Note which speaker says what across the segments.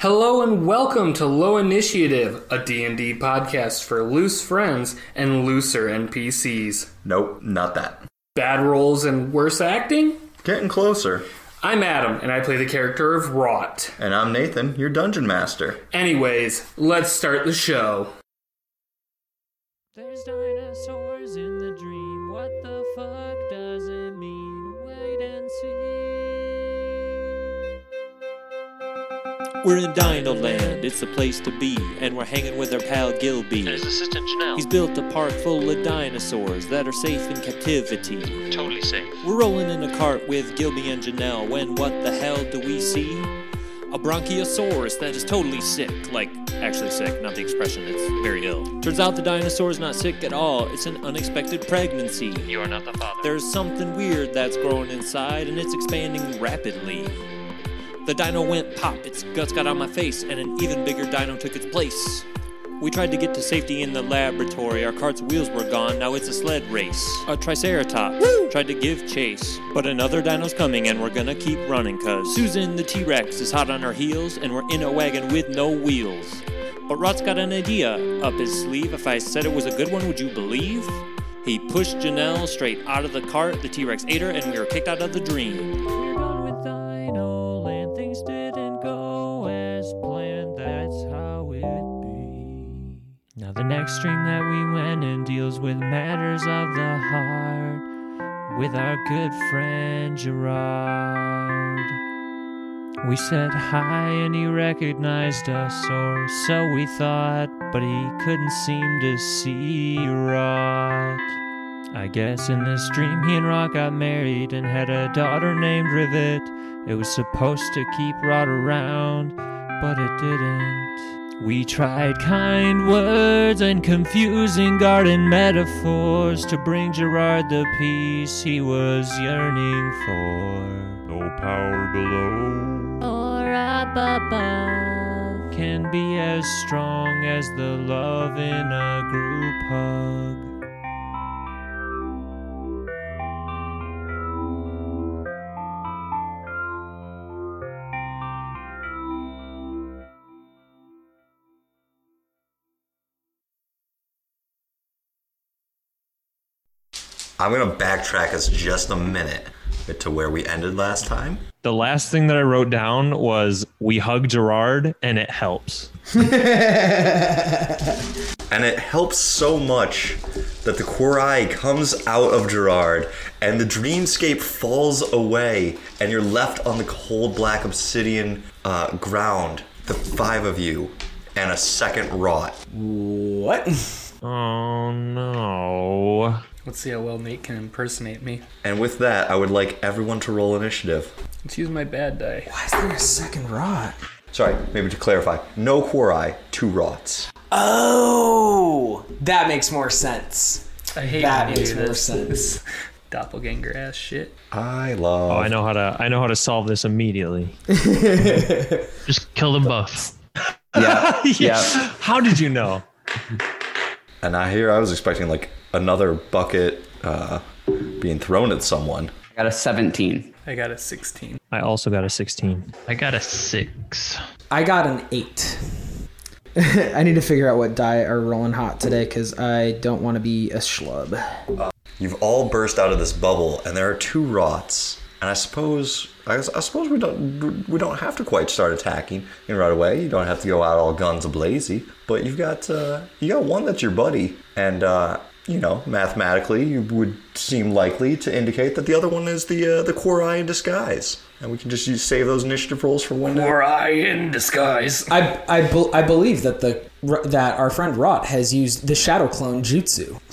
Speaker 1: Hello and welcome to Low Initiative, a D&D podcast for loose friends and looser NPCs.
Speaker 2: Nope, not that.
Speaker 1: Bad roles and worse acting?
Speaker 2: Getting closer.
Speaker 1: I'm Adam and I play the character of Rot.
Speaker 2: And I'm Nathan, your dungeon master.
Speaker 1: Anyways, let's start the show.
Speaker 3: There's dinosaurs in the dream. What the fuck does it mean? Wait and see. We're in Dino Land. It's the place to be, and we're hanging with our pal Gilby.
Speaker 4: and his assistant
Speaker 3: He's
Speaker 4: Janelle.
Speaker 3: built a park full of dinosaurs that are safe in captivity.
Speaker 4: He's totally safe.
Speaker 3: We're rolling in a cart with Gilby and Janelle when what the hell do we see? A bronchiosaurus that is totally sick. Like, actually sick, not the expression, it's very ill. Turns out the dinosaur is not sick at all, it's an unexpected pregnancy.
Speaker 4: You are not the father.
Speaker 3: There's something weird that's growing inside and it's expanding rapidly. The dino went pop, its guts got on my face, and an even bigger dino took its place. We tried to get to safety in the laboratory. Our cart's wheels were gone. Now it's a sled race. A triceratops tried to give chase, but another dino's coming, and we're gonna keep running. Cause Susan the T-Rex is hot on our heels, and we're in a wagon with no wheels. But Rot's got an idea up his sleeve. If I said it was a good one, would you believe? He pushed Janelle straight out of the cart. The T-Rex ate her, and we were kicked out of the dream. We're done with Dino Land. Things didn't go as planned. That's how it be. Now the next stream that we went in deals with matters of the heart with our good friend Gerard. We said hi and he recognized us, or so we thought, but he couldn't seem to see Rot. I guess in this dream he and Rod got married and had a daughter named Rivet. It was supposed to keep Rod around, but it didn't. We tried kind words and confusing garden metaphors to bring Gerard the peace he was yearning for. No power below or up above can be as strong as the love in a group hug.
Speaker 2: I'm gonna backtrack us just a minute to where we ended last time.
Speaker 5: the last thing that I wrote down was we hug Gerard and it helps.
Speaker 2: And it helps so much that the Quorai comes out of Gerard and the dreamscape falls away, and you're left on the cold black obsidian uh, ground, the five of you, and a second rot.
Speaker 6: What?
Speaker 5: Oh no.
Speaker 1: Let's see how well Nate can impersonate me.
Speaker 2: And with that, I would like everyone to roll initiative.
Speaker 1: Let's use my bad die.
Speaker 6: Why is there a second rod?
Speaker 2: Sorry, maybe to clarify no Quorai, two rots.
Speaker 6: Oh, that makes more sense.
Speaker 1: I hate
Speaker 6: That
Speaker 1: when you
Speaker 6: makes
Speaker 1: do
Speaker 6: more
Speaker 1: this.
Speaker 6: sense.
Speaker 1: This Doppelganger ass shit.
Speaker 2: I love.
Speaker 5: Oh, I know how to I know how to solve this immediately.
Speaker 4: Just kill them both.
Speaker 2: Yeah, yeah.
Speaker 5: How did you know?
Speaker 2: And I hear I was expecting like another bucket uh, being thrown at someone.
Speaker 7: I got a 17.
Speaker 1: I got a 16.
Speaker 5: I also got a 16.
Speaker 4: I got a six.
Speaker 6: I got an eight. I need to figure out what die are rolling hot today because I don't want to be a schlub.
Speaker 2: You've all burst out of this bubble, and there are two rots. And I suppose I, s- I suppose we don't we don't have to quite start attacking you know, right away. You don't have to go out all guns ablazy. But you've got uh, you got one that's your buddy, and uh, you know mathematically you would seem likely to indicate that the other one is the uh, the core eye in disguise. And we can just use, save those initiative rolls for when
Speaker 1: Or I in disguise.
Speaker 6: I I, bel I believe that the that our friend Rot has used the shadow clone jutsu.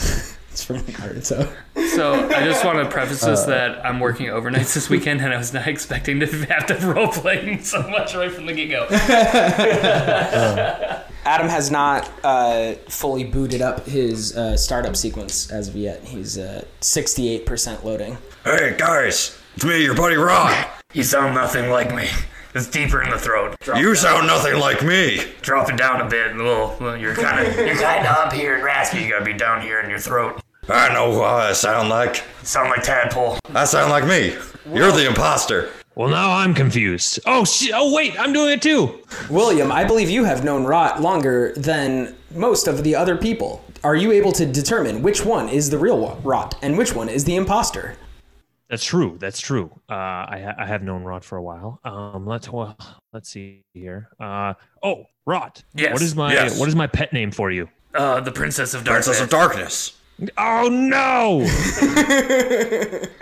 Speaker 6: it's from Naruto.
Speaker 1: So I just want to preface this that I'm working overnights this weekend, and I was not expecting to have to role playing so much right from the get go.
Speaker 6: Adam has not uh, fully booted up his uh, startup sequence as of yet. He's uh, 68% loading.
Speaker 2: Hey guys, it's me, your buddy Rock.
Speaker 1: You sound nothing like me. It's deeper in the throat. Drop,
Speaker 2: You sound nothing like me.
Speaker 1: drop it down a bit, and we'll, well, you're kind of you're kind of up here and raspy. You gotta be down here in your throat.
Speaker 2: I know who I sound like.
Speaker 1: You sound like tadpole.
Speaker 2: I sound like me. You're the imposter.
Speaker 3: Well, now I'm confused. Oh, sh- oh wait, I'm doing it too.
Speaker 6: William, I believe you have known Rot longer than most of the other people. Are you able to determine which one is the real wa- Rot and which one is the imposter?
Speaker 3: That's true. That's true. Uh, I, ha- I have known Rot for a while. Um, let's well, let's see here. Uh, oh, Rot.
Speaker 8: Yes.
Speaker 3: What is my
Speaker 2: Yes.
Speaker 3: What is my pet name for you?
Speaker 8: Uh, the Princess of Darkness.
Speaker 2: Princess of Darkness.
Speaker 3: Oh no!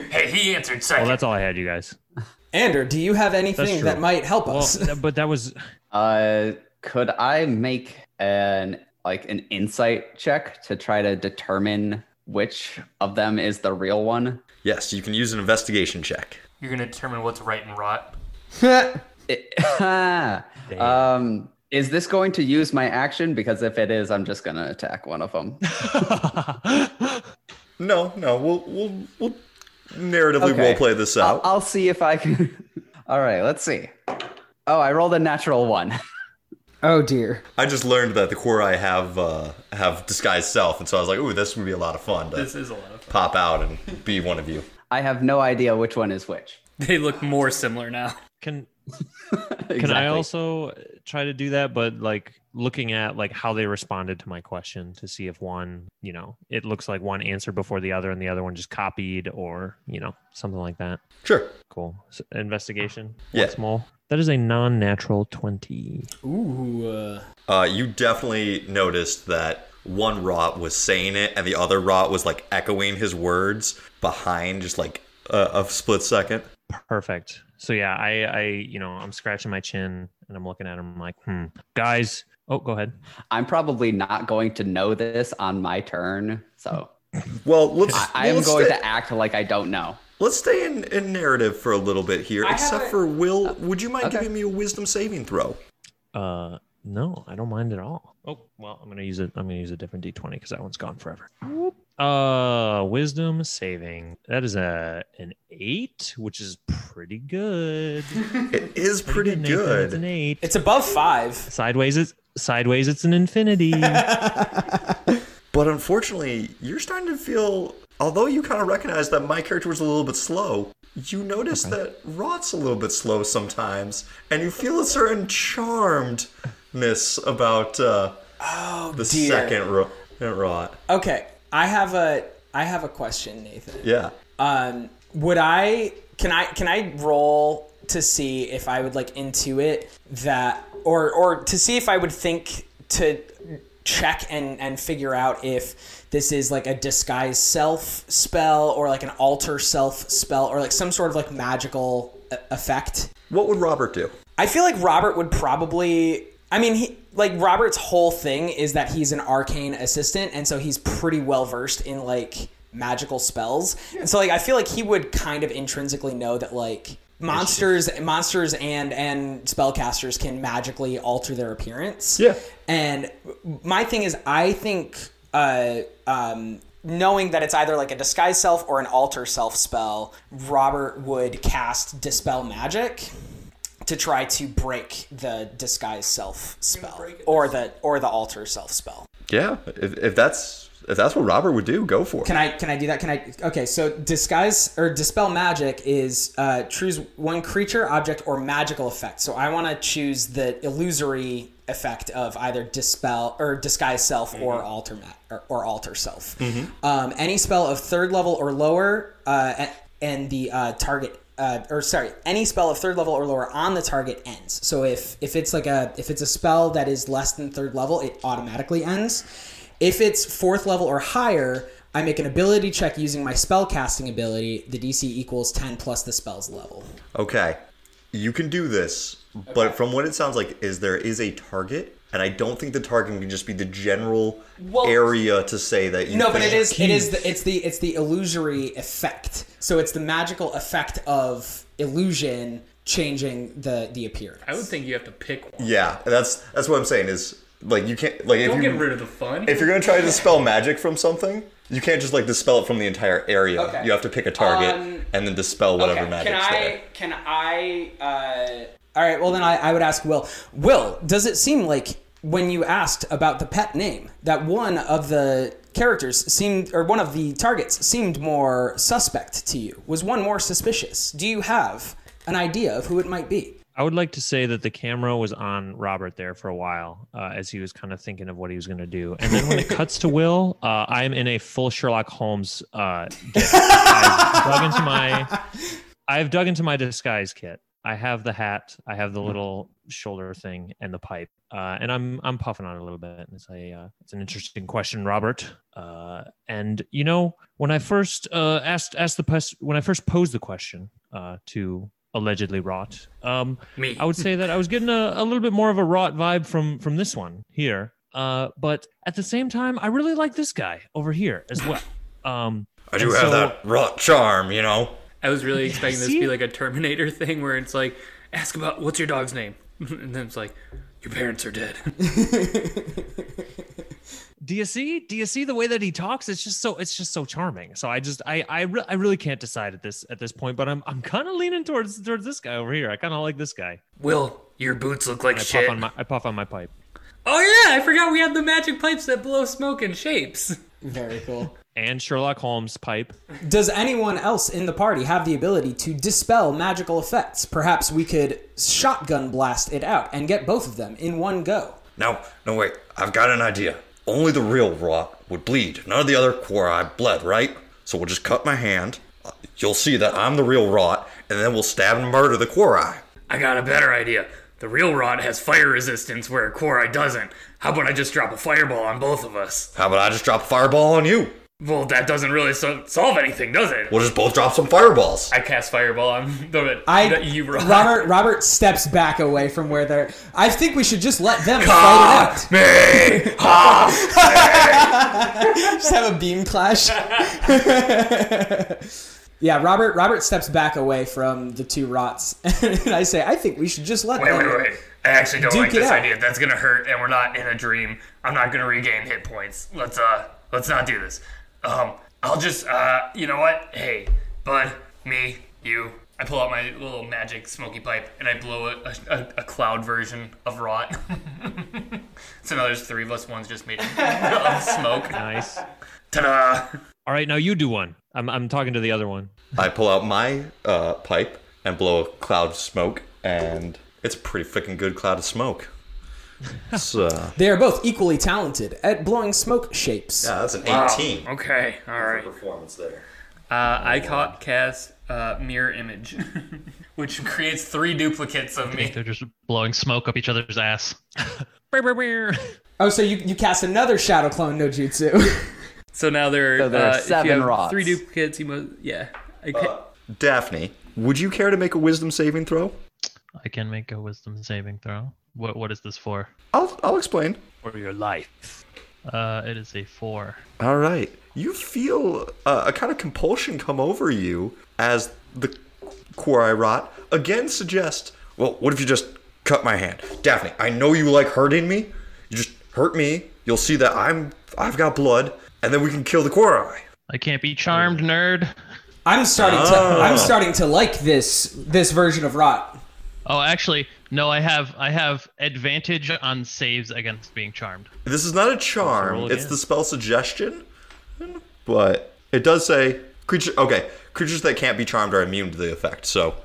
Speaker 8: Hey, he answered second.
Speaker 3: well, that's all I had, you guys.
Speaker 6: Ander, do you have
Speaker 3: That's
Speaker 6: anything
Speaker 3: true.
Speaker 6: that might help
Speaker 3: Well,
Speaker 6: us?
Speaker 3: th- but that was
Speaker 7: Uh, could I make an like an insight check to try to determine which of them is the real one?
Speaker 2: Yes, you can use an investigation check.
Speaker 8: You're gonna determine what's right and rot.
Speaker 7: It- um, is this going to use my action? Because if it is, I'm just gonna attack one of them.
Speaker 2: No, no, we'll we'll we'll narratively
Speaker 7: Okay.
Speaker 2: we'll play this
Speaker 7: I'll,
Speaker 2: out.
Speaker 7: I'll see if I can. All right, let's see. Oh, I rolled a natural one.
Speaker 6: oh dear.
Speaker 2: I just learned that the core I have uh, have disguised self, and so I was like, "Ooh, this would be a lot of fun to
Speaker 8: This is a lot of fun.
Speaker 2: pop out and be one of you."
Speaker 7: I have no idea which one is which.
Speaker 8: They look more similar now.
Speaker 3: can
Speaker 7: Exactly.
Speaker 3: can I also try to do that, but like looking at like how they responded to my question to see if one, you know, it looks like one answered before the other and the other one just copied or you know something like that.
Speaker 2: Sure.
Speaker 3: Cool. S investigation.
Speaker 2: Yeah.
Speaker 3: Once more. That is a non-natural twenty.
Speaker 6: Ooh. Uh,
Speaker 2: Uh, you definitely noticed that one rot was saying it, and the other rot was like echoing his words behind, just like a, a split second.
Speaker 3: Perfect. So yeah, I I you know I'm scratching my chin and I'm looking at him like, hmm, guys. Oh, go ahead.
Speaker 7: I'm probably not going to know this on my turn, so
Speaker 2: Well, let's.
Speaker 7: I, I am
Speaker 2: let's
Speaker 7: going
Speaker 2: stay,
Speaker 7: to act like I don't know.
Speaker 2: Let's stay in, in narrative for a little bit here,
Speaker 6: I
Speaker 2: except
Speaker 6: haven't-
Speaker 2: for Will. Would you mind
Speaker 7: okay.
Speaker 2: giving me a wisdom saving throw?
Speaker 3: Uh, no, I don't mind at all. Oh, well, I'm gonna use it. I'm gonna use a different D20 because that one's gone forever. Uh, wisdom saving. That is a an eight, which is pretty good.
Speaker 2: It is pretty
Speaker 3: Nathan, It's an
Speaker 2: good.
Speaker 3: eight.
Speaker 6: it's above five.
Speaker 3: Sideways, it's sideways. It's an infinity.
Speaker 2: But unfortunately, you're starting to feel, although you kind of recognize that my character was a little bit slow, you notice that Rod's a little bit slow sometimes, and you feel a certain charmedness about uh,
Speaker 6: Oh
Speaker 2: the
Speaker 6: dear.
Speaker 2: second ro- uh, Rot.
Speaker 6: Okay. I have a I have a question, Nathan.
Speaker 2: Yeah.
Speaker 6: Um, would I can I can I roll to see if I would like intuit that or or to see if I would think to check and and figure out if this is like a disguise self spell or like an alter self spell or like some sort of like magical e- effect.
Speaker 2: What would Robert do?
Speaker 6: I feel like Robert would probably. I mean, he, like Robert's whole thing is that he's an arcane assistant, and so he's pretty well versed in like magical spells. And so, like, I feel like he would kind of intrinsically know that like monsters, monsters, and and spellcasters can magically alter their appearance.
Speaker 2: Yeah.
Speaker 6: And my thing is, I think uh, um, knowing that it's either like a disguise self or an alter self spell, Robert would cast dispel magic to try to break the disguise self spell or the or the alter self spell.
Speaker 2: Yeah, if, if that's if that's what Robert would do, go for it.
Speaker 6: Can I can I do that? Can I? Okay, so disguise or dispel magic is uh, choose one creature, object, or magical effect. So I want to choose the illusory effect of either dispel or disguise self or alter ma- or, or alter self. Um, any spell of third level or lower, uh, a- and the uh, target. Uh, or sorry, any spell of third level or lower on the target ends. So if if it's like a if it's a spell that is less than third level, it automatically ends. If it's fourth level or higher, I make an ability check using my spell casting ability. The DC equals 10 plus the spell's level.
Speaker 2: Okay, you can do this, but from what it sounds like, is there is a target, and I don't think the target can just be the general area to say that you.
Speaker 6: No, but
Speaker 2: think-
Speaker 6: it is it is the, it's the it's the illusory effect. So it's the magical effect of illusion changing the the appearance.
Speaker 8: I would think you have to pick one.
Speaker 2: Yeah, that's that's what I'm saying is like you can't like if
Speaker 8: Don't
Speaker 2: you
Speaker 8: get rid of the fun.
Speaker 2: if you're gonna try to dispel magic from something, you can't just like dispel it from the entire area.
Speaker 6: Okay.
Speaker 2: You have to pick a target
Speaker 6: Um,
Speaker 2: and then dispel whatever magic's there.
Speaker 6: can I uh All right, well then I, I would ask Will. Will, does it seem like when you asked about the pet name that one of the characters seemed or one of the targets seemed more suspect to you? Was one more suspicious? Do you have an idea of who it might be.
Speaker 3: I would like to say that the camera was on Robert there for a while uh, as he was kind of thinking of what he was going to do. And then when it cuts to Will, uh, I'm in a full Sherlock Holmes. Uh, dip. I've dug into my, I've dug into my disguise kit. I have the hat, I have
Speaker 2: Mm-hmm.
Speaker 3: the little shoulder thing, and the pipe, uh, and I'm I'm puffing on it a little bit. And it's a uh, it's an interesting question, Robert. Uh, and you know, when I first uh, asked asked the pers- when I first posed the question uh, to allegedly rot, um,
Speaker 8: Me.
Speaker 3: I would say that I was getting a, a little bit more of a rot vibe from from this one here. Uh, but at the same time, I really like this guy over here as well. Um,
Speaker 2: I do
Speaker 3: and
Speaker 2: have
Speaker 3: so-
Speaker 2: that rot charm, you know.
Speaker 8: I was really expecting this to
Speaker 3: see?
Speaker 8: be like a Terminator thing where it's like, ask about what's your dog's name, and then it's like, your parents are dead.
Speaker 3: Do you see? Do you see the way that he talks? It's just so it's just so charming. So I just I I, re- I really can't decide at this at this point. But I'm I'm kind of leaning towards towards this guy over here. I kind of like this guy.
Speaker 8: Will, your boots look like
Speaker 3: I
Speaker 8: shit.
Speaker 3: puff on my I puff on my pipe.
Speaker 8: oh yeah, I forgot we had the magic pipes that blow smoke in shapes.
Speaker 6: Very cool.
Speaker 3: And Sherlock Holmes pipe.
Speaker 6: Does anyone else in the party have the ability to dispel magical effects? Perhaps we could shotgun blast it out and get both of them in one go.
Speaker 2: No, no, wait. I've got an idea. Only the real rot would bleed. None of the other Quora bled, right? So we'll just cut my hand. Uh, You'll see that I'm the real rot, and then we'll stab and murder the Quora.
Speaker 8: I got a better idea. The real rod has fire resistance where Quora doesn't. How about I just drop a fireball on both of us?
Speaker 2: How about I just drop a fireball on you?
Speaker 8: Well, that doesn't really so- solve anything, does it?
Speaker 2: We'll just both drop some fireballs.
Speaker 8: I cast fireball on the,
Speaker 6: I
Speaker 8: the you rod.
Speaker 6: Robert Robert steps back away from where they're. I think we should just let them fight it out.
Speaker 2: Me! Ha!
Speaker 6: Just have a beam clash. yeah, Robert Robert steps back away from the two rots, and I say, I think we should just let
Speaker 8: Wait,
Speaker 6: them.
Speaker 8: wait, wait. I actually don't
Speaker 6: Duke
Speaker 8: like
Speaker 6: it
Speaker 8: this
Speaker 6: out.
Speaker 8: idea. That's gonna hurt, and we're not in a dream. I'm not gonna regain hit points. Let's uh, let's not do this. Um, I'll just uh, you know what? Hey, bud, me, you. I pull out my little magic smoky pipe and I blow a, a, a cloud version of rot. so now there's three of us. One's just made of smoke.
Speaker 3: Nice.
Speaker 8: Ta-da!
Speaker 3: All right, now you do one. I'm I'm talking to the other one.
Speaker 2: I pull out my uh, pipe and blow a cloud of smoke, and it's a pretty freaking good cloud of smoke. So, yeah,
Speaker 6: They are both equally talented at blowing smoke shapes.
Speaker 2: that's an 18
Speaker 8: Okay, all right.
Speaker 2: performance there.
Speaker 8: Uh, I caught cast uh, mirror image, which creates three duplicates of me.
Speaker 9: They're just blowing smoke up each other's ass.
Speaker 6: Oh, so you, you cast another shadow clone no jutsu.
Speaker 8: So now there,
Speaker 7: So there are
Speaker 8: uh, if you
Speaker 7: seven
Speaker 8: have
Speaker 7: rods. Uh,
Speaker 8: Three duplicates. You must. Yeah. Okay.
Speaker 2: Daphne, would you care to make a wisdom saving throw?
Speaker 9: I can make a wisdom saving throw. What what is this for?
Speaker 2: I'll, I'll explain.
Speaker 3: For your life.
Speaker 9: Uh, it is a four.
Speaker 2: All right. You feel uh, a kind of compulsion come over you as the Quorai Rot again suggests, well, what if you just cut my hand? Daphne, I know you like hurting me. You just hurt me. You'll see that I'm I've got blood, and then we can kill the Quorai.
Speaker 9: I can't be charmed, nerd.
Speaker 6: I'm starting to I'm starting to like this this version of rot.
Speaker 9: Oh, actually, no. I have I have advantage on saves against being charmed.
Speaker 2: This is not a charm.
Speaker 9: roll
Speaker 2: It's
Speaker 9: again.
Speaker 2: the spell suggestion, but it does say creature. Okay, creatures that can't be charmed are immune to the effect, so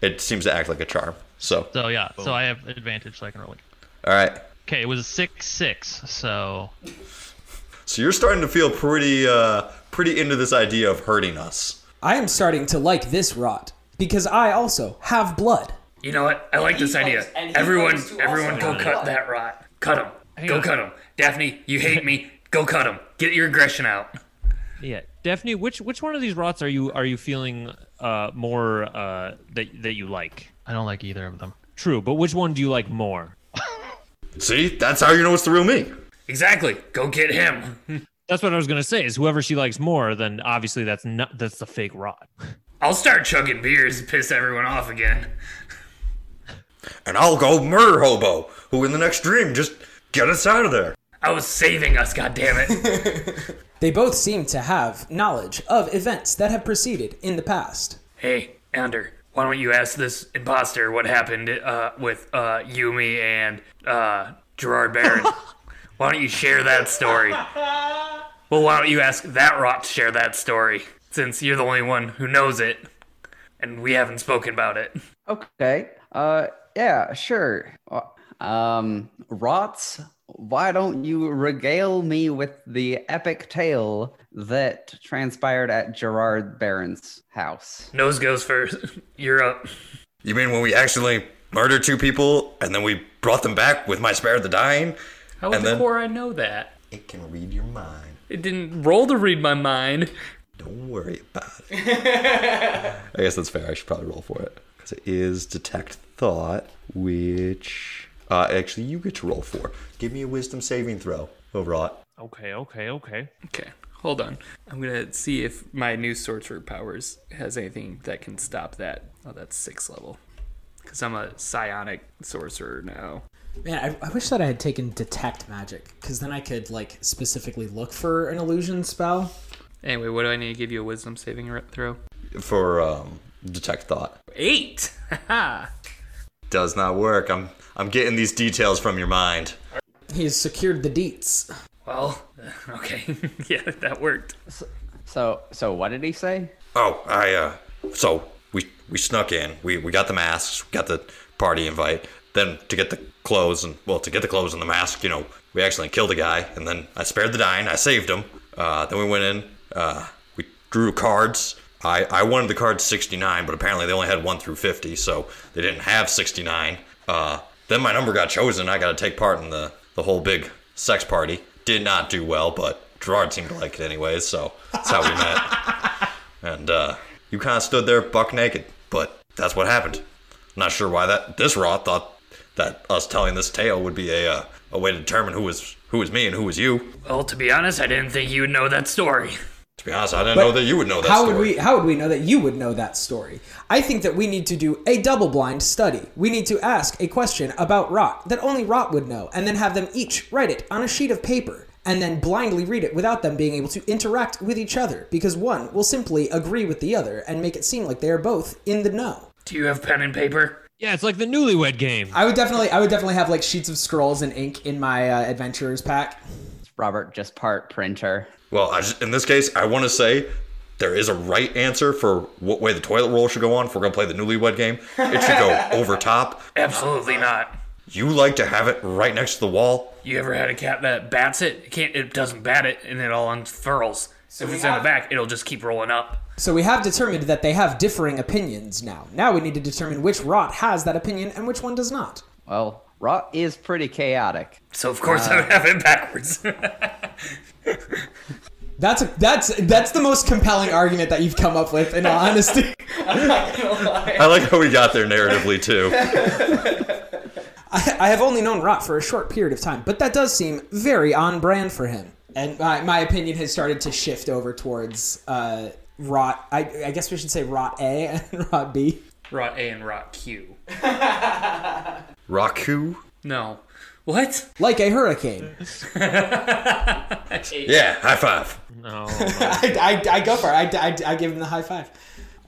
Speaker 2: it seems to act like a charm. So,
Speaker 9: So yeah, so I have advantage, so I can roll. it.
Speaker 2: all right.
Speaker 9: Okay, it was a six six. So
Speaker 2: So you're starting to feel pretty uh pretty into this idea of hurting us.
Speaker 6: I am starting to like this rot because I also have blood.
Speaker 8: You know what? I like this idea. Everyone, everyone, go cut that rot. Cut him. go
Speaker 9: on.
Speaker 8: cut him. Daphne, you hate me. Go cut him. Get your aggression out.
Speaker 3: Yeah, Daphne, which which one of these rots are you are you feeling uh more uh that that you like?
Speaker 9: I don't like either of them.
Speaker 3: True, but which one do you like more?
Speaker 2: See, that's how you know it's the real me.
Speaker 8: Exactly. Go get him.
Speaker 3: That's what I was gonna say. Is whoever she likes more, then obviously that's not that's the fake rot.
Speaker 8: I'll start chugging beers and piss everyone off again.
Speaker 2: And I'll go murder Hobo, who in the next dream just get us out of there.
Speaker 8: I was saving us. God damn it.
Speaker 6: They both seem to have knowledge of events that have proceeded in the past.
Speaker 8: hey, Ander. Why don't you ask this imposter what happened uh, with uh, Yumi and uh, Gerard Barron? why don't you share that story? Well, why don't you ask that rot to share that story? Since you're the only one who knows it. and we haven't spoken about it.
Speaker 7: Okay. Uh, yeah, sure. Uh, Um, Rots, why don't you regale me with the epic tale that transpired at Gerard Barron's house?
Speaker 8: Nose goes first. You're up.
Speaker 2: You mean when we accidentally murdered two people and then we brought them back with my spare the dying?
Speaker 8: How would
Speaker 2: And
Speaker 8: the
Speaker 2: then-
Speaker 8: core I know that?
Speaker 2: It can read your mind.
Speaker 8: It didn't roll to read my mind.
Speaker 2: Don't worry about it. I guess that's fair. I should probably roll for it because it is detect thought, which uh, actually you get to roll for. Give me a wisdom saving throw, Overwrought.
Speaker 3: Okay, okay, okay.
Speaker 8: Okay, hold on. I'm gonna see if my new sorcerer powers has anything that can stop that. Oh, that's six level. Because I'm a psionic sorcerer now.
Speaker 6: Man, I, I wish that I had taken detect magic because then I could like specifically look for an illusion spell.
Speaker 8: Anyway, what do I need to give you a wisdom saving re- throw?
Speaker 2: for um, detect thought.
Speaker 8: Eight! Haha!
Speaker 2: Does not work. I'm I'm getting these details from your mind.
Speaker 6: He has secured the deets.
Speaker 8: well, okay. yeah, that worked.
Speaker 7: So, so what did he say?
Speaker 2: Oh, I uh, so we we snuck in. We we got the masks, we got the party invite. Then to get the clothes and well, to get the clothes and the mask, you know, we accidentally killed a guy, and then I spared the dying. I saved him. Uh, then we went in. Uh, we drew cards. I I wanted the cards 69, but apparently they only had one through 50, so they didn't have 69. Uh, then my number got chosen. I got to take part in the the whole big sex party. Did not do well, but Gerard seemed to like it anyways, so that's how we met. And uh, you kind of stood there buck naked, but that's what happened. Not sure why that this Roth thought that us telling this tale would be a uh, a way to determine who was who was me and who was you.
Speaker 8: Well, to be honest, I didn't think you would know that story.
Speaker 2: To be honest, I didn't know that you would know that.
Speaker 6: How
Speaker 2: story.
Speaker 6: would we? How would we know that you would know that story? I think that we need to do a double-blind study. We need to ask a question about Rot that only Rot would know, and then have them each write it on a sheet of paper, and then blindly read it without them being able to interact with each other, because one will simply agree with the other and make it seem like they are both in the know.
Speaker 8: Do you have pen and paper?
Speaker 3: Yeah, it's like the newlywed game.
Speaker 6: I would definitely, I would definitely have like sheets of scrolls and ink in my uh, adventurers pack.
Speaker 7: It's Robert just part printer.
Speaker 2: Well, I just, in this case, I want to say there is a right answer for what way the toilet roll should go on. If we're gonna play the newlywed game, it should go over top.
Speaker 8: Absolutely not.
Speaker 2: You like to have it right next to the wall.
Speaker 8: You ever had a cat that bats it? It can't. It doesn't bat it, and it all unfurls. if it's in the back, it'll just keep rolling up.
Speaker 6: So we have determined that they have differing opinions now. Now we need to determine which rot has that opinion and which one does not.
Speaker 7: Well, Rot is pretty chaotic.
Speaker 8: So of course I would have it backwards.
Speaker 6: That's a, that's that's the most compelling argument that you've come up with, in all honesty.
Speaker 2: I like how we got there narratively too.
Speaker 6: I, I have only known Rot for a short period of time, but that does seem very on brand for him. And my, my opinion has started to shift over towards uh, Rot. I, I guess we should say Rot A and Rot B.
Speaker 8: rot A and rot Q.
Speaker 2: Raku.
Speaker 8: No. What?
Speaker 6: Like a hurricane.
Speaker 2: Yeah, high five.
Speaker 3: No.
Speaker 6: I, I, I go for it. I, I, I give him the high five.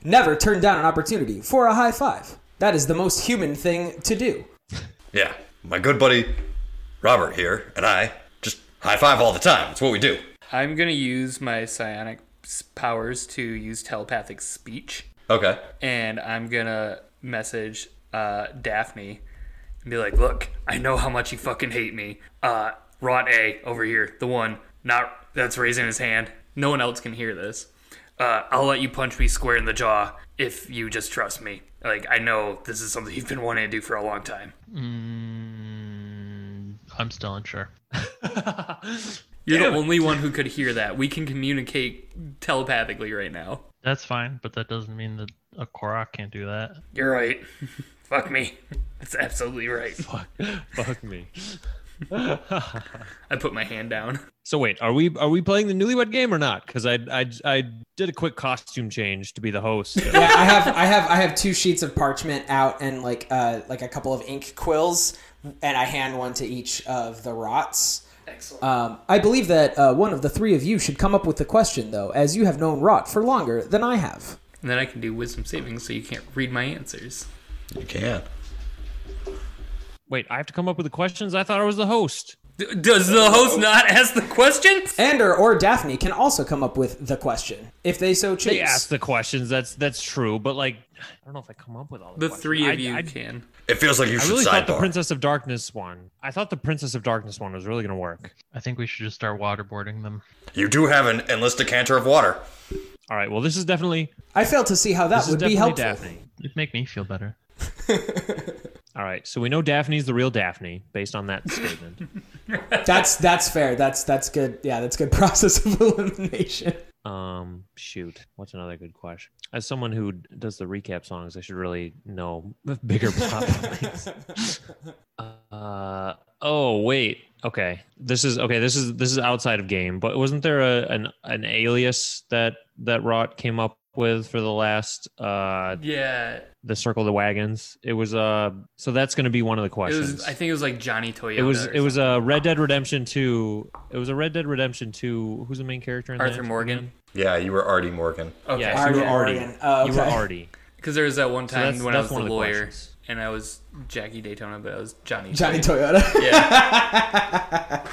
Speaker 6: Never turn down an opportunity for a high five. That is the most human thing to do.
Speaker 2: Yeah, my good buddy Robert here and I just high five all the time. It's what we do.
Speaker 8: I'm gonna use my psionic s- powers to use telepathic speech,
Speaker 2: Okay.
Speaker 8: and I'm gonna message uh, Daphne and be like, "Look, I know how much you fucking hate me. Uh, rot A over here, the one not that's raising his hand. No one else can hear this. Uh, I'll let you punch me square in the jaw if you just trust me. Like, I know this is something you've been wanting to do for a long time.
Speaker 9: mm, I'm still unsure.
Speaker 8: You're the only one who could hear that. We can communicate telepathically right now."
Speaker 9: That's fine, but that doesn't mean that a Korok can't do that.
Speaker 8: You're right. Fuck me. That's absolutely right.
Speaker 3: fuck, fuck me.
Speaker 8: I put my hand down.
Speaker 3: So wait, are we are we playing the newlywed game or not? Because I, I I did a quick costume change to be the host.
Speaker 6: Yeah, I have I have I have two sheets of parchment out and like uh like a couple of ink quills, and I hand one to each of the rots. Excellent. Um, I believe that uh, one of the three of you should come up with the question though, as you have known rot for longer than I have.
Speaker 8: And then I can do wisdom savings so you can't read my answers.
Speaker 2: You can.
Speaker 3: wait, I have to come up with the questions. I thought I was the host.
Speaker 8: D- does the host not ask the question?
Speaker 6: Ander or Daphne can also come up with the question if they so choose.
Speaker 3: They ask the questions. That's that's true. But like, I don't know if I come up with all the
Speaker 8: The
Speaker 3: questions.
Speaker 8: three
Speaker 3: I-
Speaker 8: of you
Speaker 3: I,
Speaker 8: can.
Speaker 2: It feels like you
Speaker 3: I
Speaker 2: should
Speaker 3: really thought the
Speaker 2: sidebar.
Speaker 3: Princess of Darkness one. I thought the Princess of Darkness one was really gonna work.
Speaker 9: I think we should just start waterboarding them.
Speaker 2: you do have an endless decanter of water.
Speaker 3: All right. Well, this is definitely
Speaker 6: I fail to see how that
Speaker 3: this is
Speaker 6: would be
Speaker 3: definitely
Speaker 6: helpful.
Speaker 3: Daphne.
Speaker 9: It'd make me feel better.
Speaker 3: All right. So we know Daphne's the real Daphne based on that statement.
Speaker 6: That's that's fair. That's that's good. Yeah, that's good process of elimination.
Speaker 3: um, shoot. What's another good question? As someone who does the recap songs, I should really know the bigger plot points. Uh, oh wait. Okay. This is okay. This is this is outside of game. But wasn't there a an an alias that that Rot came up with for the last uh
Speaker 8: Yeah,
Speaker 3: the circle of the wagons? It was uh. So that's going to be one of the
Speaker 8: it
Speaker 3: questions.
Speaker 8: was. I think it was like Johnny Toyota.
Speaker 3: It was
Speaker 8: or
Speaker 3: it was a Red Dead Redemption two. It was a Red Dead Redemption two. Who's the main character in
Speaker 8: something. Arthur
Speaker 3: that?
Speaker 8: Morgan.
Speaker 2: Yeah, you were already Morgan.
Speaker 8: Okay,
Speaker 3: Yes,
Speaker 8: because
Speaker 3: you were
Speaker 6: Arden
Speaker 3: Artie.
Speaker 6: Morgan. Oh,
Speaker 3: You were
Speaker 6: okay.
Speaker 3: Artie.
Speaker 8: there was that one
Speaker 3: So
Speaker 8: time
Speaker 3: that's,
Speaker 8: when I
Speaker 3: that's
Speaker 8: was
Speaker 3: one
Speaker 8: the
Speaker 3: of the
Speaker 8: lawyer
Speaker 3: questions.
Speaker 8: and I was Jackie Daytona, but I was Johnny.
Speaker 6: Johnny
Speaker 8: Toyota.
Speaker 6: Toyota.
Speaker 8: Yeah,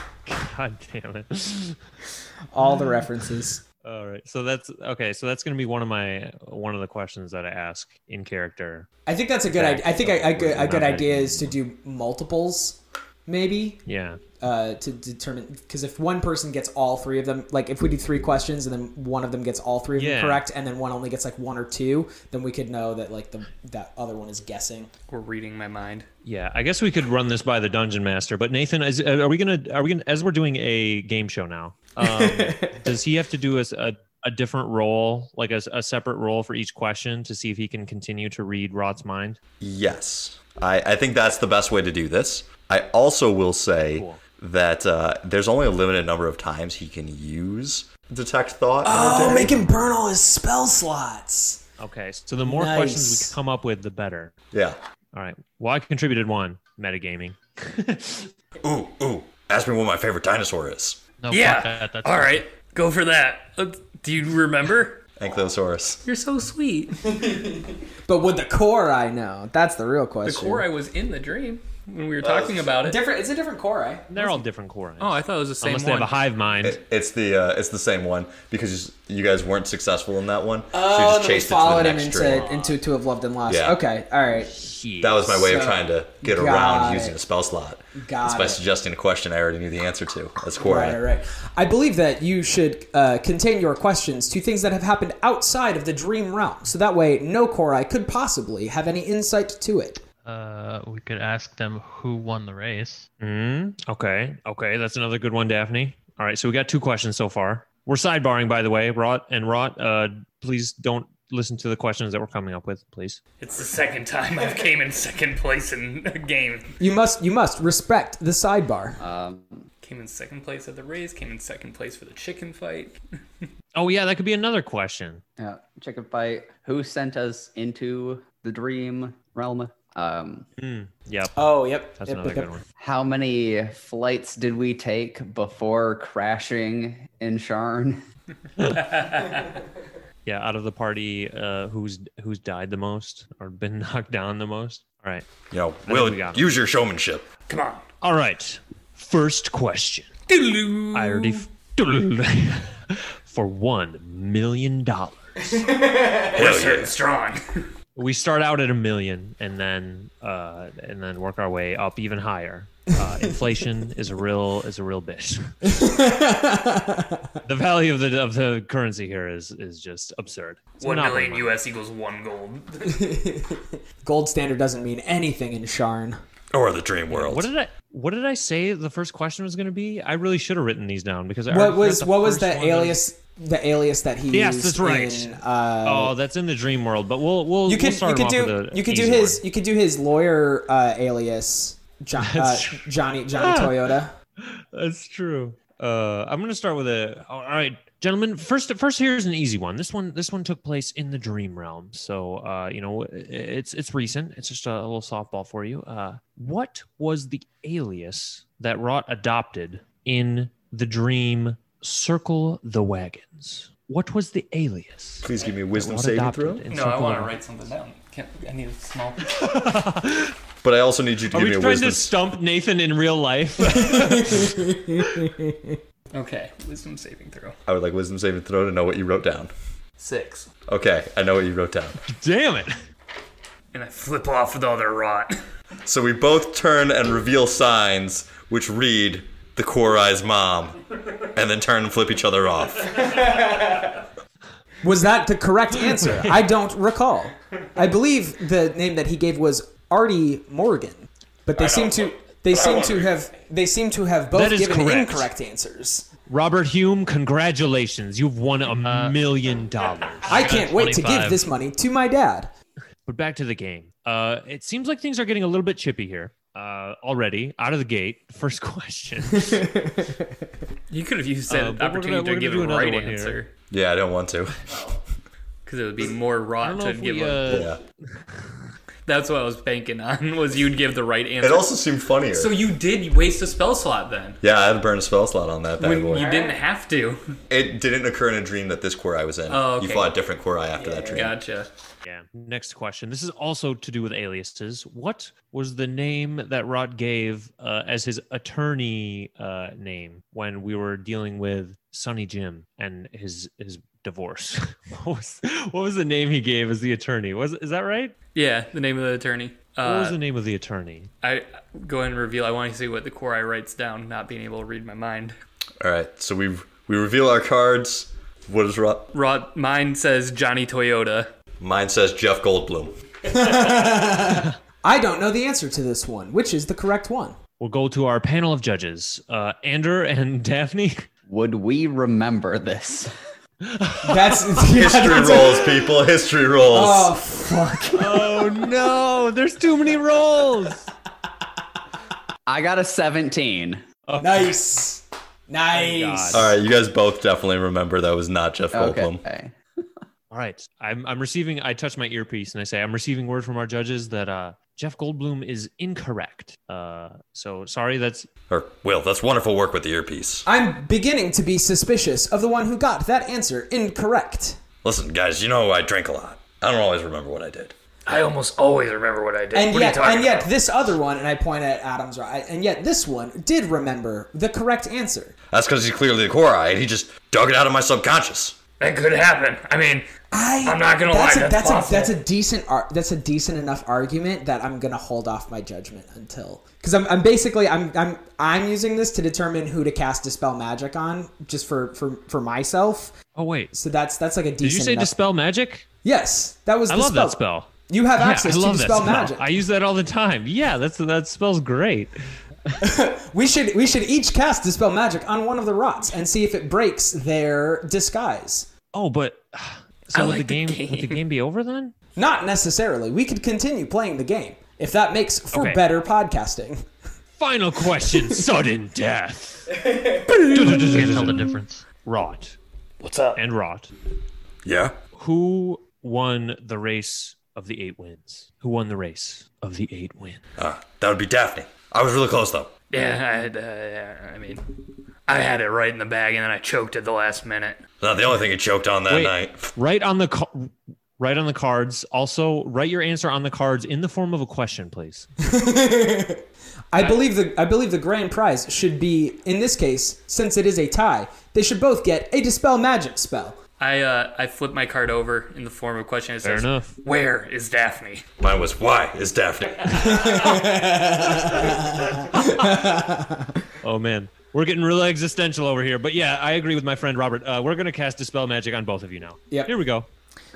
Speaker 3: God damn it!
Speaker 6: All the references.
Speaker 3: All right, so that's okay. So that's going to be one of my one of the questions that I ask in character.
Speaker 6: I think that's a good idea. I think a, a good, a good idea is to do multiples, maybe,
Speaker 3: Yeah,
Speaker 6: uh, to determine. Because if one person gets all three of them, like if we do three questions and then one of them gets all three of
Speaker 3: Yeah.
Speaker 6: them correct, and then one only gets like one or two, then we could know that like the that other one is guessing.
Speaker 8: we're reading my mind.
Speaker 3: yeah. I guess we could run this by the dungeon master. But Nathan, is, are we gonna are we gonna as we're doing a game show now? Um, does he have to do a, a a different role, like a, a separate role for each question, to see if he can continue to read Rod's mind?
Speaker 2: Yes. I, I think that's the best way to do this. I also will say that uh, there's only a limited number of times he can use detect thought. in a
Speaker 6: Oh,
Speaker 2: day.
Speaker 6: make him burn all his spell slots.
Speaker 3: Okay, so the more
Speaker 6: Nice.
Speaker 3: questions we come up with, the better.
Speaker 2: Yeah.
Speaker 3: All right. Well, I contributed one metagaming.
Speaker 2: Ooh, ooh. Ask me what my favorite dinosaur is.
Speaker 9: No,
Speaker 8: yeah.
Speaker 9: fuck that. That's
Speaker 8: All right, go for that. Let's- Do you remember?
Speaker 2: Ankylosaurus.
Speaker 8: You're so sweet.
Speaker 6: But would the core I know? That's the real
Speaker 8: The
Speaker 6: question.
Speaker 8: core I was in the dream when we were talking about it.
Speaker 6: different. It's a different core. I.
Speaker 3: They're all different core
Speaker 8: Oh, I thought it was the same
Speaker 3: Unless they
Speaker 8: one.
Speaker 3: have a hive mind.
Speaker 2: It, it's the uh, it's the same one because you, you guys weren't successful in that one. so you
Speaker 6: Oh,
Speaker 2: just
Speaker 6: then we
Speaker 2: chased it to
Speaker 6: followed
Speaker 2: the
Speaker 6: him
Speaker 2: next
Speaker 6: into
Speaker 2: string.
Speaker 6: into to have loved and lost.
Speaker 2: Yeah.
Speaker 6: Okay, all right,
Speaker 2: That was my way of
Speaker 6: So-
Speaker 2: trying to get
Speaker 6: Got
Speaker 2: around
Speaker 6: it.
Speaker 2: using a spell slot.
Speaker 6: got
Speaker 2: It's by
Speaker 6: it.
Speaker 2: suggesting a question I already knew the answer to. That's core.
Speaker 6: Right, right, right. I believe that you should uh, contain your questions to things that have happened outside of the dream realm, so that way no Korai could possibly have any insight to it.
Speaker 9: Uh, we could ask them who won the race.
Speaker 3: Mm, okay. Okay. That's another good one, Daphne. All right. So we got two questions so far. We're sidebarring, by the way, Rot and Rot. Uh, please don't listen to the questions that we're coming up with, please.
Speaker 8: It's the second time I've came in second place in a game.
Speaker 6: You must, you must respect the sidebar.
Speaker 7: Um,
Speaker 8: Came in second place at the race. Came in second place for the chicken fight.
Speaker 3: Oh, yeah. That could be another question.
Speaker 7: yeah, chicken fight. Who sent us into the dream realm? Um,
Speaker 3: Mm, yep.
Speaker 6: Oh, yep.
Speaker 3: That's
Speaker 6: Yep,
Speaker 3: another
Speaker 6: yep, yep.
Speaker 3: good one.
Speaker 7: how many flights did we take before crashing in Sharn?
Speaker 3: Yeah. Out of the party, uh, who's who's died the most or been knocked down the most? All right.
Speaker 2: You know,
Speaker 3: think
Speaker 2: Will,
Speaker 3: we got it.
Speaker 2: use your showmanship.
Speaker 8: Come on.
Speaker 3: All right. First question.
Speaker 8: Doodaloo.
Speaker 3: I already for one million dollars.
Speaker 8: We're starting strong.
Speaker 3: We start out at a million and then uh, and then work our way up even higher. Uh, inflation is a real is a real bitch. the value of the of the currency here is is just absurd. It's
Speaker 8: One
Speaker 3: monopoly
Speaker 8: million
Speaker 3: money.
Speaker 8: US equals one gold.
Speaker 6: Gold standard doesn't mean anything in Sharn.
Speaker 2: Or the dream world.
Speaker 3: What did I what did I say the first question was going to be? I really should have written these down because I
Speaker 6: What
Speaker 3: already
Speaker 6: was
Speaker 3: forgot
Speaker 6: what
Speaker 3: first
Speaker 6: was the
Speaker 3: one that-
Speaker 6: alias? The alias that he
Speaker 3: Yes,
Speaker 6: used
Speaker 3: that's right.
Speaker 6: in, uh,
Speaker 3: Oh, that's in the dream world, but we'll we'll we'll
Speaker 6: you could
Speaker 3: start
Speaker 6: you could
Speaker 3: him off
Speaker 6: do
Speaker 3: with a
Speaker 6: you could do
Speaker 3: easy
Speaker 6: his
Speaker 3: one.
Speaker 6: you could do his lawyer uh, alias John, uh,
Speaker 3: That's true. Ah.
Speaker 6: Johnny Johnny Toyota.
Speaker 3: That's true. Uh, I'm gonna start with a. All right, gentlemen. First, first here's an easy one. This one, this one took place in the dream realm. So, uh, you know, it's it's recent. It's just a little softball for you. Uh, what was the alias that Rot adopted in the dream? Circle the wagons. What was the alias?
Speaker 2: Please give me a
Speaker 3: that
Speaker 2: wisdom
Speaker 3: one
Speaker 2: saving
Speaker 3: adopted
Speaker 2: throw.
Speaker 3: in
Speaker 8: No, I
Speaker 3: Circle
Speaker 8: want to
Speaker 3: of-
Speaker 8: write something down. Can't, I need a small.
Speaker 2: But I also need you to
Speaker 3: Are
Speaker 2: give
Speaker 3: we
Speaker 2: me a
Speaker 3: trying
Speaker 2: wisdom.
Speaker 3: to stump Nathan in real life?
Speaker 8: Okay, wisdom saving throw.
Speaker 2: I would like wisdom saving throw to know what you wrote down.
Speaker 8: Six.
Speaker 2: Okay, I know what you wrote down.
Speaker 3: Damn it.
Speaker 8: And I flip off with all their rot.
Speaker 2: So we both turn and reveal signs which read the Quarai's mom, and then turn and flip each other off.
Speaker 6: Was that the correct answer? I don't recall. I believe the name that he gave was Artie Morgan, but they seem to they seem to have they seem to have both
Speaker 3: That is
Speaker 6: given
Speaker 3: correct.
Speaker 6: incorrect answers.
Speaker 3: Robert Hume, congratulations. You've won a million dollars.
Speaker 6: I can't wait to give
Speaker 9: 25.
Speaker 6: this money to my dad.
Speaker 3: But back to the game. Uh, it seems like things are getting a little bit chippy here uh, already, out of the gate. First question.
Speaker 8: You could have used
Speaker 3: Uh,
Speaker 8: that
Speaker 3: but we're gonna-
Speaker 8: opportunity
Speaker 3: we're gonna
Speaker 8: to give
Speaker 3: do
Speaker 8: a
Speaker 3: another
Speaker 8: right
Speaker 3: one here.
Speaker 8: answer
Speaker 2: Yeah, I don't want to.
Speaker 8: because it would be more
Speaker 3: I don't
Speaker 8: rot
Speaker 3: know
Speaker 8: to
Speaker 3: if
Speaker 8: give.
Speaker 3: we,
Speaker 8: a,
Speaker 3: uh,
Speaker 2: Yeah.
Speaker 8: That's what I was banking on was you'd give the right
Speaker 2: It
Speaker 8: answer.
Speaker 2: also seemed funnier.
Speaker 8: so you did waste a spell slot then.
Speaker 2: yeah, I had to burn a spell slot on that bad
Speaker 8: When
Speaker 2: boy.
Speaker 8: you didn't have to.
Speaker 2: It didn't occur in a dream that this Quarai was in.
Speaker 8: Oh,
Speaker 2: You
Speaker 8: okay.
Speaker 2: fought a different Quarai after that dream.
Speaker 8: Gotcha.
Speaker 3: yeah. Next question. This is also to do with aliases. What was the name that Rod gave uh, as his attorney uh, name when we were dealing with Sonny Jim and his his divorce? what, was, what was the name he gave as the attorney? Was is that right?
Speaker 8: Yeah, the name of the attorney.
Speaker 3: what
Speaker 8: Uh,
Speaker 3: was the name of the attorney?
Speaker 8: I go ahead and reveal. I want to see what the core I writes down, not being able to read my mind.
Speaker 2: All right, so we we reveal our cards. What is Ro-
Speaker 8: Rod, mine says Johnny Toyota.
Speaker 2: mine says Jeff Goldblum.
Speaker 6: I don't know the answer to this one, which is the correct one.
Speaker 3: We'll go to our panel of judges, uh, Ander and Daphne.
Speaker 7: Would we remember this?
Speaker 6: That's
Speaker 2: History rolls, people. History rolls.
Speaker 6: Oh fuck!
Speaker 3: Oh no, there's too many rolls.
Speaker 7: I got a 17.
Speaker 6: nice, nice.
Speaker 2: All right, you guys both definitely remember that was not Jeff Goldblum.
Speaker 7: Okay.
Speaker 3: All right, I'm I'm receiving. I touch my earpiece and I say I'm receiving word from our judges that uh, Jeff Goldblum is incorrect. Uh, so sorry, that's
Speaker 2: Or Will, that's wonderful work with the earpiece.
Speaker 6: I'm beginning to be suspicious of the one who got that answer incorrect.
Speaker 2: Listen, guys, you know I drink a lot. I don't always remember what I did.
Speaker 8: I almost always remember what I did.
Speaker 6: And
Speaker 8: what
Speaker 6: yet,
Speaker 8: are you talking
Speaker 6: and yet,
Speaker 8: about?
Speaker 6: this other one, and I point at Adam's right, and yet this one did remember the correct answer.
Speaker 2: That's because he's clearly a Korai, and he just dug it out of my subconscious.
Speaker 8: that could happen. I mean,
Speaker 6: I,
Speaker 8: I'm not gonna
Speaker 6: that's
Speaker 8: lie,
Speaker 6: A,
Speaker 8: that's
Speaker 6: that's, a,
Speaker 8: possible.
Speaker 6: that's a decent ar- that's a decent enough argument that I'm gonna hold off my judgment until because I'm, I'm basically I'm I'm I'm using this to determine who to cast dispel magic on just for for for myself.
Speaker 3: oh wait,
Speaker 6: So that's that's like a decent.
Speaker 3: did you say
Speaker 6: enough-
Speaker 3: dispel magic?
Speaker 6: Yes, that was.
Speaker 3: I
Speaker 6: the
Speaker 3: love
Speaker 6: spell.
Speaker 3: that spell.
Speaker 6: You have
Speaker 3: Yeah,
Speaker 6: access
Speaker 3: I
Speaker 6: to
Speaker 3: love that
Speaker 6: dispel
Speaker 3: spell.
Speaker 6: magic.
Speaker 3: I use that all the time. Yeah, that's that spell's great.
Speaker 6: We should we should each cast dispel magic on one of the rots and see if it breaks their disguise.
Speaker 3: Oh, but so would
Speaker 8: like
Speaker 3: the
Speaker 8: the
Speaker 3: game, would the game be over then?
Speaker 6: Not necessarily. We could continue playing the game if that makes for
Speaker 3: Okay.
Speaker 6: better podcasting.
Speaker 3: Final question: sudden death.
Speaker 9: Can't tell the difference.
Speaker 3: Rot.
Speaker 8: What's up?
Speaker 3: and Rot.
Speaker 2: Yeah?
Speaker 3: Who won the race of the eight wins? Who won the race of the eight wins?
Speaker 2: Uh, that would be Daphne. I was really close, though.
Speaker 8: Yeah, I, had, uh, yeah, I mean, I had it right in the bag, and then I choked at the last minute.
Speaker 2: Not the only thing he choked on that
Speaker 3: Wait.
Speaker 2: night.
Speaker 3: Write on the ca- write on the cards. Also, write your answer on the cards in the form of a question, please.
Speaker 6: I believe the I believe the grand prize should be in this case since it is a tie. They should both get a dispel magic spell.
Speaker 8: I uh, I flipped my card over in the form of a question. It
Speaker 3: Fair
Speaker 8: says,
Speaker 3: enough.
Speaker 8: Where is Daphne?
Speaker 2: Mine was, why is Daphne?
Speaker 3: Oh man, we're getting real existential over here. But yeah, I agree with my friend Robert. Uh, we're gonna cast dispel magic on both of you now.
Speaker 6: Yep.
Speaker 3: Here we go.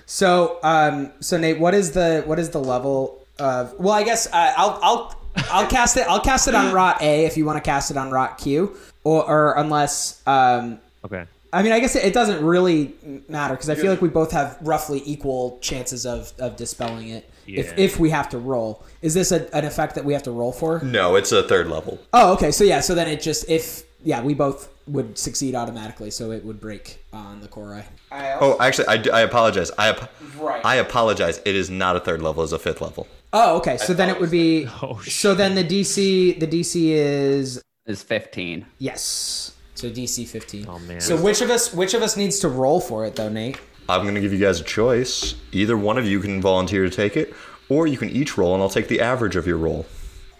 Speaker 6: So um so Nate, what is the what is the level of? Well, I guess uh, I'll I'll I'll cast it I'll cast it on rot A if you want to cast it on rot Q or, or unless um
Speaker 3: Okay.
Speaker 6: I mean, I guess it, it doesn't really matter because I feel like we both have roughly equal chances of, of dispelling it
Speaker 3: Yeah.
Speaker 6: if, if we have to roll. Is this a, an effect that we have to roll for?
Speaker 2: no, it's a third level.
Speaker 6: Oh, okay. So, yeah, so then it just, if, yeah, we both would succeed automatically, so it would break on the Korai.
Speaker 2: Oh, actually, I, do- I apologize. I, ap-
Speaker 6: Right.
Speaker 2: I apologize. It is not a third level, it's a fifth level.
Speaker 6: Oh, okay. So then it would be,
Speaker 3: Oh,
Speaker 6: so then the DC, the DC is,
Speaker 7: Is 15.
Speaker 6: yes. So DC 15.
Speaker 3: Oh, man.
Speaker 6: So which of us which of us needs to roll for it though, Nate?
Speaker 2: I'm gonna give you guys a choice. Either one of you can volunteer to take it, or you can each roll, and I'll take the average of your roll.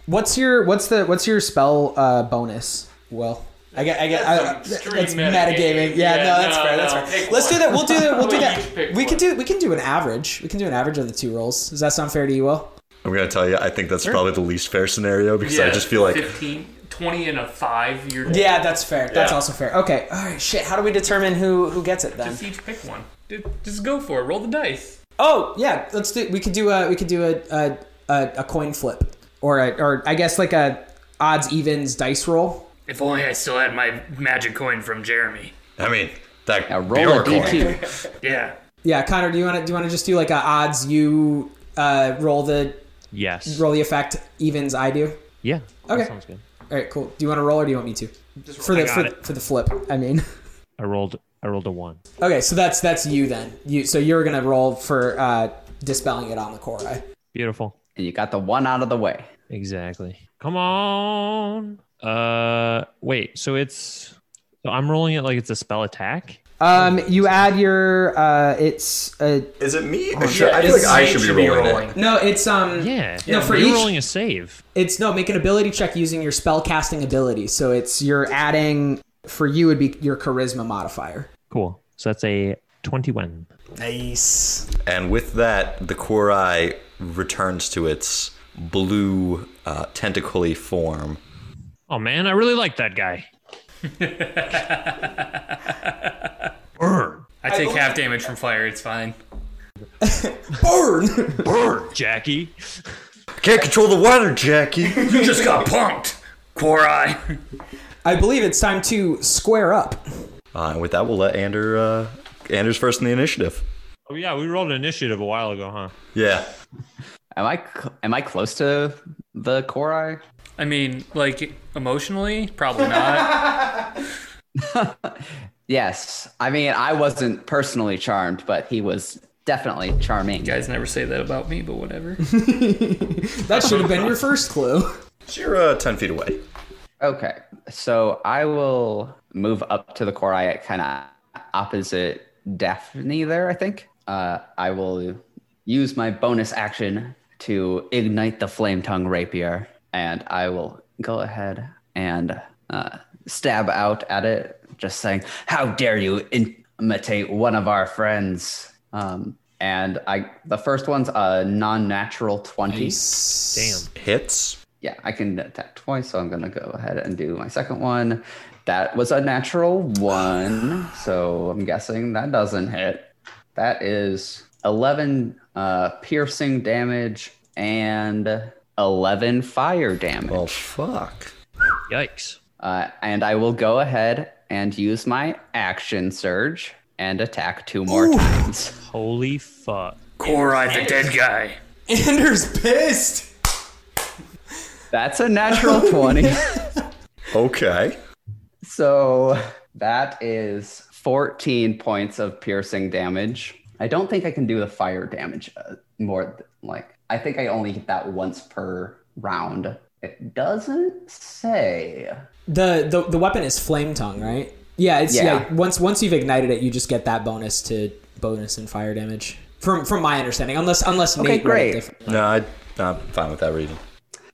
Speaker 6: What's your what's the what's your spell uh, bonus? Well, I get I get I,
Speaker 8: That's some extreme
Speaker 6: it's
Speaker 8: metagaming.
Speaker 6: metagaming. Yeah,
Speaker 8: Yeah,
Speaker 6: no, that's
Speaker 8: no, no,
Speaker 6: fair. That's fair.
Speaker 8: pick
Speaker 6: Let's do
Speaker 8: one.
Speaker 6: that. We'll do that. We'll do
Speaker 8: We
Speaker 6: that.
Speaker 8: each pick
Speaker 6: We can
Speaker 8: one.
Speaker 6: do we can do an average. We can do an average of the two rolls. Does that sound fair to you, Will?
Speaker 2: I'm gonna tell you, I think that's probably the least fair scenario because I just feel like
Speaker 8: 15, 20 and a five. You're
Speaker 6: Yeah, that's fair. That's
Speaker 8: Yeah.
Speaker 6: also fair. Okay. All right. Shit. How do we determine who who gets it then?
Speaker 8: Just each pick one. Dude, Just go for it. Roll the dice.
Speaker 6: Oh yeah. Let's do. We could do a we could do a a, a, a coin flip or a, or I guess like a odds evens dice roll.
Speaker 8: If only I still had my magic coin from Jeremy.
Speaker 2: I mean that
Speaker 7: Now roll
Speaker 2: beer
Speaker 7: a
Speaker 2: coin.
Speaker 7: d2.
Speaker 8: Yeah.
Speaker 6: Yeah, Connor. Do you want to do you want to just do like a odds you uh, roll the
Speaker 3: Yes.
Speaker 6: roll the effect evens I do.
Speaker 3: Yeah.
Speaker 6: Okay.
Speaker 3: That sounds good.
Speaker 6: All right, cool. Do you want to roll or do you want me to? for the
Speaker 3: got
Speaker 6: for,
Speaker 3: it.
Speaker 6: for the flip. I mean.
Speaker 3: I rolled. I rolled a one.
Speaker 6: Okay, so that's that's you then. You so you're gonna roll for uh, dispelling it on the Korra.
Speaker 3: Beautiful.
Speaker 7: and you got the one out of the way.
Speaker 3: Exactly. Come on. Uh, wait. So it's. So I'm rolling it like it's a spell attack.
Speaker 6: Um, you add your uh, it's uh,
Speaker 2: Is it Oh, me? Should- I feel like
Speaker 8: It's-
Speaker 2: I
Speaker 8: it
Speaker 2: should, be rolling. it.
Speaker 6: no, it's um,
Speaker 3: Yeah.
Speaker 6: No, for
Speaker 3: You're
Speaker 6: each-
Speaker 3: rolling a save.
Speaker 6: it's no make an ability check using your spell casting ability. So it's you're adding for you would be your charisma modifier.
Speaker 3: Cool. So that's a twenty-one.
Speaker 6: Nice.
Speaker 2: And with that, the Korai returns to its blue uh, tentacly form.
Speaker 3: Oh man, I really like that guy. Burn,
Speaker 8: I take half damage from fire. It's fine.
Speaker 6: Burn.
Speaker 3: burn, Jackie.
Speaker 2: Can't control the water, Jackie.
Speaker 8: You just got punked, Quorai.
Speaker 6: I believe it's time to square up.
Speaker 2: uh, and with that, we'll let Ander. Uh, Ander's first in the initiative.
Speaker 3: Oh yeah, we rolled initiative a while ago, huh?
Speaker 2: Yeah.
Speaker 7: Am I cl- am I close to the Korai?
Speaker 8: I mean, like emotionally, probably not.
Speaker 7: Yes. I mean, I wasn't personally charmed, but he was definitely charming.
Speaker 8: you guys never say that about me, but whatever.
Speaker 6: That should have been your first clue.
Speaker 2: So you're uh, 10 feet away.
Speaker 7: Okay. So I will move up to the Korai at kind of opposite Daphne there, I think. Uh, I will use my bonus action to ignite the flame tongue rapier, and I will go ahead and uh, stab out at it, just saying, How dare you imitate one of our friends? Um, and I, the first one's a non-natural twenty.
Speaker 3: Damn.
Speaker 2: Hits.
Speaker 7: Yeah, I can attack twice, so I'm gonna go ahead and do my second one. That was a natural one, so I'm guessing that doesn't hit. That is 11 uh, piercing damage and 11 fire damage.
Speaker 2: Well, fuck.
Speaker 3: Yikes.
Speaker 7: Uh, and I will go ahead and use my action surge and attack two more times.
Speaker 3: Holy fuck.
Speaker 8: Quorai, the dead guy.
Speaker 6: Anders pissed.
Speaker 7: That's a natural 20.
Speaker 2: Okay.
Speaker 7: So that is 14 points of piercing damage. I don't think I can do the fire damage uh, more th- like I think I only hit that once per round. It doesn't say.
Speaker 6: The, the the weapon is flame tongue, right? Yeah, it's yeah.
Speaker 7: Yeah.
Speaker 6: Once once you've ignited it, you just get that bonus to bonus and fire damage. From from my understanding, unless unless Nate read it
Speaker 7: great.
Speaker 6: different-
Speaker 2: No, I, I'm fine with that reading.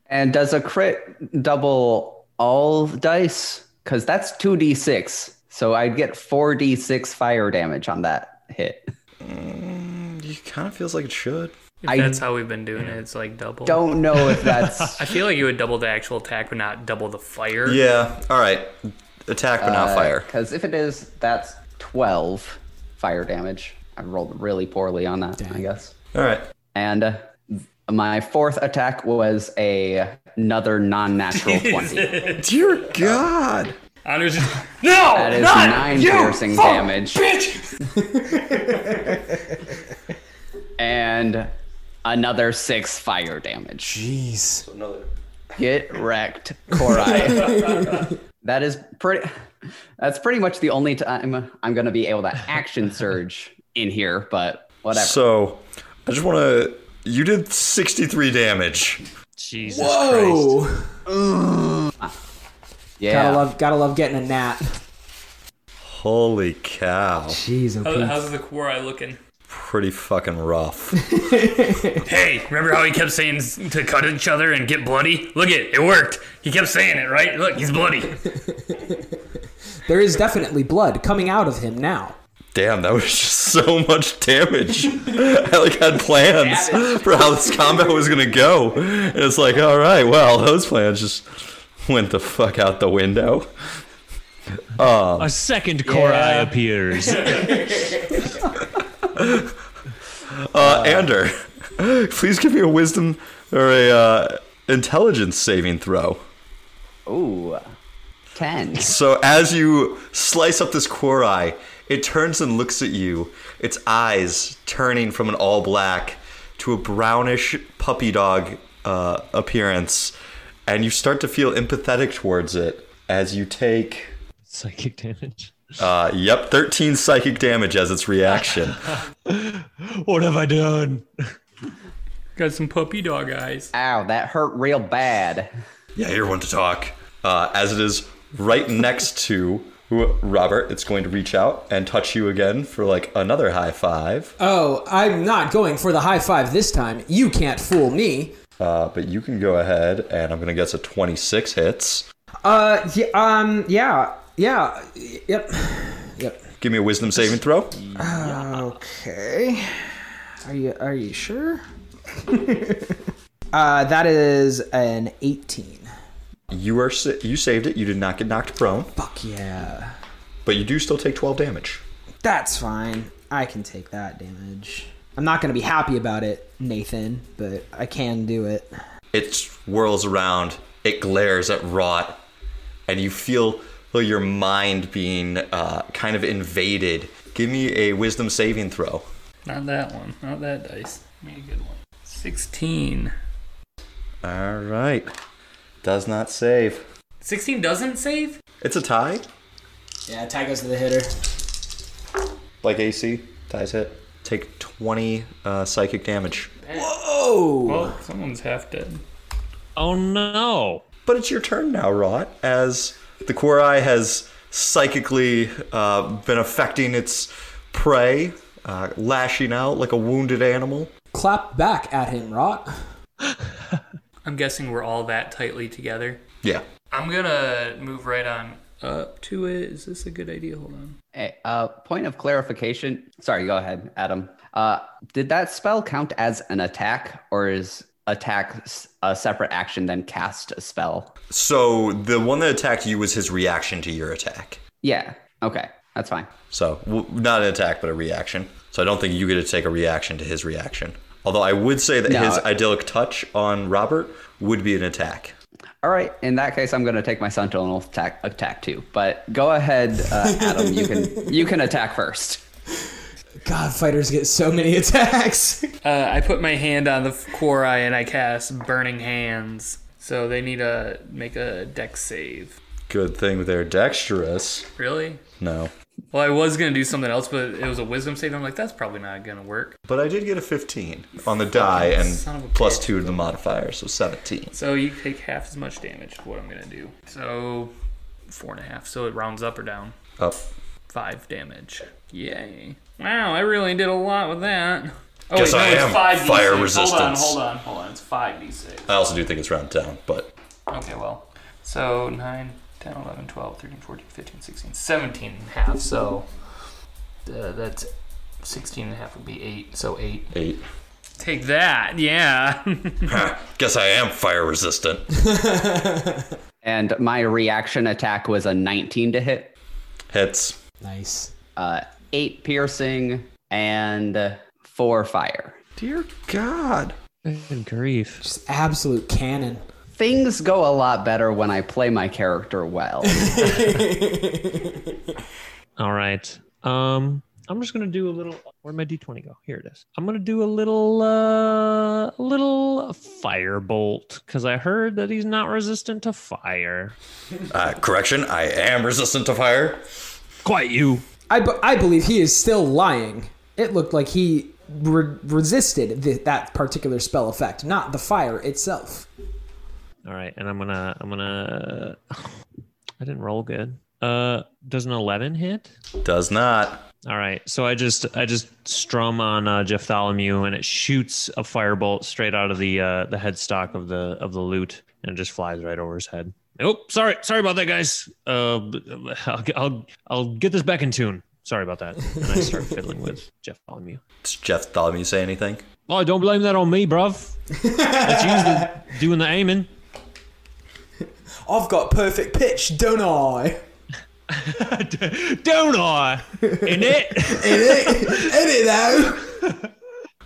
Speaker 7: And does a crit double all dice? Cuz that's 2d6. So I'd get 4d6 fire damage on that hit.
Speaker 2: It kind of feels like it should.
Speaker 7: I-
Speaker 8: That's how we've been doing it. It's like double.
Speaker 7: Don't know if that's
Speaker 8: I feel like you would double the actual attack, but not double the fire.
Speaker 2: Yeah. All right. Attack, but
Speaker 7: Uh,
Speaker 2: not Ah, fire.
Speaker 7: Because if it is, that's 12 fire damage. I rolled really poorly on that, I guess.
Speaker 2: All right.
Speaker 7: And uh, my fourth attack was a another non-natural 20. That
Speaker 2: Dear God.
Speaker 8: Anders, no,
Speaker 7: is
Speaker 8: Oh, not
Speaker 7: nine
Speaker 8: you,
Speaker 7: piercing
Speaker 8: fuck,
Speaker 7: damage.
Speaker 8: bitch.
Speaker 7: And another six fire damage.
Speaker 6: Jeez.
Speaker 7: Get wrecked, Korai. that is pretty. That's pretty much the only time I'm going to be able to action surge in here, but whatever.
Speaker 2: So, I just want to. You did 63 damage.
Speaker 3: Jesus Christ.
Speaker 6: Oh,
Speaker 7: yeah.
Speaker 6: gotta love gotta love getting a gnat.
Speaker 2: Holy cow.
Speaker 1: Jeez, OP.
Speaker 8: How, how's the Quora looking?
Speaker 2: Pretty fucking rough.
Speaker 8: Hey, remember how he kept saying s- to cut each other and get bloody? Look it, it worked. He kept saying it, right? Look, he's bloody.
Speaker 6: There is definitely blood coming out of him now.
Speaker 2: Damn, that was just so much damage. I like had plans for how this combat was gonna go. And it's like, all right, well, those plans just went the fuck out the window.
Speaker 3: A second Korai
Speaker 7: Yeah.
Speaker 3: appears.
Speaker 2: Uh, Ander, please give me a wisdom or a uh, intelligence saving throw.
Speaker 7: Ooh, 10.
Speaker 2: So as you slice up this Quorai, it turns and looks at you, its eyes turning from an all black to a brownish puppy dog uh, appearance, and you start to feel empathetic towards it as you take,
Speaker 3: Psychic damage.
Speaker 2: uh, yep, 13 psychic damage as its reaction.
Speaker 3: What have I done?
Speaker 8: Got some puppy dog eyes.
Speaker 7: Ow, that hurt real bad.
Speaker 2: yeah, you're one to talk. Uh, as it is right next to Robert, it's going to reach out and touch you again for like another high five.
Speaker 6: Oh, I'm not going for the high five this time. You can't fool me.
Speaker 2: Uh, but you can go ahead, and I'm gonna guess a 26 hits.
Speaker 6: Uh, yeah, um, yeah, yeah, yep, yep.
Speaker 2: Give me a wisdom saving throw.
Speaker 6: Okay. Are you are you sure? uh, that is an 18.
Speaker 2: You are sa- you saved it. You did not get knocked prone,
Speaker 6: Fuck yeah.
Speaker 2: but you do still take 12 damage.
Speaker 6: That's fine. I can take that damage. I'm not going to be happy about it, Nathan, but I can do it.
Speaker 2: It swirls around. It glares at Rot, and you feel feel your mind being uh, kind of invaded. Give me a wisdom saving throw.
Speaker 8: Not that one. Not that dice. Need a good one. Sixteen.
Speaker 2: All right, does not save.
Speaker 8: Sixteen doesn't save.
Speaker 2: It's a tie,
Speaker 6: Yeah, tie goes to the hitter.
Speaker 2: like AC ties hit. Take 20 uh, psychic damage,
Speaker 6: Oh.
Speaker 8: Well, someone's half dead.
Speaker 3: Oh no.
Speaker 2: But it's your turn now, Rot, as the Quorai has psychically uh, been affecting its prey, uh, lashing out like a wounded animal.
Speaker 6: Clap back at him, Rot.
Speaker 8: I'm guessing we're all that tightly together.
Speaker 2: Yeah.
Speaker 8: I'm gonna move right on up to it. Is this a good idea? Hold on.
Speaker 7: Hey, uh, point of clarification. Sorry, go ahead, Adam. Uh, did that spell count as an attack, or is attack s- a separate action than cast a spell?
Speaker 2: So the one that attacked you was his reaction to your attack.
Speaker 7: Yeah. Okay, that's fine.
Speaker 2: So w- not an attack, but a reaction. So I don't think you get to take a reaction to his reaction. Although I would say that
Speaker 7: No.
Speaker 2: his idyllic touch on Robert would be an attack.
Speaker 7: All right. In that case, I'm going to take my sentinel attack attack too. But go ahead, uh, Adam. you can you can attack first.
Speaker 6: God, fighters get so many attacks.
Speaker 8: Uh, I put my hand on the core eye and I cast Burning Hands. So they need to make a deck save.
Speaker 2: Good thing they're dexterous.
Speaker 8: Really?
Speaker 2: No.
Speaker 8: Well, I was gonna do something else, but it was a wisdom save. I'm like, that's probably not gonna work.
Speaker 2: But I did get a 15 on the die and
Speaker 8: son of a
Speaker 2: plus
Speaker 8: bitch.
Speaker 2: two to the modifier, so 17.
Speaker 8: So you take half as much damage. Is what I'm gonna do. So four and a half. So it rounds up or down.
Speaker 2: Up.
Speaker 8: Five damage. Yay! Wow, I really did a lot with that. Oh
Speaker 2: Guess I am fire resistance.
Speaker 8: Hold on, hold on, hold on. It's five d six.
Speaker 2: I also do think it's round down, but
Speaker 8: Okay, well, so 9, 10, 11, 12, 13, 14, 15, 16, 17 and a half. So uh, that's 16 and a half would be 8. So 8.
Speaker 2: eight.
Speaker 8: Take that. Yeah.
Speaker 2: Guess I am fire resistant.
Speaker 7: And my reaction attack was a 19 to hit,
Speaker 2: Hits.
Speaker 6: nice.
Speaker 7: uh, eight piercing, and four fire.
Speaker 2: Dear God.
Speaker 3: Good grief.
Speaker 6: Just absolute cannon.
Speaker 7: Things go a lot better when I play my character well.
Speaker 3: All right. Um, I'm just gonna do a little. Where'd my d20 go? Here it is. I'm gonna do a little, uh, a little firebolt because I heard that he's not resistant to fire.
Speaker 2: Uh, correction, I am resistant to fire.
Speaker 3: Quiet you.
Speaker 6: I, b- I believe he is still lying. It looked like he re- resisted th- that particular spell effect, not the fire itself.
Speaker 3: All right, and I'm gonna, I'm gonna. I didn't roll good. Uh, does an eleven hit?
Speaker 2: Does not.
Speaker 3: All right. So I just I just strum on uh, Jeff Tholomew and it shoots a firebolt straight out of the uh, the headstock of the of the loot and it just flies right over his head. Oh, sorry, sorry about that, guys. Uh, I'll, I'll I'll get this back in tune. Sorry about that. And I start fiddling with Jeff Tholomew.
Speaker 2: Does Jeff Tholomew say anything?
Speaker 3: Oh, don't blame that on me, bruv. That's you that- doing the aiming.
Speaker 6: I've got perfect pitch, don't I?
Speaker 3: don't I? In it.
Speaker 6: Ain't it? Ain't it though?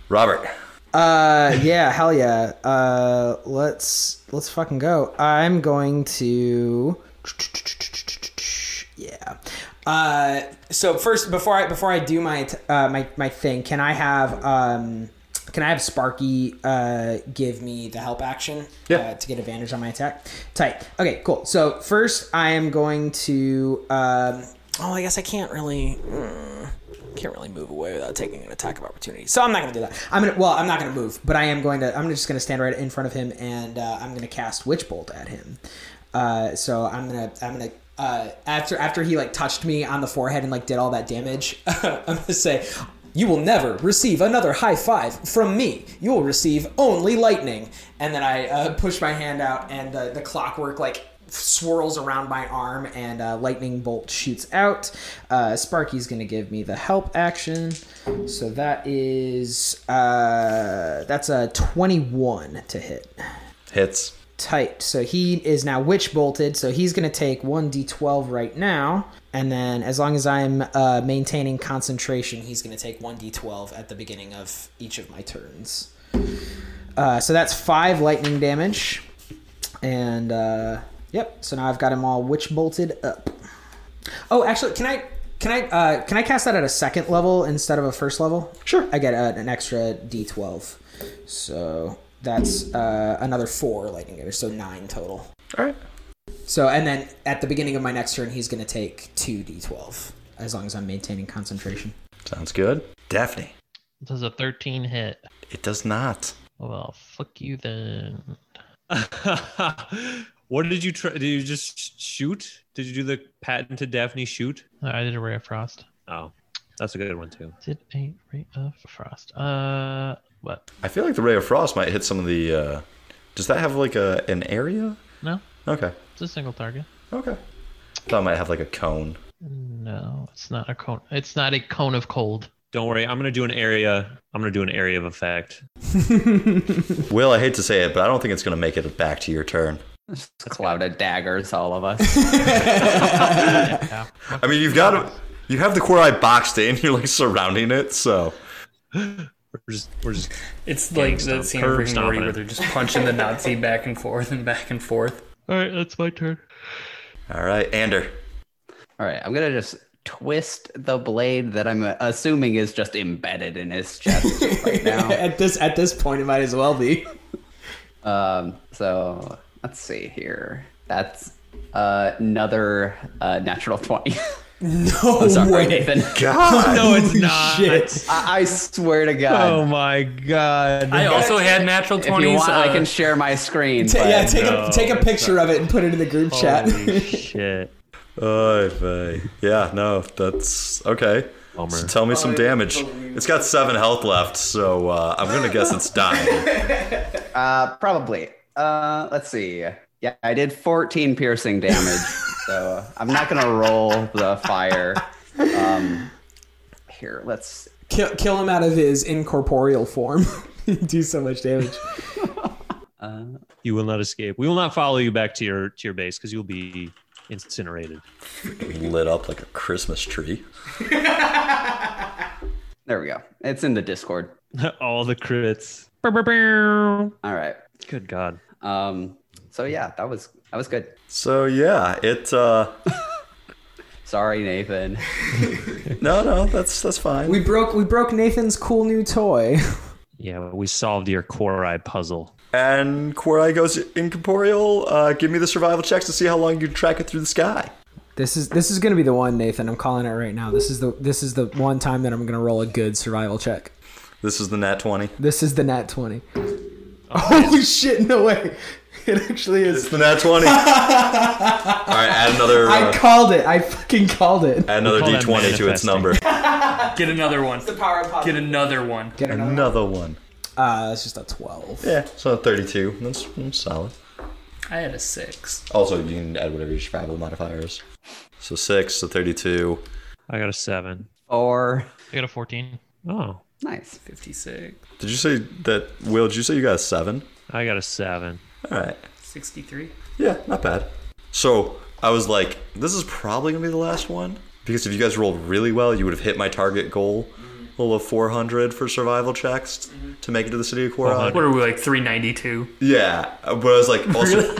Speaker 2: Robert.
Speaker 6: Uh, yeah, hell yeah. Uh, let's let's fucking go. I'm going to. Yeah. Uh, so first, before I before I do my t- uh, my my thing, can I have um, can I have Sparky uh give me the help action?
Speaker 2: Yeah.
Speaker 6: Uh, to get advantage on my attack. Tight. Okay, cool. So first, I am going to. Um, oh, I guess I can't really mm, can't really move away without taking an attack of opportunity. So I'm not going to do that. I'm going to well, I'm not going to move, but I am going to. I'm just going to stand right in front of him, and uh, I'm going to cast Witch Bolt at him. Uh, so I'm gonna I'm gonna uh, after after he like touched me on the forehead and like did all that damage. I'm gonna say. You will never receive another high five from me. You will receive only lightning. And then I uh, push my hand out, and uh, the clockwork like swirls around my arm and a lightning bolt shoots out. Uh, Sparky's going to give me the help action. So that is uh, that's a 21 to hit.
Speaker 2: Hits.
Speaker 6: Tight. So he is now witch bolted. So he's going to take 1d12 right now. And then as long as I'm uh, maintaining concentration, he's going to take 1d12 at the beginning of each of my turns. Uh, so that's five lightning damage. And uh, yep, so now I've got him all witch bolted up. Oh, actually, can I can I uh, can I cast that at a second level instead of a first level? Sure. I get uh, an extra d12, so that's uh, another four lightning damage, so nine total.
Speaker 2: All right.
Speaker 6: So and then at the beginning of my next turn, he's going to take two d12 as long as I'm maintaining concentration.
Speaker 2: Sounds good. Daphne.
Speaker 9: Does a 13 hit?
Speaker 2: It does not.
Speaker 9: Well, fuck you then.
Speaker 3: what did you try? Did you just shoot? Did you do the patented Daphne shoot?
Speaker 9: I did a ray of frost.
Speaker 3: Oh, that's a good one too.
Speaker 9: Did a ray of frost. Uh, what?
Speaker 2: I feel like the ray of frost might hit some of the. Uh, does that have like a an area?
Speaker 9: No,
Speaker 2: Okay.
Speaker 9: it's a single target.
Speaker 2: Okay. Thought it might have like a cone.
Speaker 9: No, it's not a cone. It's not a cone of cold.
Speaker 3: Don't worry, I'm gonna do an area. I'm gonna do an area of effect.
Speaker 2: Will, I hate to say it, but I don't think it's gonna make it back to your turn.
Speaker 7: Just cloud of daggers, all of us.
Speaker 9: Yeah.
Speaker 2: I mean, you've got to, you have the core eye boxed in. You're like surrounding it, so
Speaker 3: We're just, we're just.
Speaker 8: It's like
Speaker 3: stomp.
Speaker 8: that scene
Speaker 3: Curb
Speaker 8: of Rick and Morty
Speaker 3: stomping.
Speaker 8: where they're just punching the Nazi back and forth and back and forth.
Speaker 9: All right, that's my turn.
Speaker 2: all right, Ander.
Speaker 7: All right, I'm gonna just twist the blade that I'm uh, assuming is just embedded in his chest right now.
Speaker 6: at this at this point, it might as well be.
Speaker 7: Um, so let's see here. That's uh, another uh, natural twenty.
Speaker 6: No
Speaker 7: Sorry,
Speaker 6: way.
Speaker 7: Nathan.
Speaker 2: God,
Speaker 3: No, it's
Speaker 6: Holy
Speaker 3: not.
Speaker 6: Shit.
Speaker 7: I, I swear to God.
Speaker 3: Oh my god.
Speaker 8: I also had natural
Speaker 7: if you
Speaker 8: twenties.
Speaker 7: want, I
Speaker 8: uh,
Speaker 7: can share my screen.
Speaker 6: Ta-
Speaker 7: but-
Speaker 6: yeah, take a
Speaker 3: no,
Speaker 6: take a picture of it and put it in the group chat.
Speaker 3: Holy shit.
Speaker 2: Oy vey. yeah, no, that's okay.
Speaker 3: Bummer.
Speaker 2: So tell me
Speaker 6: Oh,
Speaker 2: some damage. It's got seven health left, so uh, I'm gonna guess it's dying.
Speaker 7: Uh, probably. Uh, let's see. Yeah, I did 14 piercing damage, so I'm not gonna roll the fire. Um, here, let's.
Speaker 6: kill, kill him out of his incorporeal form. Do so much damage.
Speaker 3: You will not escape. We will not follow you back to your to your base because you'll be incinerated.
Speaker 2: Lit up like a Christmas tree.
Speaker 7: There we go. It's in the Discord.
Speaker 3: All the crits.
Speaker 7: All right.
Speaker 3: Good god.
Speaker 7: Um, so yeah, that was that was good.
Speaker 2: So yeah, it. Uh,
Speaker 7: Sorry, Nathan.
Speaker 2: no, no, that's that's fine.
Speaker 6: We broke we broke Nathan's cool new toy.
Speaker 3: Yeah, but we solved your core eye puzzle.
Speaker 2: and Quorai goes incorporeal. Uh, give me the survival checks to see how long you can track it through the sky.
Speaker 6: This is this is gonna be the one, Nathan. I'm calling it right now. This is the this is the one time that I'm gonna roll a good survival check.
Speaker 2: This is the nat twenty. Oh,
Speaker 6: This is the nat twenty. Holy shit! No way. It actually
Speaker 2: It's
Speaker 6: is.
Speaker 2: the nat 20. All right, add another
Speaker 6: I
Speaker 2: uh,
Speaker 6: called it. I fucking called it.
Speaker 2: add another
Speaker 3: We call that
Speaker 2: d20 to its
Speaker 3: manifesting.
Speaker 2: number.
Speaker 8: Get another one.
Speaker 6: power of
Speaker 8: Get another one.
Speaker 6: Get another.
Speaker 2: another one.
Speaker 6: Uh, that's just a twelve.
Speaker 2: Yeah, so 32. That's, that's solid.
Speaker 8: I had a six.
Speaker 2: Also, you can add whatever your travel modifier is. So 6, so 32.
Speaker 3: I got a seven.
Speaker 7: Or
Speaker 9: I got a 14.
Speaker 3: Oh,
Speaker 7: nice.
Speaker 8: 56.
Speaker 2: Did you say that, Will, did you say you got a 7?
Speaker 3: I got a seven.
Speaker 2: All right.
Speaker 8: 63.
Speaker 2: Yeah, not bad. So I was like, this is probably gonna be the last one because if you guys rolled really well, you would have hit my target goal, goal of 400 for survival checks t- to make it to the city of Quora.
Speaker 8: What are we like 392?
Speaker 2: Yeah, uh, but I was like, also,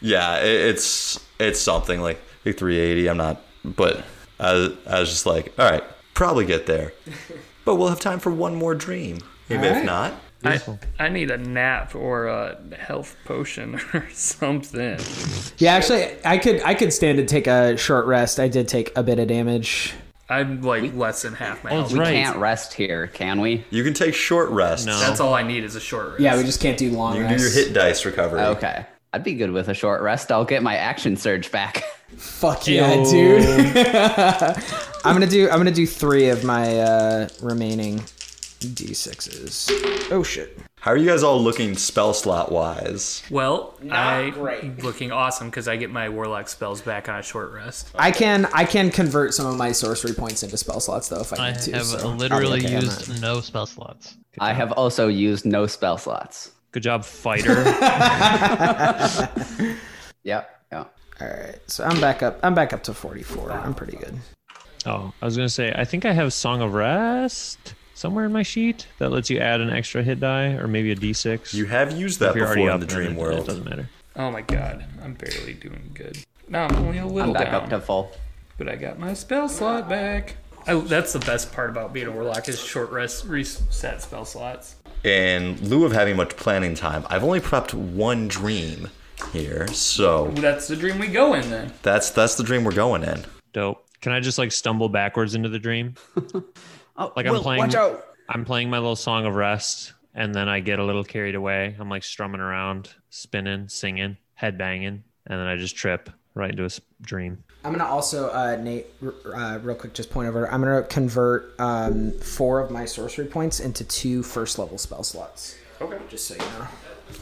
Speaker 2: yeah, it, it's it's something like like 380. I'm not, but I, was- I was just like, all right, probably get there, but we'll have time for one more dream. Maybe if
Speaker 6: right.
Speaker 2: not,
Speaker 8: I, I need a nap or a health potion or something.
Speaker 6: Yeah, actually, I could I could stand and take a short rest. I did take a bit of damage.
Speaker 8: I'm like less than half my
Speaker 3: Oh,
Speaker 8: health.
Speaker 3: that's
Speaker 7: We
Speaker 3: right.
Speaker 7: can't rest here, can we?
Speaker 2: you can take short rests.
Speaker 3: No.
Speaker 9: Oh.
Speaker 8: That's all I need is a short rest.
Speaker 6: Yeah, we just can't do long
Speaker 2: You can do your
Speaker 6: rests.
Speaker 2: hit dice recovery.
Speaker 7: Okay. I'd be good with a short rest. I'll get my action surge back.
Speaker 6: Fuck yeah, dude. I'm gonna do I'm gonna do three of my uh, remaining d6s. Oh shit.
Speaker 2: How are you guys all looking spell slot wise?
Speaker 8: Well, I
Speaker 6: great.
Speaker 8: looking awesome because I get my warlock spells back on a short rest.
Speaker 6: I can I can convert some of my sorcery points into spell slots though if I
Speaker 9: I
Speaker 6: need to.
Speaker 9: have
Speaker 6: so I'll be
Speaker 9: literally
Speaker 6: okay on that.
Speaker 9: used no spell slots.
Speaker 7: I have also used no spell slots.
Speaker 3: Good job, fighter.
Speaker 7: Yep. Yep.
Speaker 6: All right, so I'm back up. I'm back up to 44. I'm pretty good.
Speaker 3: oh, I was gonna say I think I have Song of Rest somewhere in my sheet that lets you add an extra hit die or maybe a d6.
Speaker 2: You have used that
Speaker 3: if you're
Speaker 2: before
Speaker 3: already
Speaker 2: in
Speaker 3: up
Speaker 2: the
Speaker 3: then
Speaker 2: dream
Speaker 3: it- It
Speaker 2: world.
Speaker 3: doesn't matter.
Speaker 8: Oh my god, I'm barely doing good. No, I'm only a
Speaker 7: I'm
Speaker 8: little
Speaker 7: back
Speaker 8: down,
Speaker 7: up to full.
Speaker 8: but I got my spell slot back. I, that's the best part about being a warlock is short rest reset spell slots.
Speaker 2: In lieu of having much planning time, I've only prepped one dream here, so
Speaker 8: That's the dream we go in then.
Speaker 2: that's that's the dream we're going in.
Speaker 3: Dope. Can I just like stumble backwards into the dream?
Speaker 7: Oh,
Speaker 3: Like I'm
Speaker 7: Will,
Speaker 3: playing.
Speaker 7: Watch out.
Speaker 3: I'm playing my little song of rest, and then I get a little carried away. I'm like strumming around, spinning, singing, head banging, and then I just trip right into a s- dream.
Speaker 6: I'm gonna also uh, Nate, r- uh, real quick, just point over. I'm gonna convert um, four of my sorcery points into two first level spell slots. Okay. Just so you know.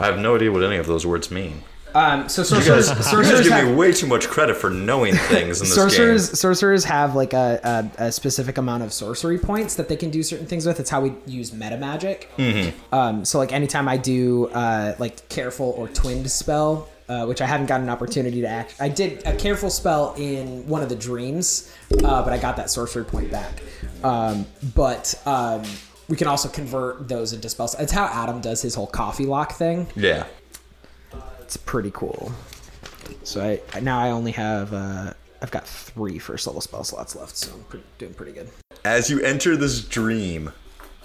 Speaker 2: I have no idea what any of those words mean.
Speaker 6: Um, so
Speaker 2: You guys,
Speaker 6: sorcerers,
Speaker 2: you guys
Speaker 6: sorcerers,
Speaker 2: give me
Speaker 6: have,
Speaker 2: way too much credit for knowing things in this game.
Speaker 6: sorcerers, sorcerers have like a, a, a specific amount of sorcery points that they can do certain things with. It's how we use meta magic.
Speaker 2: Mm-hmm.
Speaker 6: Um, so like anytime I do uh, like careful or twinned spell, uh, which I haven't got an opportunity to act. I did a careful spell in one of the dreams, uh, but I got that sorcery point back. Um, but um, we can also convert those into spells. It's how Adam does his whole coffee lock thing.
Speaker 2: Yeah.
Speaker 6: It's pretty cool. So I I- now I only have uh, I've got three first level spell slots left, so I'm pretty, doing pretty good.
Speaker 2: As you enter this dream,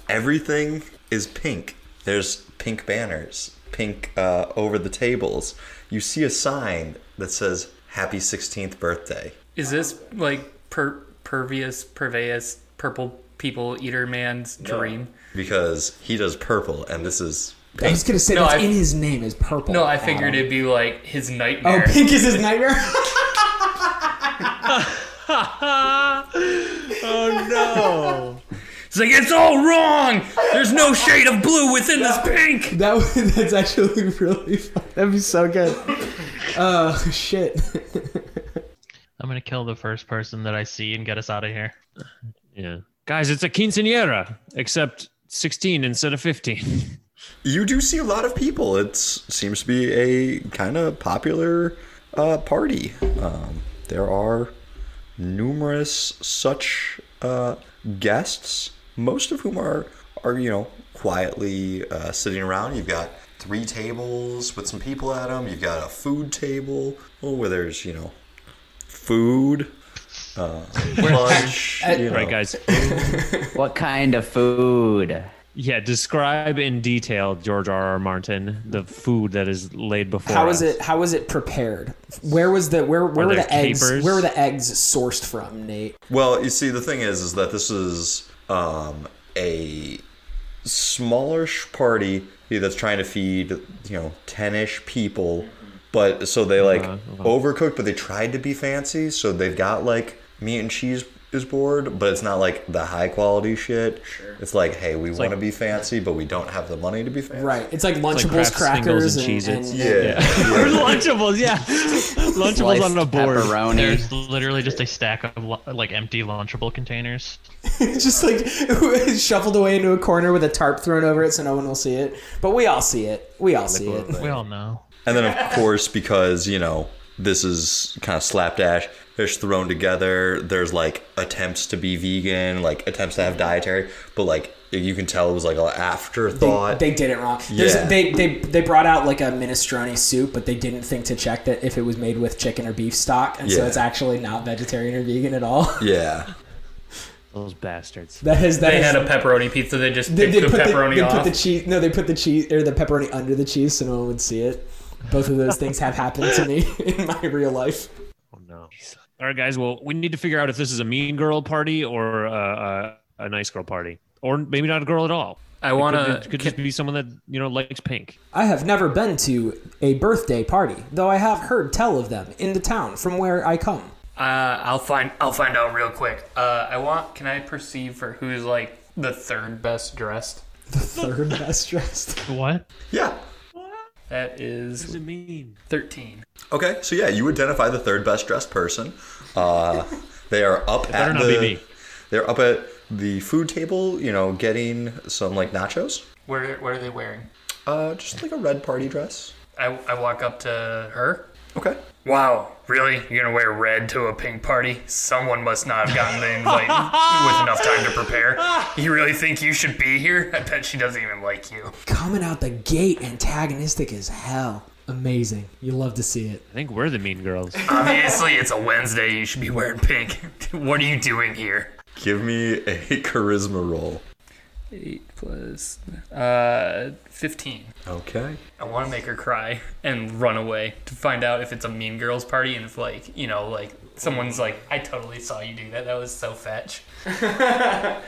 Speaker 2: everything is pink. There's pink banners, pink uh, over the tables. You see a sign that says "Happy 16th Birthday."
Speaker 8: Is this like per pervious, pervious, purple people eater man's dream?
Speaker 2: because he does purple and this is
Speaker 6: I was gonna say
Speaker 8: No,
Speaker 6: that's
Speaker 8: I-
Speaker 6: in his name is purple.
Speaker 8: No, I figured
Speaker 6: Adam.
Speaker 8: it'd be like his
Speaker 6: Oh,
Speaker 8: nightmare.
Speaker 6: pink is his nightmare.
Speaker 8: It's like it's all wrong. There's no shade of blue within this pink.
Speaker 6: That was- that's actually really fun. That'd be so good. Oh shit.
Speaker 9: I'm gonna kill the first person that I see and get us out of here.
Speaker 3: Yeah, guys, it's a quinceanera, except 16 instead of 15.
Speaker 2: you do see a lot of people it seems to be a kind of popular uh, party um, there are numerous such uh, guests most of whom are are you know quietly uh, sitting around you've got three tables with some people at them you've got a food table where there's you know food uh, lunch you know.
Speaker 3: Right, guys.
Speaker 7: What kind of food?
Speaker 3: Yeah, describe in detail, George R. R. Martin, the food that is laid before.
Speaker 6: How was
Speaker 3: us.
Speaker 6: it? How was it prepared? Where was the where where
Speaker 3: Are
Speaker 6: were
Speaker 3: there
Speaker 6: the eggs?
Speaker 3: capers?
Speaker 6: Where were the eggs sourced from, Nate?
Speaker 2: Well, you see, the thing is, is that this is um, a smallish party that's trying to feed you know ten ish people, but so they like overcooked, but they tried to be fancy, so they've got like meat and cheese is board, but it's not like the high quality shit. Sure. It's like hey, we want to be fancy, but we don't have the money to be fancy.
Speaker 6: Right. It's like Lunchables,
Speaker 3: Kraft
Speaker 6: crackers,
Speaker 3: Singles
Speaker 6: and,
Speaker 3: and
Speaker 6: and,
Speaker 3: Cheez-Its.
Speaker 2: Yeah.
Speaker 3: Lunchables, yeah. Lunchables
Speaker 7: Sliced
Speaker 3: on a board.
Speaker 7: pepperoni.
Speaker 9: There's literally just a stack of lu- like empty Lunchable containers.
Speaker 6: just like shuffled away into a corner with a tarp thrown over it so no one will see it. But we all see it. We all see it.
Speaker 9: We all know.
Speaker 2: And then, of course, because, you know, this is kind of slapdash, fish thrown together. There's like attempts to be vegan, like attempts to have dietary, but like you can tell it was like an afterthought.
Speaker 6: They did it wrong. There's
Speaker 2: Yeah.
Speaker 6: They, they they brought out like a minestrone soup, but they didn't think to check that if it was made with chicken or beef stock, and so
Speaker 2: Yeah.
Speaker 6: it's actually not vegetarian or vegan at all.
Speaker 2: yeah.
Speaker 3: Those bastards.
Speaker 6: That is that
Speaker 8: They
Speaker 6: is-
Speaker 8: had a pepperoni pizza. They just
Speaker 6: they,
Speaker 8: picked
Speaker 6: they
Speaker 8: the
Speaker 6: put
Speaker 8: pepperoni
Speaker 6: the, they
Speaker 8: off.
Speaker 6: put the cheese. No, they put the cheese or the pepperoni under the cheese, so no one would see it. Both of those things have happened to me in my real life.
Speaker 3: Oh no. All right, guys. Well, we need to figure out if this is a mean girl party or a, a, a nice girl party, or maybe not a girl at all.
Speaker 8: I
Speaker 3: It
Speaker 8: want
Speaker 3: could, it could
Speaker 8: to.
Speaker 3: just be someone that you know likes pink.
Speaker 6: I have never been to a birthday party, though I have heard tell of them in the town from where I come.
Speaker 8: Uh, I'll find. I'll find out real quick. Uh, I want. Can I perceive for who's like the third best dressed?
Speaker 6: The third best dressed.
Speaker 9: What?
Speaker 2: Yeah.
Speaker 8: That is
Speaker 3: it mean?
Speaker 8: thirteen.
Speaker 2: Okay. So, yeah, you identify the third best dressed person. Uh, they are up
Speaker 3: better
Speaker 2: at
Speaker 3: not
Speaker 2: the,
Speaker 3: be me.
Speaker 2: They're up at the food table, you know, getting some like nachos.
Speaker 8: Where? What are they wearing?
Speaker 2: Uh, just like a red party dress.
Speaker 8: I, I walk up to her.
Speaker 2: Okay.
Speaker 8: Wow, really? You're gonna wear red to a pink party? Someone must not have gotten the invite with enough time to prepare. You really think you should be here? I bet she doesn't even like you.
Speaker 6: Coming out the gate antagonistic as hell. Amazing. You love to see it.
Speaker 3: I think we're the mean girls.
Speaker 8: Obviously, it's a Wednesday. You should be wearing pink. what are you doing here?
Speaker 2: Give me a charisma roll.
Speaker 8: Eight plus uh, fifteen.
Speaker 2: Okay.
Speaker 8: I want to make her cry and run away to find out if it's a Mean Girls party and if like you know like someone's like I totally saw you do that. That was so fetch.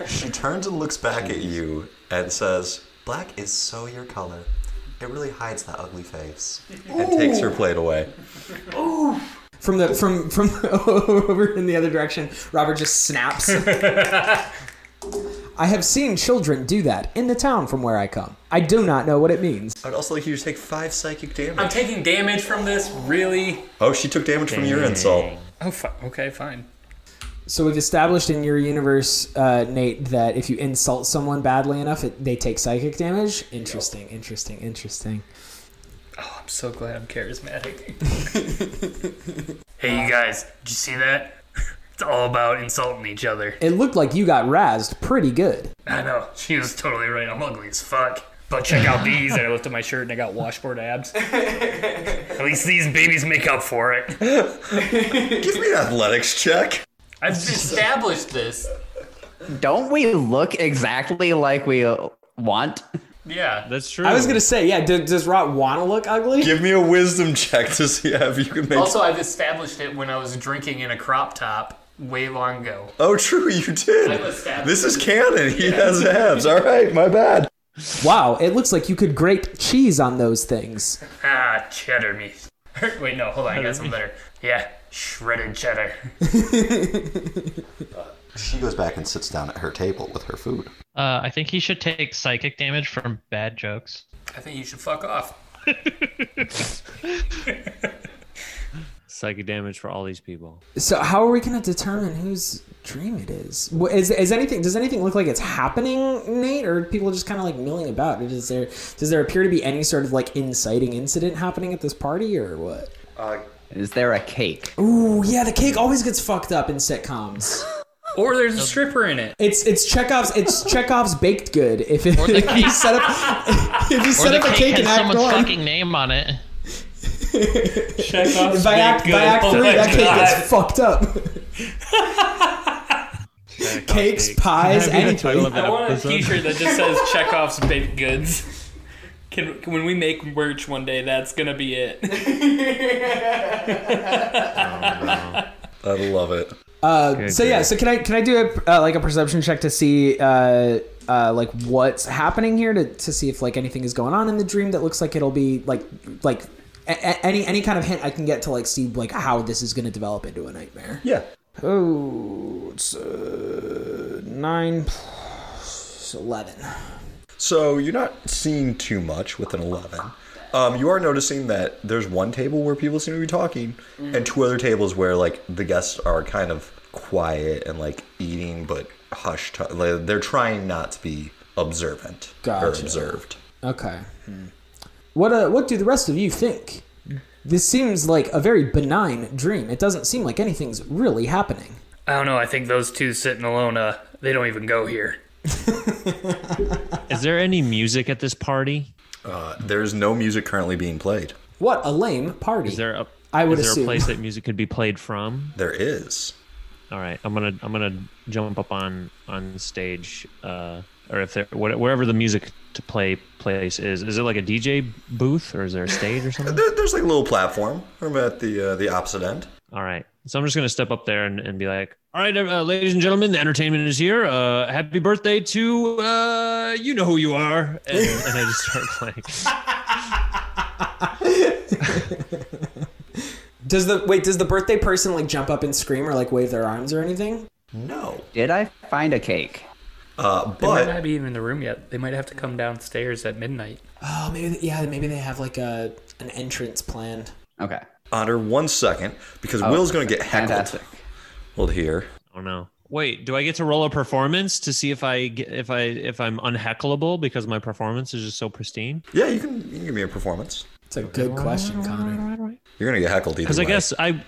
Speaker 2: She turns and looks back at you and says, Black is so your color. It really hides that ugly face. And takes her plate away.
Speaker 6: From the from from over in the other direction, Robert just snaps. I have seen children do that in the town from where I come. I do not know what it means.
Speaker 2: I'd also like you to take five psychic
Speaker 8: I'm
Speaker 2: damage.
Speaker 8: taking damage from this. Really?
Speaker 2: Oh, she took damage from your insult.
Speaker 8: Oh, fi- okay, fine.
Speaker 6: So we've established in your universe, uh, Nate, that if you insult someone badly enough, it, they take psychic damage. Interesting, interesting, interesting.
Speaker 8: Oh, I'm so glad I'm charismatic. hey, you guys, did you see that? It's all about insulting each other.
Speaker 6: It looked like you got razzed pretty good.
Speaker 8: I know. She was totally right. I'm ugly as fuck. But check out these. And I lifted my shirt and I got washboard abs. At least these babies make up for it.
Speaker 2: Give me an athletics check.
Speaker 8: I've established this.
Speaker 7: Don't we look exactly like we uh, want?
Speaker 8: Yeah.
Speaker 3: That's true.
Speaker 6: I was gonna say, yeah. Do, does Rot want to look ugly?
Speaker 2: Give me a wisdom check to see if you can make.
Speaker 8: Also, I've established it when I was drinking in a crop top way long ago.
Speaker 2: oh, true, you did.
Speaker 8: I've established-
Speaker 2: This is canon. He has abs. All right, my bad.
Speaker 6: Wow, it looks like you could grate cheese on those things.
Speaker 8: Ah, cheddar meat. Wait, no, hold on. I got something better. Yeah, shredded cheddar.
Speaker 2: She goes back and sits down at her table with her food.
Speaker 9: Uh, I think he should take psychic damage from bad jokes.
Speaker 8: I think you should fuck off.
Speaker 3: psychic damage for all these people.
Speaker 6: So how are we gonna determine whose dream it is? Wh- Is, is anything? Does anything look like it's happening, Nate? Or are people just kind of like milling about? Or Does there does there appear to be any sort of like inciting incident happening at this party, or what?
Speaker 7: Is there a cake?
Speaker 6: Ooh, yeah, the cake always gets fucked up in sitcoms.
Speaker 8: Or there's a stripper in it.
Speaker 6: It's it's Chekhov's it's Chekhov's baked good. If, it, if you set up if you
Speaker 9: Or
Speaker 6: set
Speaker 9: the
Speaker 6: up a
Speaker 9: cake,
Speaker 6: cake and
Speaker 9: has
Speaker 6: act
Speaker 9: someone's
Speaker 6: one,
Speaker 9: fucking name on it.
Speaker 6: by act, by act three, that cake gets fucked up. Cakes, pies, anything.
Speaker 8: I want a T-shirt that just says Chekhov's baked goods. Can, can- when we make merch one day, that's gonna be it.
Speaker 2: I love it.
Speaker 6: Uh, so yeah,
Speaker 4: grief.
Speaker 6: so can I can I do a uh, like a perception check to see uh, uh, like what's happening here to, to see if like anything is going on in the dream that looks like it'll be like like a- a- any any kind of hint I can get to like see like how this is going to develop into a nightmare.
Speaker 2: Yeah.
Speaker 6: Oh, it's uh, nine plus eleven.
Speaker 2: So you're not seeing too much with an 11. Um, you are noticing that there's one table where people seem to be talking, and two other tables where like the guests are kind of quiet and like eating, but hushed. Like, they're trying not to be observant or
Speaker 6: Gotcha.
Speaker 2: observed.
Speaker 6: Okay. hmm. What uh, what do the rest of you think? This seems like a very benign dream. It doesn't seem like anything's really happening.
Speaker 8: I don't know. I think those two sitting alone, uh, they don't even go here.
Speaker 4: Is there any music at this party?
Speaker 2: Uh, there's no music currently being played.
Speaker 6: What a lame party!
Speaker 4: Is there a
Speaker 6: I would
Speaker 4: is there
Speaker 6: assume.
Speaker 4: a place that music could be played from?
Speaker 2: There is.
Speaker 4: All right, I'm gonna I'm gonna jump up on on stage, uh, or if there what, wherever the music to play place is, is it like a DJ booth or is there a stage or something?
Speaker 2: There, there's like a little platform. I'm at the uh, the opposite end.
Speaker 4: All right, so I'm just gonna step up there and, and be like, all right, uh, ladies and gentlemen, the entertainment is here. Uh, happy birthday to uh, you know who you are, and, and I just start playing.
Speaker 6: Does the wait? Does the birthday person like jump up and scream or like wave their arms or anything?
Speaker 2: No,
Speaker 7: Did I find a cake?
Speaker 2: uh,
Speaker 8: They might
Speaker 2: but
Speaker 8: not be even in the room yet. They might have to come downstairs at midnight.
Speaker 6: Oh, maybe yeah. Maybe they have like a an entrance planned.
Speaker 7: Okay.
Speaker 2: honor one second because Will's going to get heckled.
Speaker 7: Oh, Fantastic.
Speaker 2: Well, here.
Speaker 4: Oh no! Wait, do I get to roll a performance to see if I get, if I if I'm unheckleable because my performance is just so pristine?
Speaker 2: Yeah, you can, you can give me a performance.
Speaker 6: It's a good question, Connor.
Speaker 2: You're gonna get heckled either
Speaker 4: Because I
Speaker 2: way.
Speaker 4: guess I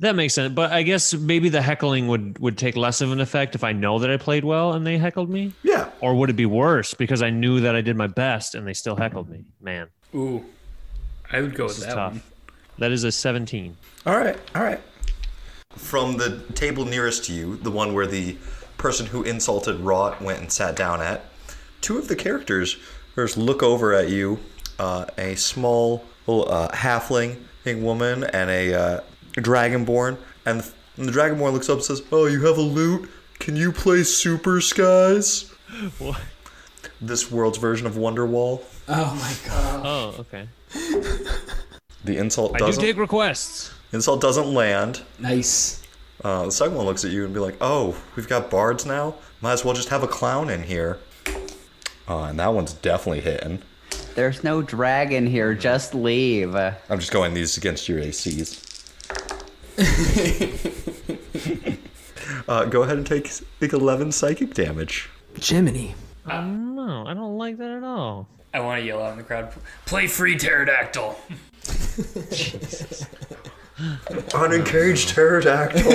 Speaker 4: that makes sense. But I guess maybe the heckling would would take less of an effect if I know that I played well and they heckled me,
Speaker 2: Yeah.
Speaker 4: or would it be worse because I knew that I did my best and they still heckled me? Man,
Speaker 8: Ooh, I would go with
Speaker 4: it's
Speaker 8: that
Speaker 4: tough.
Speaker 8: one.
Speaker 4: That is a 17.
Speaker 2: All right. All right. From the table nearest to you, the one where the person who insulted Rot went and sat down at, two of the characters first look over at you. Uh, a small little uh, halfling woman and a uh, dragonborn, and the, and the dragonborn looks up and says, "Oh, you have a lute? Can you play Super Skies?" What? This world's version of Wonderwall.
Speaker 6: Oh my god!
Speaker 4: Oh, okay.
Speaker 2: The insult
Speaker 4: I do
Speaker 2: doesn't
Speaker 4: take requests.
Speaker 2: insult doesn't land.
Speaker 6: Nice.
Speaker 2: Uh, the second one looks at you and be like, "Oh, we've got bards now. Might as well just have a clown in here." Uh, and that one's definitely hitting.
Speaker 7: There's no dragon here. Just leave. Uh,
Speaker 2: I'm just going these against your ACs. uh, go ahead and take take 11 psychic damage.
Speaker 6: Gemini.
Speaker 4: No, Oh, I don't like that at all.
Speaker 8: I want to yell out in the crowd. Play free pterodactyl.
Speaker 2: Unengaged pterodactyl.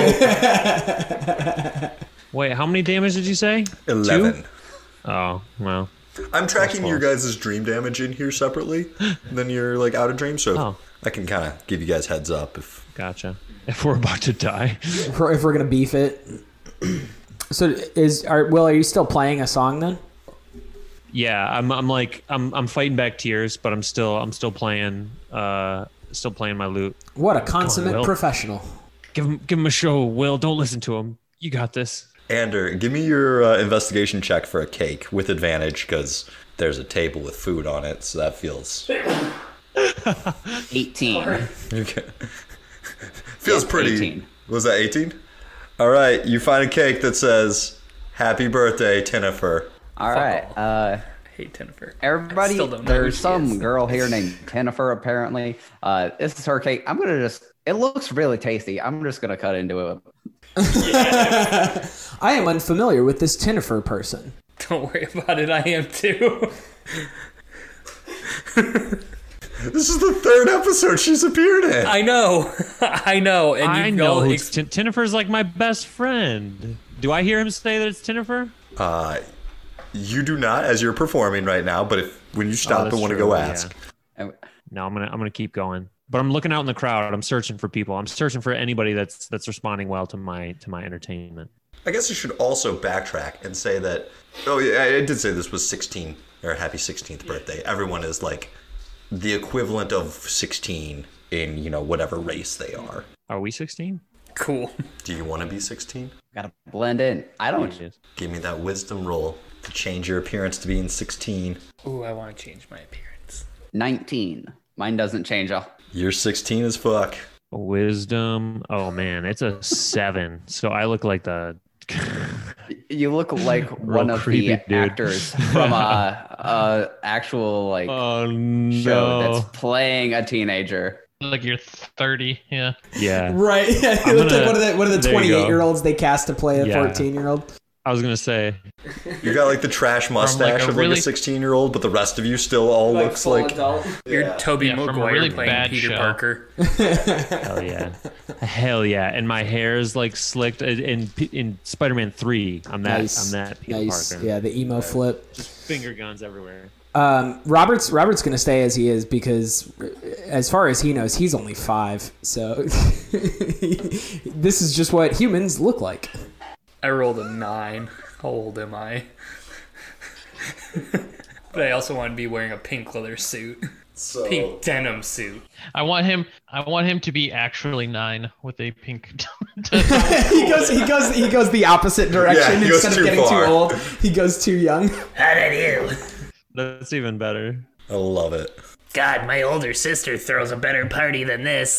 Speaker 4: Wait, how many damage did you say?
Speaker 2: 11.
Speaker 4: Oh, well.
Speaker 2: I'm tracking your guys' dream damage in here separately. then you're like out of dream, so
Speaker 4: Oh.
Speaker 2: I can kind of give you guys heads up if
Speaker 4: Gotcha. If we're about to die.
Speaker 6: If we're, if we're gonna beef it. So is are Will? Are you still playing a song then?
Speaker 4: yeah i'm i'm like i'm i'm fighting back tears but i'm still i'm still playing uh still playing my loot
Speaker 6: What a consummate
Speaker 4: Will.
Speaker 6: professional.
Speaker 4: give him give him a show will don't listen to him you got this
Speaker 2: Ander, give me your uh, investigation check for a cake with advantage because there's a table with food on it, so that feels
Speaker 7: 18.
Speaker 2: okay. feels
Speaker 7: Yeah,
Speaker 2: pretty.
Speaker 7: 18.
Speaker 2: Was that eighteen? All right, you find a cake that says "Happy Birthday, Tennifer."
Speaker 7: All right. Uh,
Speaker 8: I hate Tennifer.
Speaker 7: everybody,
Speaker 8: Still don't know who
Speaker 7: there's
Speaker 8: she
Speaker 7: some
Speaker 8: is.
Speaker 7: girl here named Tennifer, apparently. Uh, this is her cake. I'm going to just, it looks really tasty. I'm just going to cut into it.
Speaker 6: I am unfamiliar with this Tennifer person.
Speaker 8: Don't worry about it. I am too.
Speaker 2: This is the third episode she's appeared in.
Speaker 8: I know. I know. And
Speaker 4: i
Speaker 8: you
Speaker 4: know
Speaker 8: all
Speaker 4: who
Speaker 8: ex-
Speaker 4: Tin- Tinnifer's like my best friend do i hear him say that it's Tinnifer?
Speaker 2: Uh, you do not, as you're performing right now, but if when you stop,
Speaker 4: Oh, that's
Speaker 2: I want to
Speaker 4: true,
Speaker 2: go
Speaker 4: yeah.
Speaker 2: ask.
Speaker 7: And-
Speaker 4: no i'm gonna i'm gonna keep going but i'm looking out in the crowd i'm searching for people i'm searching for anybody that's that's responding well to my to my entertainment
Speaker 2: I guess you should also backtrack and say that. Oh, yeah, I I did say this was 16 or happy 16th birthday. Everyone is like the equivalent of 16 in you know whatever race they are.
Speaker 4: are we 16
Speaker 1: Cool.
Speaker 2: Do you want to be 16?
Speaker 7: Gotta blend in. I don't.
Speaker 4: Yes.
Speaker 2: Give me that wisdom roll to change your appearance to being 16.
Speaker 1: Ooh, I want to change my appearance.
Speaker 7: 19. Mine doesn't change. I'll,
Speaker 2: You're 16 as fuck.
Speaker 4: Wisdom. Oh man, it's a seven. So I look like the.
Speaker 7: you look like one of
Speaker 4: creepy,
Speaker 7: the
Speaker 4: dude.
Speaker 7: actors from a, a actual like
Speaker 4: oh
Speaker 7: show
Speaker 4: no.
Speaker 7: that's playing a teenager.
Speaker 3: Like you're 30. Yeah.
Speaker 4: Yeah,
Speaker 6: Right. Yeah, it
Speaker 4: I'm
Speaker 6: looked like
Speaker 4: gonna-
Speaker 6: one of the one of the
Speaker 4: there you go.
Speaker 6: 28 year olds they cast to play a
Speaker 4: Yeah.
Speaker 6: 14 year old.
Speaker 4: I was gonna say.
Speaker 2: You got like the trash mustache
Speaker 3: a
Speaker 2: of like
Speaker 3: really-
Speaker 2: a 16 year old, but the rest of you still all looks like.
Speaker 1: You're Toby
Speaker 3: Yeah, from a
Speaker 1: Maguire
Speaker 3: really
Speaker 1: playing
Speaker 3: bad
Speaker 1: Peter
Speaker 3: show.
Speaker 1: Parker.
Speaker 4: Hell yeah, hell yeah. And my hair is like slicked. In in, in Spider-Man Three, I'm that. I'm that Peter
Speaker 6: nice.
Speaker 4: Parker.
Speaker 6: Yeah, the emo flip.
Speaker 4: Finger guns everywhere.
Speaker 6: Um, Robert's Robert's gonna stay as he is because, as far as he knows, he's only five. So this is just what humans look like.
Speaker 1: I rolled a nine. How old am I? but I also want to be wearing a pink leather suit, pink denim suit.
Speaker 3: I want him. I want him to be actually nine with a pink.
Speaker 6: he goes he goes he goes the opposite direction
Speaker 2: Yeah, he goes
Speaker 6: instead of
Speaker 2: too
Speaker 6: getting
Speaker 2: far.
Speaker 6: too old. He goes too young.
Speaker 9: How did you?
Speaker 4: That's even better.
Speaker 2: I love it.
Speaker 9: God, my older sister throws a better party than this.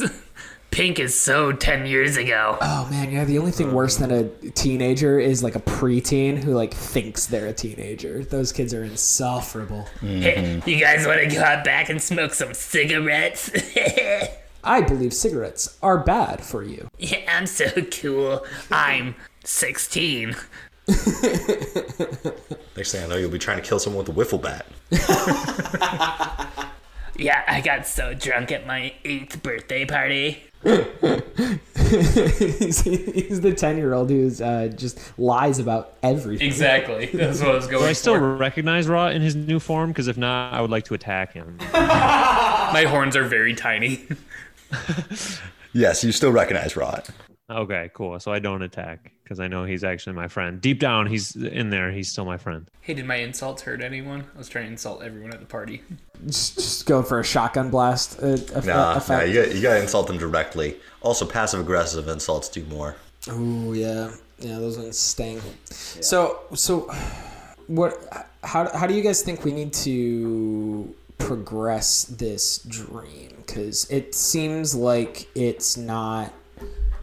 Speaker 9: Pink is so 10 years ago.
Speaker 6: Oh man, yeah. The only thing worse than a teenager is like a preteen who like thinks they're a teenager. Those kids are insufferable.
Speaker 9: Hey, you guys want to go out back and smoke some cigarettes?
Speaker 6: I believe cigarettes are bad for you.
Speaker 9: yeah, I'm so cool. I'm 16.
Speaker 2: Next thing I know, you'll be trying to kill someone with a wiffle bat.
Speaker 9: Yeah, I got so drunk at my eighth birthday party.
Speaker 6: he's, he's the ten year old who's uh, just lies about everything.
Speaker 1: Exactly. That's what I was going.
Speaker 4: Do I
Speaker 1: for.
Speaker 4: still recognize Raw in his new form? Because if not, I would like to attack him.
Speaker 1: My horns are very tiny.
Speaker 2: Yes, you still recognize Rod.
Speaker 4: Okay, cool. So I don't attack because I know he's actually my friend. Deep down, he's in there. He's still my friend.
Speaker 1: Hey, did my insults hurt anyone? I was trying to insult everyone at the party.
Speaker 6: Just, just going for a shotgun blast. Uh, eff-
Speaker 2: Nah, nah
Speaker 6: effect.
Speaker 2: you, got, you gotta insult them directly. Also, passive aggressive insults do more.
Speaker 6: Ooh, yeah, yeah, those ones sting. So, so, what? How how do you guys think we need to progress this dream? Because it seems like it's not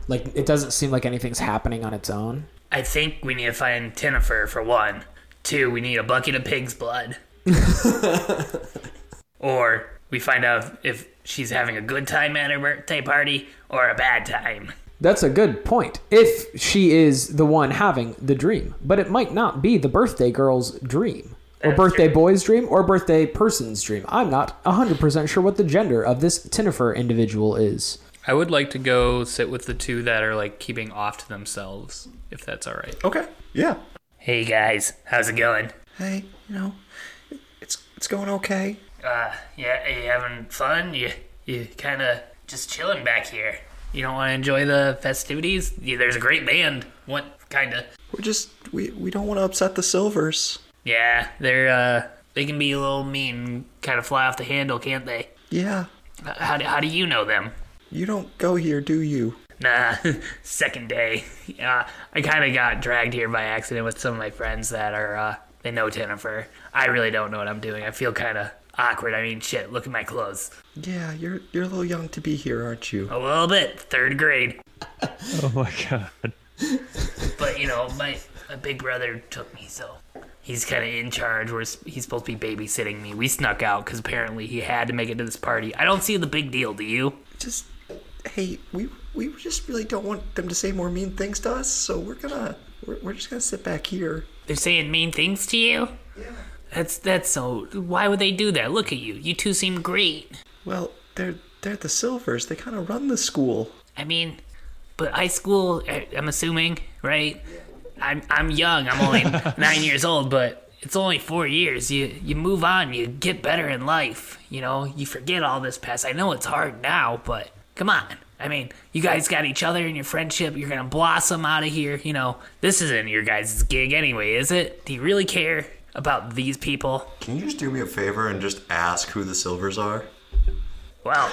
Speaker 6: like it doesn't seem like anything's happening on its own.
Speaker 9: I think we need to find Tinnifer for one. Two, we need a bucket of pig's blood. or we find out if she's having a good time at her birthday party or a bad time.
Speaker 6: That's a good point. If she is the one having the dream, but it might not be the birthday girl's dream. Or birthday boy's dream, or birthday person's dream. I'm not 100% sure what the gender of this Tinnifer individual is.
Speaker 1: I would like to go sit with the two that are like keeping off to themselves, if that's all right.
Speaker 2: Okay. Yeah.
Speaker 9: Hey guys, how's it going?
Speaker 2: Hey, you know, it's it's going okay.
Speaker 9: Uh, yeah, are you having fun? You you kind of just chilling back here. You don't want to enjoy the festivities? Yeah, there's a great band. What kind of?
Speaker 2: We're just we we don't want to upset the Silvers.
Speaker 9: Yeah, they're uh they can be a little mean, kind of fly off the handle, can't they?
Speaker 2: Yeah.
Speaker 9: Uh, How do, how do you know them?
Speaker 2: You don't go here, do you?
Speaker 9: Nah, second day. Uh, I kind of got dragged here by accident with some of my friends that are, uh, they know Jennifer. I really don't know what I'm doing. I feel kind of awkward. I mean, shit, look at my clothes.
Speaker 2: Yeah, you're you're a little young to be here, aren't you?
Speaker 9: A little bit, third grade.
Speaker 4: Oh my god.
Speaker 9: But, you know, my, my big brother took me, so he's kind of in charge. We're, s- he's supposed to be babysitting me. We snuck out because apparently he had to make it to this party. I don't see the big deal, do you?
Speaker 2: Just hey, we we just really don't want them to say more mean things to us, so we're gonna we're, we're just gonna sit back here.
Speaker 9: They're saying mean things to you? Yeah. That's, that's so, why would they do that? Look at you. You two seem great.
Speaker 2: Well, they're they're the Silvers. They kind of run the school.
Speaker 9: I mean, but high school, I- I'm assuming, right? I'm I'm young. I'm only nine years old, but it's only four years. You you move on. You get better in life. You know, you forget all this past. I know it's hard now, but come on. I mean, you guys got each other in your friendship. You're gonna blossom out of here. You know, this isn't your guys' gig anyway, is it? Do you really care about these people?
Speaker 2: Can you just do me a favor and just ask who the Silvers are?
Speaker 9: Well,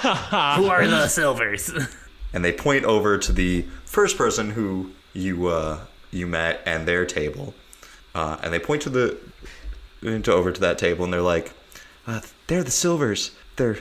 Speaker 9: who are the Silvers?
Speaker 2: and they point over to the first person who you uh, you met and their table, uh, and they point to the to over to that table, and they're like, uh, "They're the Silvers. They're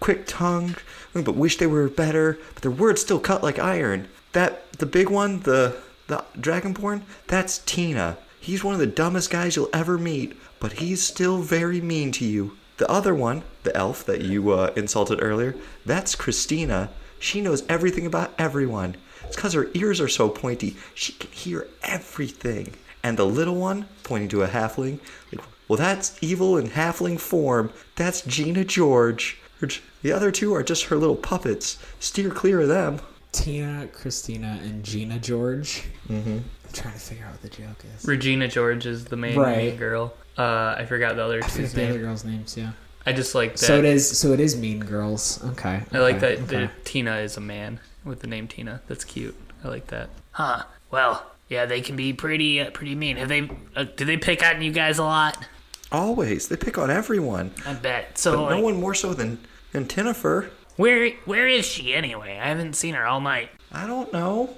Speaker 2: quick tongued, but wish they were better. But their words still cut like iron. That the big one, the the Dragonborn. That's Tina. He's one of the dumbest guys you'll ever meet, but he's still very mean to you. The other one, the elf that you uh, insulted earlier, that's Christina. She knows everything about everyone. It's because her ears are so pointy. She can hear everything. And the little one, pointing to a halfling, like, well, that's evil in halfling form. That's Gina George. Her, the other two are just her little puppets. Steer clear of them.
Speaker 6: Tina, Christina, and Gina George. Mm-hmm. I'm trying to figure out what the joke is.
Speaker 8: Regina George is the main,
Speaker 6: Right.
Speaker 8: main girl. Uh, I forgot the other
Speaker 6: I forget
Speaker 8: two's
Speaker 6: the other
Speaker 8: name.
Speaker 6: girls' names. Yeah.
Speaker 8: I just like that.
Speaker 6: So it is. So it is Mean Girls. Okay.
Speaker 8: I like
Speaker 6: okay,
Speaker 8: that,
Speaker 6: okay.
Speaker 8: that Tina is a man with the name Tina. That's cute. I like that.
Speaker 9: Huh. Well, yeah, they can be pretty, uh, pretty mean. Have they? Uh, do they pick on you guys a lot?
Speaker 2: Always. They pick on everyone.
Speaker 9: I bet. So,
Speaker 2: But no
Speaker 9: like,
Speaker 2: one more so than, than Tinnifer.
Speaker 9: where, where is she anyway? I haven't seen her all night.
Speaker 2: I don't know.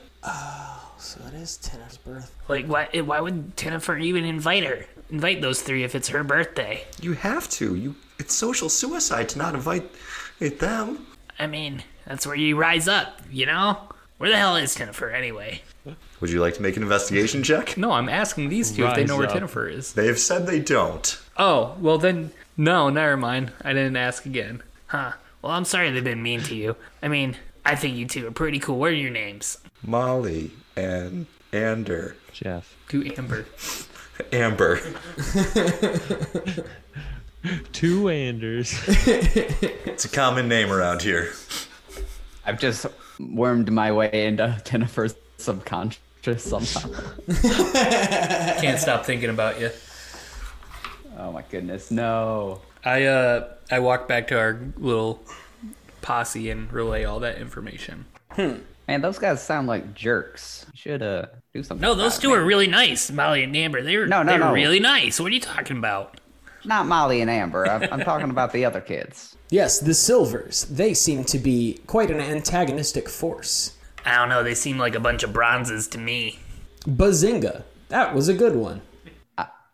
Speaker 6: So it is Tanner's birth.
Speaker 9: Like, why? eh, Why would Jennifer even invite her? Invite those three if it's her birthday.
Speaker 2: You have to. You. It's social suicide to not invite invite them.
Speaker 9: I mean, that's where you rise up, you know? Where the hell is Jennifer anyway?
Speaker 2: Would you like to make an investigation check?
Speaker 8: No, I'm asking these two if they
Speaker 3: Rise
Speaker 8: know where
Speaker 3: up.
Speaker 8: Jennifer is.
Speaker 2: They have said they don't.
Speaker 8: Oh, well then, no, never mind. I didn't ask again.
Speaker 9: Huh. Well, I'm sorry they've been mean to you. I mean, I think you two are pretty cool. What are your names?
Speaker 2: Molly and Ander,
Speaker 4: Jeff.
Speaker 8: To Amber.
Speaker 2: Amber.
Speaker 4: Two Anders.
Speaker 2: It's a common name around here.
Speaker 7: I've just wormed my way into Jennifer's subconscious somehow.
Speaker 8: Can't stop thinking about you.
Speaker 7: oh my goodness, no.
Speaker 8: I uh I walk back to our little posse and relay all that information.
Speaker 7: Man, those guys sound like jerks. You should uh, do something.
Speaker 9: No, those two are really nice, Molly and Amber. They were,
Speaker 7: No, no,
Speaker 9: they were
Speaker 7: no.
Speaker 9: really nice. What are you talking about?
Speaker 7: Not Molly and Amber. I'm, I'm talking about the other kids.
Speaker 6: Yes, the Silvers. They seem to be quite an antagonistic force.
Speaker 9: I don't know. They seem like a bunch of bronzes to me.
Speaker 6: Bazinga. That was a good one.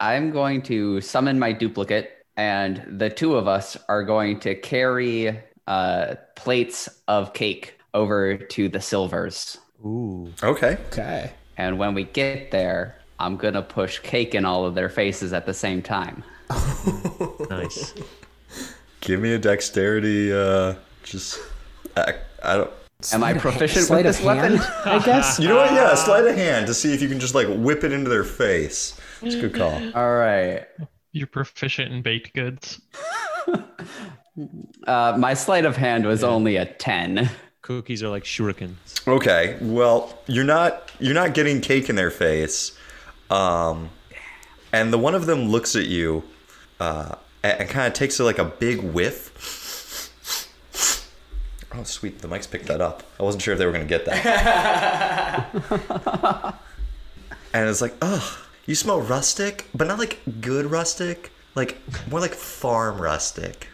Speaker 7: I'm going to summon my duplicate, and the two of us are going to carry uh, plates of cake over to the Silvers.
Speaker 4: Ooh.
Speaker 2: Okay.
Speaker 6: Okay.
Speaker 7: And when we get there, I'm going to push cake in all of their faces at the same time.
Speaker 4: Nice.
Speaker 2: Give me a dexterity. Uh, just. I, I don't.
Speaker 7: Am I proficient with
Speaker 6: Sleight of
Speaker 7: this weapon?
Speaker 6: hand, I guess.
Speaker 2: You know what? Yeah, sleight of hand to see if you can just like whip it into their face. It's a good call.
Speaker 7: All right.
Speaker 3: You're proficient in baked goods.
Speaker 7: Uh, my sleight of hand was only a 10.
Speaker 4: Cookies are like shurikens.
Speaker 2: Okay. Well, you're not you're not getting cake in their face, um, and the one of them looks at you, uh, and, kind of takes like a big whiff. Oh, sweet! The mics picked that up. I wasn't sure if they were gonna get that. and it's like, ugh, you smell rustic, but not like good rustic, like more like farm rustic.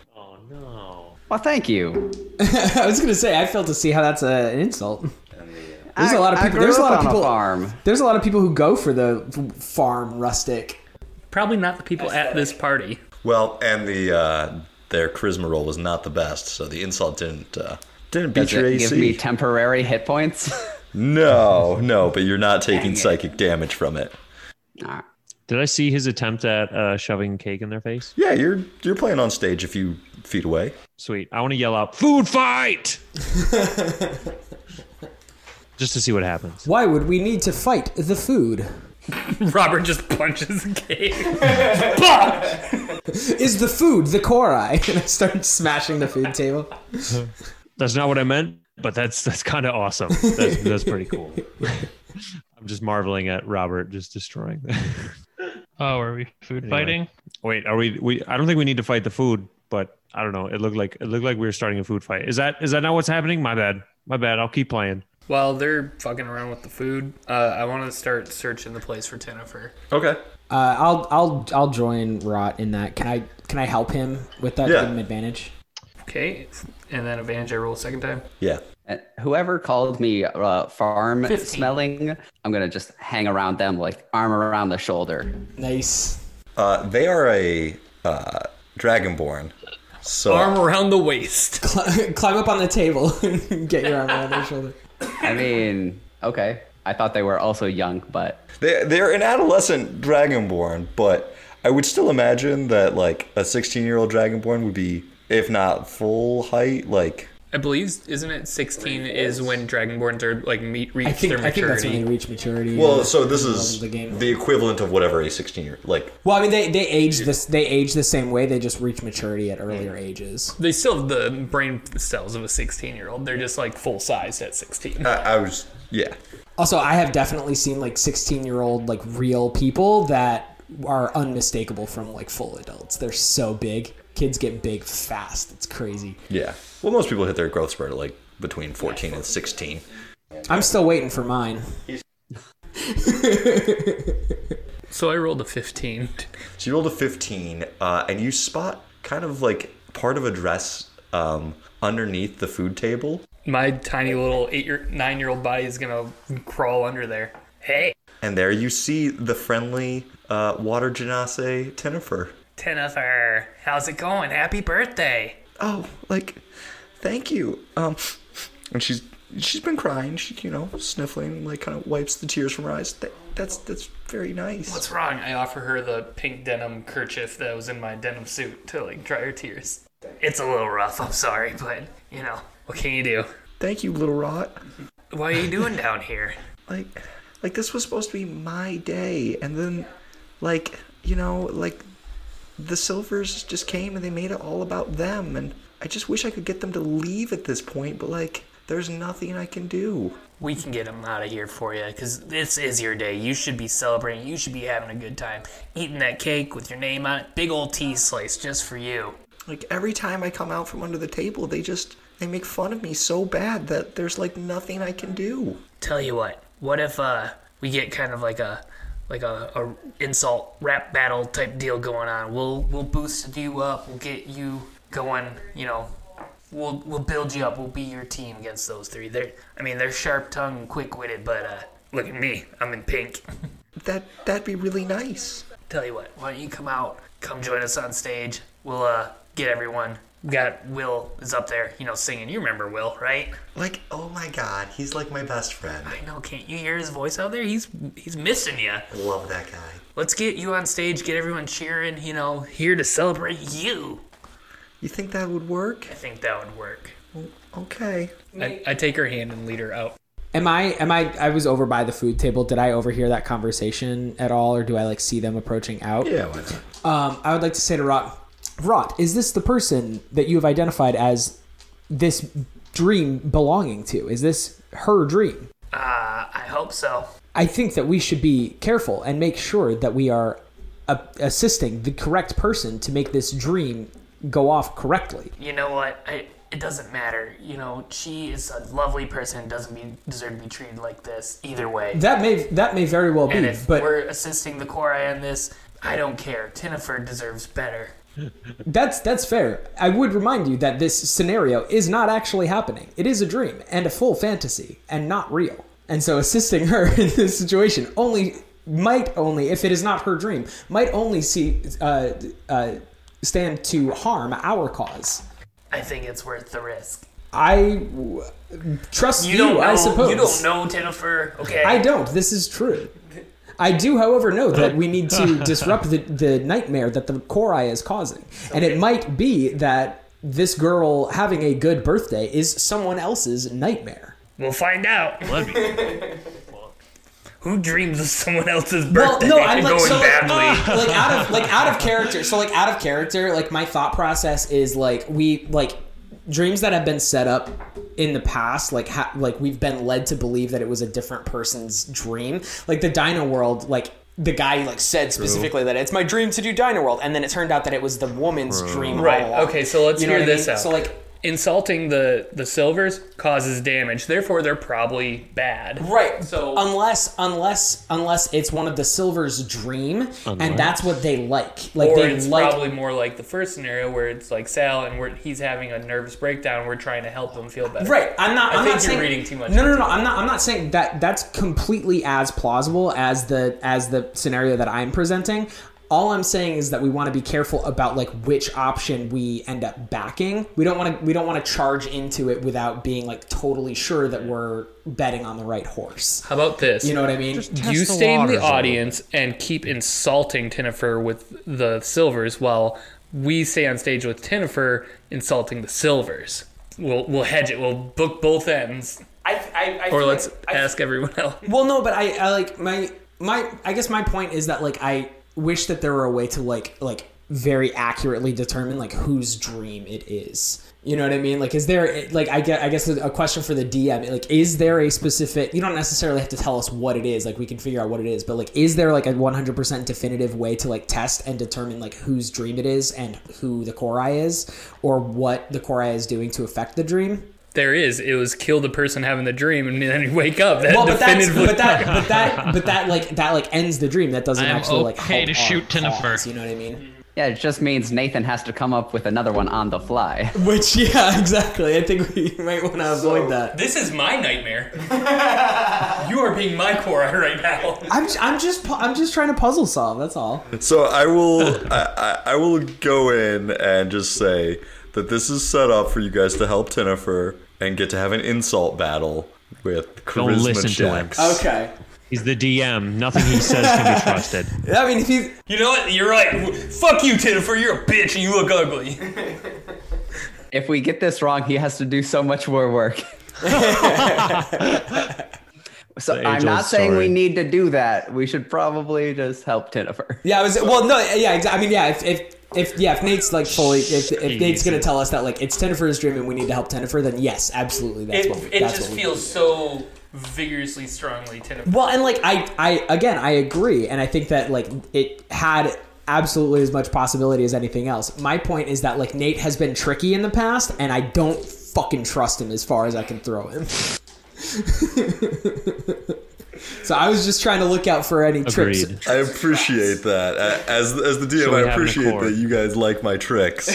Speaker 7: Well, thank you.
Speaker 6: I was gonna say I failed to see how that's a, an insult. There's a lot of
Speaker 7: I- I
Speaker 6: people.
Speaker 7: grew
Speaker 6: There's a
Speaker 7: up
Speaker 6: lot of
Speaker 7: on a
Speaker 6: people.
Speaker 7: farm.
Speaker 6: There's a lot of people who go for the f- farm rustic.
Speaker 8: Probably not the people at this party.
Speaker 2: Well, and the uh, their charisma roll was not the best, so the insult didn't uh, didn't beat
Speaker 7: Does
Speaker 2: your
Speaker 7: it
Speaker 2: AC.
Speaker 7: give me temporary hit points?
Speaker 2: no, no, but you're not taking psychic damage from it.
Speaker 7: Nah.
Speaker 4: Did I see his attempt at uh, shoving cake in their face?
Speaker 2: Yeah, you're you're playing on stage a few feet away.
Speaker 4: Sweet. I want to yell out, food fight! Just to see what happens.
Speaker 6: Why would we need to fight the food?
Speaker 8: Robert just punches the cake.
Speaker 6: Is the food the korai? And I start smashing the food table.
Speaker 4: That's not what I meant, but that's that's kind of awesome. That's, that's pretty cool. I'm just marveling at Robert just destroying. Them.
Speaker 3: Oh, are we food fighting?
Speaker 4: Wait, are we? We I don't think we need to fight the food, but I don't know. It looked like it looked like we were starting a food fight. Is that is that not what's happening? My bad. My bad. I'll keep playing.
Speaker 8: While they're fucking around with the food, uh, I want to start searching the place for Jennifer.
Speaker 2: Okay.
Speaker 6: Uh, I'll I'll I'll join Rot in that. Can I can I help him with that?
Speaker 2: Yeah.
Speaker 6: Give him advantage.
Speaker 8: Okay, and then advantage I roll a second time.
Speaker 2: Yeah.
Speaker 7: And whoever called me uh, farm
Speaker 8: 15.
Speaker 7: smelling, I'm gonna just hang around them like arm around the shoulder.
Speaker 6: Nice.
Speaker 2: Uh, they are a uh, dragonborn. So
Speaker 8: Arm around the waist.
Speaker 6: Cl- climb up on the table and get your arm around their shoulder.
Speaker 7: I mean, okay. I thought they were also young, but
Speaker 2: They they're an adolescent dragonborn, but I would still imagine that like a 16 year old dragonborn would be, if not full height, like
Speaker 8: I believe, isn't it? Sixteen is when dragonborns are like meet reach
Speaker 6: I think
Speaker 8: their
Speaker 6: I think that's
Speaker 8: maturity.
Speaker 6: when they reach maturity.
Speaker 2: well.
Speaker 6: yeah,
Speaker 2: So this
Speaker 6: level
Speaker 2: is
Speaker 6: of the game.
Speaker 2: the equivalent of whatever a 16 year like.
Speaker 6: well, I mean, they they age this. They age the same way. They just reach maturity at earlier ages.
Speaker 8: They still have the brain cells of a sixteen-year-old. They're just like full-sized at sixteen.
Speaker 2: I, I was yeah.
Speaker 6: Also, I have definitely seen like 16 year old like real people that are unmistakable from like full adults. They're so big. Kids get big fast. It's crazy.
Speaker 2: Yeah. Well, most people hit their growth spurt at like between 14 and 16.
Speaker 6: I'm still waiting for mine.
Speaker 8: So I rolled a fifteen.
Speaker 2: So you rolled a 15, uh, and you spot kind of like part of a dress um, underneath the food table.
Speaker 8: My tiny little eight or nine-year-old body is gonna crawl under there. Hey,
Speaker 2: And there you see the friendly uh, water genase Tennifer.
Speaker 8: Tenether, how's it going? Happy birthday!
Speaker 2: Oh, like, thank you. Um, and she's she's been crying. She you know sniffling, like kind of wipes the tears from her eyes. That, that's that's very nice.
Speaker 8: What's wrong? I offer her the pink denim kerchief that was in my denim suit to like dry her tears. It's a little rough. I'm sorry, but you know what can you do?
Speaker 2: Thank you, little rot.
Speaker 8: What are you doing down here?
Speaker 2: Like, like this was supposed to be my day, and then, like, you know, like, the Silvers just came and they made it all about them, and I just wish I could get them to leave at this point, but like, there's nothing I can do.
Speaker 8: We can get him out of here for you, because this is your day. You should be celebrating. You should be having a good time. Eating that cake with your name on it. Big old tea slice just for you.
Speaker 2: Like every time I come out from under the table, they just they make fun of me so bad that there's like nothing I can do.
Speaker 8: Tell you what, what if uh we get kind of like a like a, a insult rap battle type deal going on? We'll we'll boost you up, we'll get you going, you know, we'll we'll build you up, we'll be your team against those three. They're I mean they're sharp tongued and quick witted, but uh look at me, I'm in pink.
Speaker 2: That that'd be really nice.
Speaker 8: Tell you what, why don't you come out, come join us on stage. We'll uh get everyone. We got Will is up there, you know, singing. You remember Will, right?
Speaker 2: Like, oh my god, he's like my best friend.
Speaker 8: I know, can't you hear his voice out there? He's he's missing you.
Speaker 2: I love that guy.
Speaker 8: Let's get you on stage, get everyone cheering, you know, here to celebrate you.
Speaker 2: You think that would work? Oh,
Speaker 8: I think that would work.
Speaker 2: Okay.
Speaker 8: I, I take her hand and lead her out.
Speaker 6: Am I? Am I? I was over by the food table. Did I overhear that conversation at all, or do I like see them approaching out?
Speaker 2: Yeah, why not?
Speaker 6: Um, I would like to say to Rot, Rot, is this the person that you have identified as this dream belonging to? Is this her dream?
Speaker 8: Uh, I hope so.
Speaker 6: I think that we should be careful and make sure that we are uh, assisting the correct person to make this dream go off correctly.
Speaker 8: You know what? I, it doesn't matter. You know, she is a lovely person, doesn't be, deserve to be treated like this either way.
Speaker 6: That may that may very well
Speaker 8: And
Speaker 6: be,
Speaker 8: if
Speaker 6: but
Speaker 8: we're assisting the Korai on this, I don't care. Tinnifer deserves better.
Speaker 6: that's that's fair. I would remind you that this scenario is not actually happening. It is a dream and a full fantasy and not real. And so assisting her in this situation only might only if it is not her dream might only see uh, uh, stand to harm our cause.
Speaker 8: I think it's worth the risk.
Speaker 6: I w- trust you.
Speaker 8: don't know,
Speaker 6: I suppose
Speaker 8: You don't know Tinnifer, okay?
Speaker 6: I don't. This is true. I do, however, know that we need to disrupt the, the nightmare that the Korai is causing. And it might be that this girl having a good birthday is someone else's nightmare.
Speaker 8: We'll find out.
Speaker 3: Let me.
Speaker 8: Who dreams of someone else's birthday going badly?
Speaker 6: like, like out of like out of character. So like out of character, like my thought process is like we like dreams that have been set up in the past, like ha- like we've been led to believe that it was a different person's dream. Like the Dino World, like the guy like said specifically that it's my dream to do Dino World, and then it turned out that it was the woman's dream. all
Speaker 8: Right,
Speaker 6: along.
Speaker 8: okay, so let's
Speaker 6: You know
Speaker 8: hear
Speaker 6: what I
Speaker 8: this
Speaker 6: mean?
Speaker 8: out.
Speaker 6: So like
Speaker 8: insulting the the silvers causes damage. Therefore, they're probably bad.
Speaker 6: Right.
Speaker 8: So-
Speaker 6: unless unless unless it's one of the Silver's dream, and that's what they like. Like
Speaker 8: Or
Speaker 6: they
Speaker 8: it's
Speaker 6: like.
Speaker 8: probably more like the first scenario where it's like Sal and we're, he's having a nervous breakdown. We're trying to help him feel better.
Speaker 6: Right, I'm not.
Speaker 8: I
Speaker 6: I'm
Speaker 8: think
Speaker 6: not
Speaker 8: you're
Speaker 6: saying,
Speaker 8: reading too much
Speaker 6: No, no,
Speaker 8: into
Speaker 6: no. I'm not. I'm not saying that. That's completely as plausible as the as the scenario that I'm presenting. All I'm saying is that we want to be careful about like which option we end up backing. We don't want to. We don't want to charge into it without being like totally sure that we're betting on the right horse.
Speaker 8: How about this?
Speaker 6: You know what I mean?
Speaker 8: you
Speaker 3: Test the
Speaker 8: stay in
Speaker 3: waters a
Speaker 8: the
Speaker 3: little
Speaker 8: audience and keep insulting Tennifer with the Silvers while we stay on stage with Tennifer insulting the Silvers. We'll, we'll hedge it. We'll book both ends.
Speaker 6: I, I, I
Speaker 8: Or let's ask everyone else.
Speaker 6: Well, no, but I, I like my my. I guess my point is that like I wish that there were a way to like like very accurately determine like whose dream it is. You know what I mean? Like, is there like I get I guess a question for the DM like is there a specific? You don't necessarily have to tell us what it is. Like we can figure out what it is, but like is there like a one hundred percent definitive way to like test and determine like whose dream it is and who the Korai is or what the Korai is doing to affect the dream?
Speaker 8: There is. It was kill the person having the dream and then you wake up. That
Speaker 6: well, but that's
Speaker 8: definitively-
Speaker 6: but that but that but that like that like ends the dream. That doesn't
Speaker 9: I'm
Speaker 6: actually like help
Speaker 9: okay to
Speaker 6: our
Speaker 9: shoot Tennifer.
Speaker 6: cause, You know what I mean?
Speaker 7: Yeah, it just means Nathan has to come up with another one on the fly.
Speaker 6: Which yeah, exactly. I think we might want to avoid that.
Speaker 8: This is my nightmare. you are being my Korra right now.
Speaker 6: I'm j- I'm just pu- I'm just trying to puzzle solve. That's all.
Speaker 2: So I will I, I, I will go in and just say that this is set up for you guys to help Tennifer and get to have an insult battle with
Speaker 3: Don't listen
Speaker 2: charisma
Speaker 3: to him.
Speaker 2: checks.
Speaker 6: Okay.
Speaker 3: He's the DM. Nothing he says can be trusted.
Speaker 6: I mean, if you
Speaker 8: You know what? You're right. Fuck you, Tennifer. You're a bitch and you look ugly.
Speaker 7: If we get this wrong, he has to do so much more work. so
Speaker 3: The
Speaker 7: I'm not
Speaker 3: age-old
Speaker 7: saying
Speaker 3: story.
Speaker 7: we need to do that. We should probably just help Tennifer.
Speaker 6: yeah, I was well no yeah exactly. I mean yeah if. if if yeah, if Nate's like fully, if, if Nate's gonna tell us that like it's Tennifer's dream and we need to help Tennifer, then yes, absolutely, that's
Speaker 8: It,
Speaker 6: what we,
Speaker 8: it
Speaker 6: that's
Speaker 8: just
Speaker 6: what we
Speaker 8: feels so vigorously, strongly Tennifer.
Speaker 6: Well, and like I, I again, I agree, and I think that like it had absolutely as much possibility as anything else. My point is that like Nate has been tricky in the past, and I don't fucking trust him as far as I can throw him. so I was just trying to look out for any tricks.
Speaker 3: Agreed.
Speaker 2: I appreciate that. A- As as the DM,
Speaker 3: we
Speaker 2: I
Speaker 3: have an
Speaker 2: appreciate
Speaker 3: accord.
Speaker 2: that you guys like my tricks.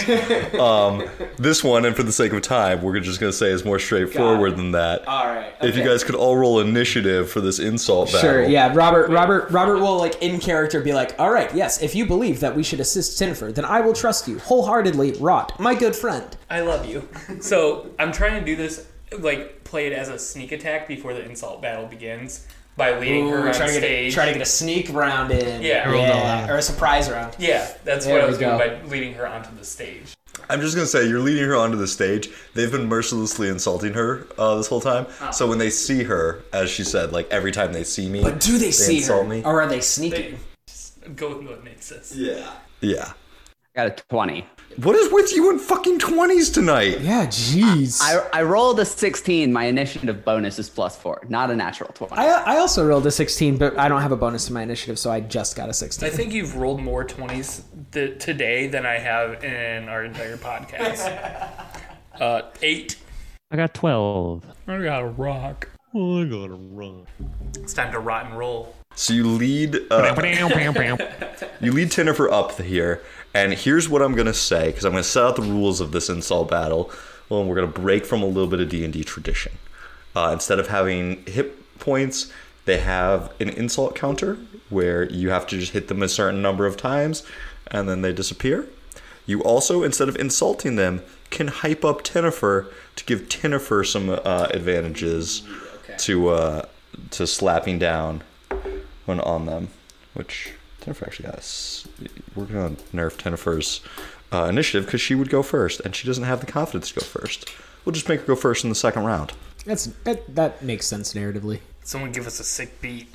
Speaker 2: um, this one, and for the sake of time, we're just gonna say is more straightforward than that.
Speaker 6: All right.
Speaker 2: If you guys could all roll initiative for this insult battle.
Speaker 6: Sure. Yeah, Robert. Robert. Robert will like in character be like, "All right, yes. If you believe that we should assist Tinfer, then I will trust you wholeheartedly, Rot, my good friend."
Speaker 8: I love you. So I'm trying to do this, like play it as a sneak attack before the insult battle begins by leading her on
Speaker 6: trying to, get a,
Speaker 8: stage.
Speaker 6: try to get a sneak round in.
Speaker 8: Yeah. Roll
Speaker 6: yeah. or a surprise round.
Speaker 8: yeah, that's
Speaker 6: There
Speaker 8: what I
Speaker 6: we
Speaker 8: was doing
Speaker 6: go.
Speaker 8: by leading her onto the stage.
Speaker 2: I'm just gonna say you're leading her onto the stage. They've been mercilessly insulting her uh, this whole time.
Speaker 6: Ah.
Speaker 2: So when they see her, as she said, like every time they see me,
Speaker 6: But do they, see
Speaker 2: insult
Speaker 6: her,
Speaker 2: me?
Speaker 6: or are they sneaking?
Speaker 8: Go with what Nate says.
Speaker 2: Yeah. Yeah.
Speaker 7: Got a 20.
Speaker 2: What is with you in fucking twenties tonight?
Speaker 6: yeah, jeez.
Speaker 7: I,
Speaker 6: I,
Speaker 7: I rolled a 16. My initiative bonus is plus four, not a natural 20.
Speaker 6: I also rolled a sixteen, but I don't have a bonus to my initiative, so I just got a
Speaker 8: I
Speaker 6: sixteen.
Speaker 8: think you've rolled more 20s th- today than I have in our entire podcast. Uh, eight.
Speaker 3: I got 12.
Speaker 8: I gotta rock.
Speaker 3: Oh, I gotta run.
Speaker 8: It's time to rot and roll.
Speaker 2: So you lead uh, you lead Tennifer up here, and here's what I'm gonna say because I'm gonna set out the rules of this insult battle. Well, and we're gonna break from a little bit of D and D tradition. Uh, instead of having hit points, they have an insult counter where you have to just hit them a certain number of times, and then they disappear. You also, instead of insulting them, can hype up Tennifer to give Tennifer some uh, advantages to uh, to slapping down when on them, which Tennifer actually got. s- We're gonna nerf Tennifer's uh, initiative because she would go first, and she doesn't have the confidence to go first. We'll just make her go first in the second round.
Speaker 6: That's that, that makes sense narratively.
Speaker 8: Someone give us a sick beat.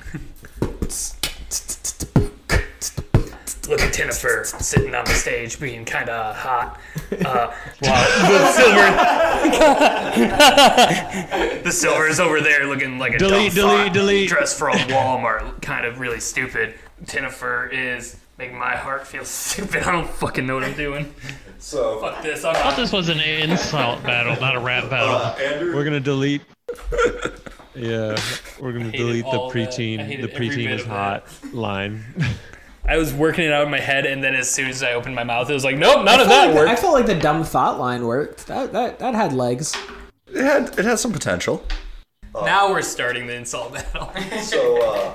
Speaker 8: Look at Tennifer sitting on the stage being kind of hot. Uh, while the silver, the silver is over there looking like a
Speaker 3: Delete,
Speaker 8: dumb
Speaker 3: delete,
Speaker 8: fuck
Speaker 3: delete.
Speaker 8: dressed from Walmart, kind of really stupid. Tennifer is Make my heart feel stupid. I don't fucking know what I'm doing.
Speaker 2: So,
Speaker 8: Fuck this. I'm
Speaker 9: I thought
Speaker 8: not.
Speaker 9: this was an insult battle, not a rap battle.
Speaker 2: Uh, Andrew,
Speaker 3: We're gonna delete. yeah, we're gonna delete the
Speaker 8: all that. I
Speaker 3: preteen.
Speaker 8: hated
Speaker 3: The
Speaker 8: every
Speaker 3: preteen
Speaker 8: bit
Speaker 3: is
Speaker 8: of
Speaker 3: hot line.
Speaker 8: I was working it out in my head, and then as soon as I opened my mouth, it was like, nope, none of
Speaker 6: I felt
Speaker 8: that
Speaker 6: like the- I
Speaker 8: worked.
Speaker 6: felt like the dumb thought line worked. That that, that had legs.
Speaker 2: it had it has some potential.
Speaker 8: Now we're starting the insult battle.
Speaker 2: So, uh,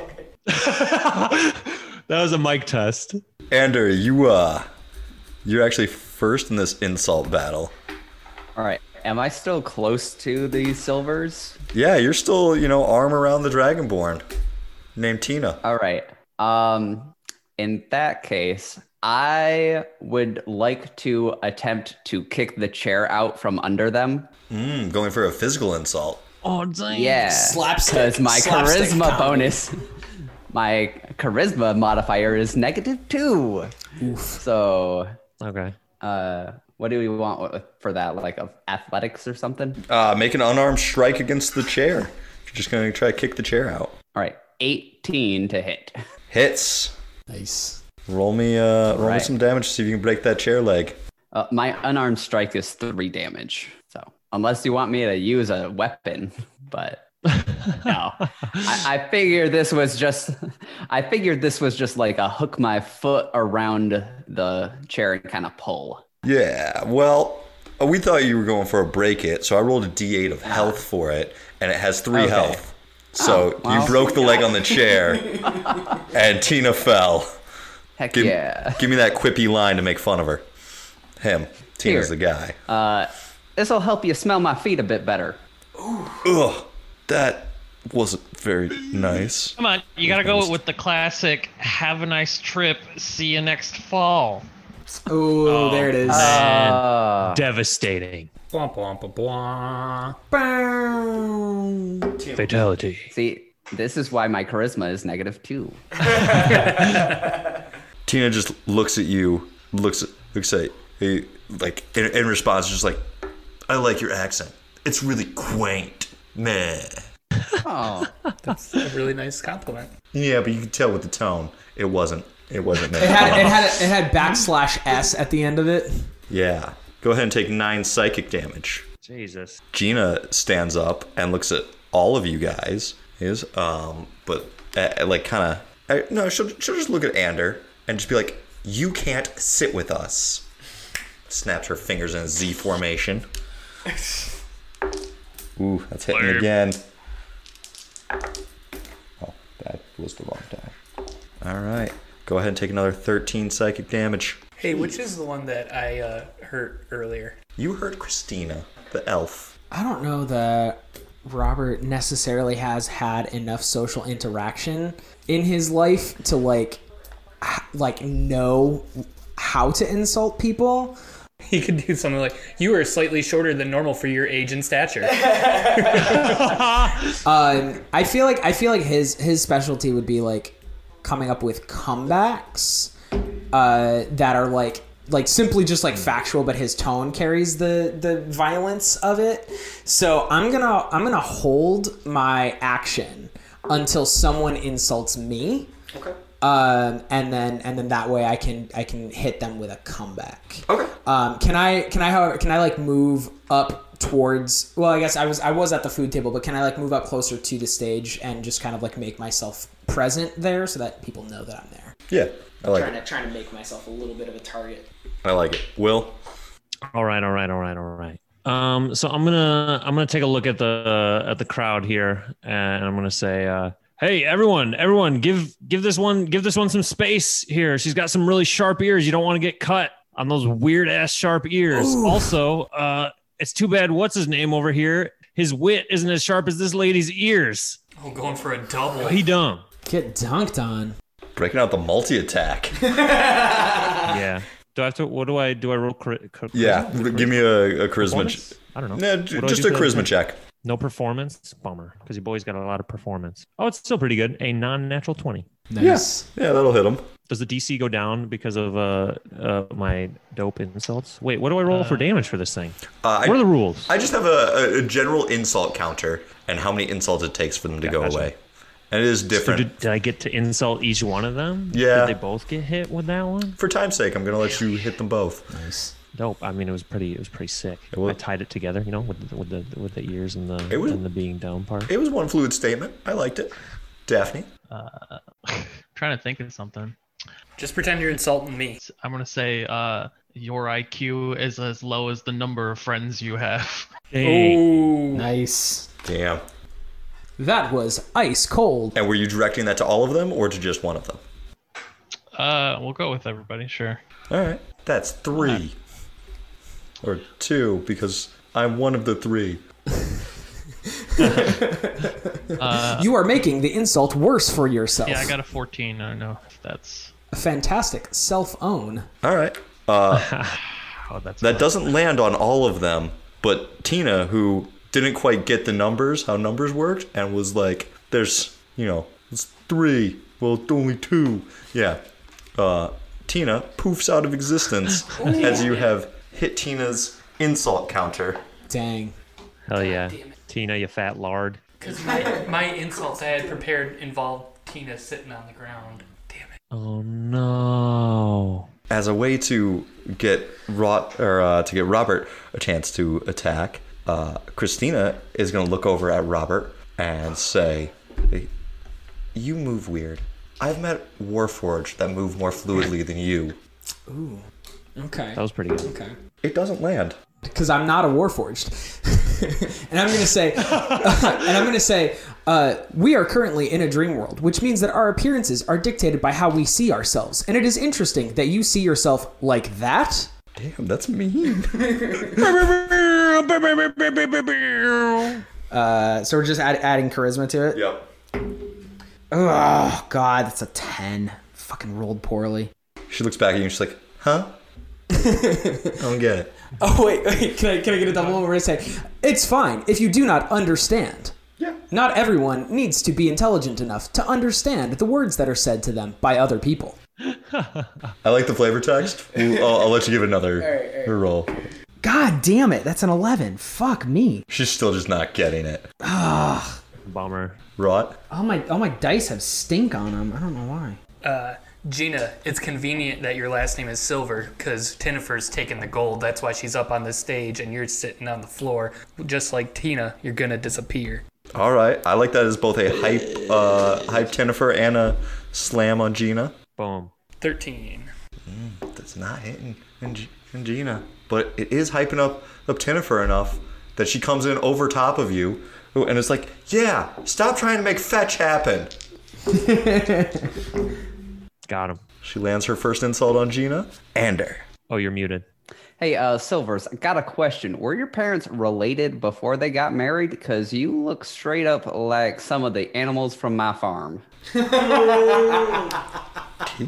Speaker 3: that was a mic test.
Speaker 2: Andrew, you uh, you're actually first in this insult battle.
Speaker 7: All right. Am I still close to the silvers?
Speaker 2: Yeah, you're still you know arm around the dragonborn, named Tina.
Speaker 7: All right. Um, in that case, I would like to attempt to kick the chair out from under them.
Speaker 2: Mm, going for a physical insult.
Speaker 9: Oh, dang.
Speaker 7: Yeah.
Speaker 6: Slapstick.
Speaker 7: Because my
Speaker 6: Slapstick
Speaker 7: charisma
Speaker 6: comedy.
Speaker 7: bonus, my charisma modifier is negative two. So,
Speaker 3: Okay.
Speaker 7: uh, what do we want with- for that? Like of athletics or something?
Speaker 2: Uh, make an unarmed strike against the chair. You're just gonna try to kick the chair out.
Speaker 7: All right, 18 to hit.
Speaker 2: Hits.
Speaker 6: Nice.
Speaker 2: Roll me uh, roll me
Speaker 7: Right.
Speaker 2: some damage to see if you can break that chair leg.
Speaker 7: Uh, my unarmed strike is three damage. So, unless you want me to use a weapon, but no, I, I figure this was just, I figured this was just like a hook my foot around the chair and kind of pull.
Speaker 2: Yeah, well, uh, we thought you were going for a break it, so I rolled a d8 of health for it, and it has three
Speaker 7: Okay.
Speaker 2: health. So
Speaker 7: Oh, well.
Speaker 2: you broke the leg on the chair, and Tina fell.
Speaker 7: Heck
Speaker 2: Give,
Speaker 7: yeah.
Speaker 2: give me that quippy line to make fun of her. Him. Tina's
Speaker 7: Here. Uh,
Speaker 2: the guy.
Speaker 7: This will help you smell my feet a bit better.
Speaker 2: Ugh, that wasn't very nice.
Speaker 9: Come on, you gotta go with the classic. Have a nice trip. See you next fall.
Speaker 6: Ooh,
Speaker 8: Oh.
Speaker 6: there it is.
Speaker 7: Uh,
Speaker 3: Devastating
Speaker 1: Blah, blah, blah, blah.
Speaker 3: fatality.
Speaker 7: see, this is why my charisma is negative two.
Speaker 2: Tina just looks at you, looks at, looks at you, like in, in response, just like, I like your accent. It's really quaint, man.
Speaker 7: Oh,
Speaker 1: A really nice compliment.
Speaker 2: Yeah, but you can tell with the tone, it wasn't. It wasn't
Speaker 6: It
Speaker 2: meant.
Speaker 6: had it had it had backslash s at the end of it.
Speaker 2: yeah. Go ahead and take nine psychic damage.
Speaker 3: Jesus.
Speaker 2: Gina stands up and looks at all of you guys. Is um, but uh, like kind of no, she'll she'll just look at Ander and just be like, "You can't sit with us." Snaps her fingers in a Z formation. Ooh, that's hitting again. Oh, that was the wrong time. All right, go ahead and take another 13 psychic damage.
Speaker 1: Hey, which is the one that I uh, hurt earlier?
Speaker 2: You heard Christina, the elf.
Speaker 6: I don't know that Robert necessarily has had enough social interaction in his life to like h- like know how to insult people.
Speaker 1: He could do something like, "You are slightly shorter than normal for your age and stature."
Speaker 6: Um, I feel like I feel like his his specialty would be like coming up with comebacks uh, that are like like simply just like factual, but his tone carries the the violence of it. So I'm gonna I'm gonna hold my action until someone insults me. Okay. Um, and then and then that way I can I can hit them with a comeback.
Speaker 2: Okay.
Speaker 6: Um, can I can I however can I like move up towards? Well, I guess I was I was at the food table, but can I like move up closer to the stage and just kind of like make myself present there so that people know that I'm there?
Speaker 2: Yeah, I like
Speaker 6: Trying
Speaker 2: it.
Speaker 6: to trying to make myself a little bit of a target.
Speaker 2: I like it. Will.
Speaker 3: All right, all right, all right, all right. Um, so I'm gonna I'm gonna take a look at the at the crowd here, and I'm gonna say, uh, hey, everyone, everyone, give give this one give this one some space here. She's got some really sharp ears. You don't want to get cut on those weird ass sharp ears. Also, uh, it's too bad. What's his name over here? His wit isn't as sharp as this lady's ears.
Speaker 8: I'm going for a double.
Speaker 3: He dumb.
Speaker 6: Get dunked on.
Speaker 2: Breaking out the multi attack.
Speaker 3: Yeah. Do I have to? What do I do? I roll. Chari- char-
Speaker 2: yeah, give me a, a charisma.
Speaker 3: Bonus?
Speaker 2: Ch-
Speaker 3: I don't know.
Speaker 2: nah,
Speaker 3: What
Speaker 2: j-
Speaker 3: do I
Speaker 2: just
Speaker 3: do
Speaker 2: a
Speaker 3: for that?
Speaker 2: charisma check.
Speaker 3: No performance, bummer, because your boy's got a lot of performance. Oh, it's still pretty good. A non-natural twenty.
Speaker 6: Nice.
Speaker 2: Yeah, that'll hit him.
Speaker 3: Does the DC go down because of uh, uh my dope insults? Wait, what do I roll for damage for this thing?
Speaker 2: Uh,
Speaker 3: what are
Speaker 2: I,
Speaker 3: the rules?
Speaker 2: I just have a, a, a general insult counter and how many insults it takes for them to go
Speaker 3: Gotcha.
Speaker 2: away. and it is
Speaker 3: So
Speaker 2: different.
Speaker 3: did, did I get to insult each one of them?
Speaker 2: Yeah.
Speaker 3: Did they both get hit with that one?
Speaker 2: For time's sake, I'm gonna let you hit them both.
Speaker 3: Nope. I mean, it was pretty. It was pretty sick.
Speaker 2: was-
Speaker 3: I tied it together, you know, with the, with the with the ears and the
Speaker 2: It was-
Speaker 3: and the being down part.
Speaker 2: It was one fluid statement. I liked it. Daphne,
Speaker 9: trying to think of something.
Speaker 1: Just pretend you're insulting me.
Speaker 9: I'm gonna say uh, your IQ is as low as the number of friends you have.
Speaker 3: Dang.
Speaker 2: Oh.
Speaker 6: Nice.
Speaker 2: damn.
Speaker 6: That was ice cold.
Speaker 2: And were you directing that to all of them or to just one of them?
Speaker 9: Uh, we'll go with everybody. Sure.
Speaker 2: All right, that's three or two because I'm one of the three.
Speaker 6: you are making the insult worse for yourself.
Speaker 9: Yeah, I got a 14. I don't know if that's.
Speaker 6: fantastic self own.
Speaker 2: All right. Uh,
Speaker 9: Oh, that's.
Speaker 2: that doesn't land on all of them, but Tina, who didn't quite get the numbers, how numbers worked, and was like, there's, you know, it's three. Well, it's only two. Yeah. Uh, Tina poofs out of existence as you have hit Tina's insult counter.
Speaker 6: Dang.
Speaker 3: Hell yeah. Tina, you fat lard.
Speaker 1: Because my, my insults I had prepared involved Tina sitting on the ground. Damn it.
Speaker 3: Oh no.
Speaker 2: as a way to get Rot or uh, to get Robert a chance to attack, uh, Christina is going to look over at Robert and say, "You move weird. I've met Warforged that move more fluidly than you.
Speaker 6: Okay.
Speaker 3: That was pretty good.
Speaker 6: okay.
Speaker 2: It doesn't land."
Speaker 6: because I'm not a Warforged. and I'm going to say, and I'm going to say, uh, we are currently in a dream world, which means that our appearances are dictated by how we see ourselves. And it is interesting that you see yourself like that.
Speaker 2: Damn, that's mean.
Speaker 6: Uh, so we're just add, adding charisma to it.
Speaker 2: yep.
Speaker 6: Oh God, that's a ten. Fucking rolled poorly.
Speaker 2: She looks back at you and she's like, "Huh? I don't get it."
Speaker 6: Oh wait, wait can I can I get a double? We're gonna say it's fine if you do not understand.
Speaker 2: Yeah.
Speaker 6: Not everyone needs to be intelligent enough to understand the words that are said to them by other people.
Speaker 2: I like the flavor text. We'll- I'll, I'll let you give another roll.
Speaker 6: God damn it, that's an 11. Fuck me.
Speaker 2: She's still just not getting it.
Speaker 3: Bummer.
Speaker 2: Rot.
Speaker 6: All my all my dice have stink on them. I don't know why.
Speaker 1: Uh, Gina, it's convenient that your last name is Silver because Tinnifer's taking the gold. That's why she's up on the stage and you're sitting on the floor. Just like Tina, you're going to disappear.
Speaker 2: All right, I like that as both a hype, uh, hype Tennifer and a slam on Gina.
Speaker 3: Boom.
Speaker 1: 13.
Speaker 2: That's not hitting in, G- in Gina, but it is hyping up up Tennifer enough that she comes in over top of you, Ooh, and it's like, yeah, stop trying to make fetch happen.
Speaker 3: Got him.
Speaker 2: She lands her first insult on Gina. Ander.
Speaker 3: Oh, you're muted.
Speaker 7: Hey, uh, Silvers, I got a question. Were your parents related before they got married? Because you look straight up like some of the animals from my farm.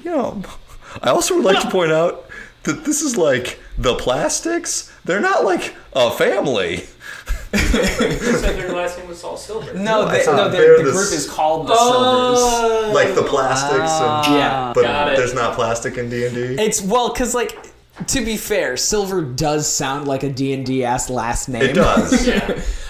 Speaker 2: Yum. I also would like to point out that this is like the plastics. They're not like a family.
Speaker 1: said their last name was all Silver.
Speaker 6: No,
Speaker 2: I
Speaker 6: they,
Speaker 2: thought
Speaker 6: no
Speaker 2: they're
Speaker 6: the, the
Speaker 2: the
Speaker 6: group
Speaker 2: s-
Speaker 6: is called the Silvers.
Speaker 2: Like the plastics and
Speaker 6: Oh. Yeah.
Speaker 2: but
Speaker 1: Got it.
Speaker 2: there's not plastic in D&D.
Speaker 6: It's well cuz like to be fair, Silver does sound like a D&D ass last name.
Speaker 2: It does.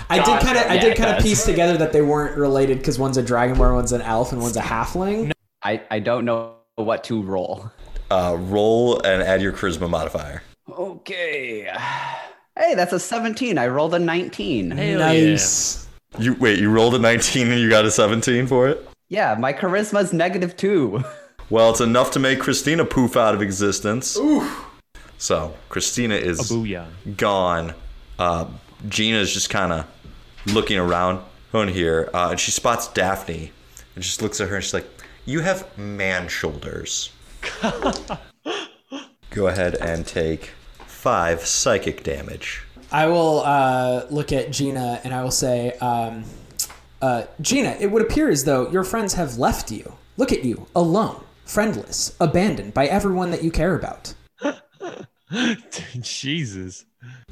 Speaker 6: I did kind of I
Speaker 4: Yeah,
Speaker 6: did
Speaker 4: it
Speaker 6: kind of
Speaker 4: does.
Speaker 6: piece together that they weren't related cuz one's a dragonborn, one's an elf and one's a halfling.
Speaker 7: I, I don't know what to roll.
Speaker 2: uh, roll and add your charisma modifier.
Speaker 7: Okay. Hey, that's a 17. I rolled a 19.
Speaker 6: nice.
Speaker 2: You wait, you rolled a 19 and you got a 17 for it?
Speaker 7: Yeah, my charisma's negative two.
Speaker 2: Well, it's enough to make Christina poof out of existence. So, Christina is
Speaker 3: Booyah.
Speaker 2: gone. Uh, Gina's just kind of looking around on here, uh, and she spots Daphne and just looks at her and she's like, You have man shoulders. Go ahead and take five psychic damage.
Speaker 6: I will uh, look at Gina and I will say, um, uh, Gina, it would appear as though your friends have left you. Look at you, alone, friendless, abandoned by everyone that you care about.
Speaker 3: Jesus.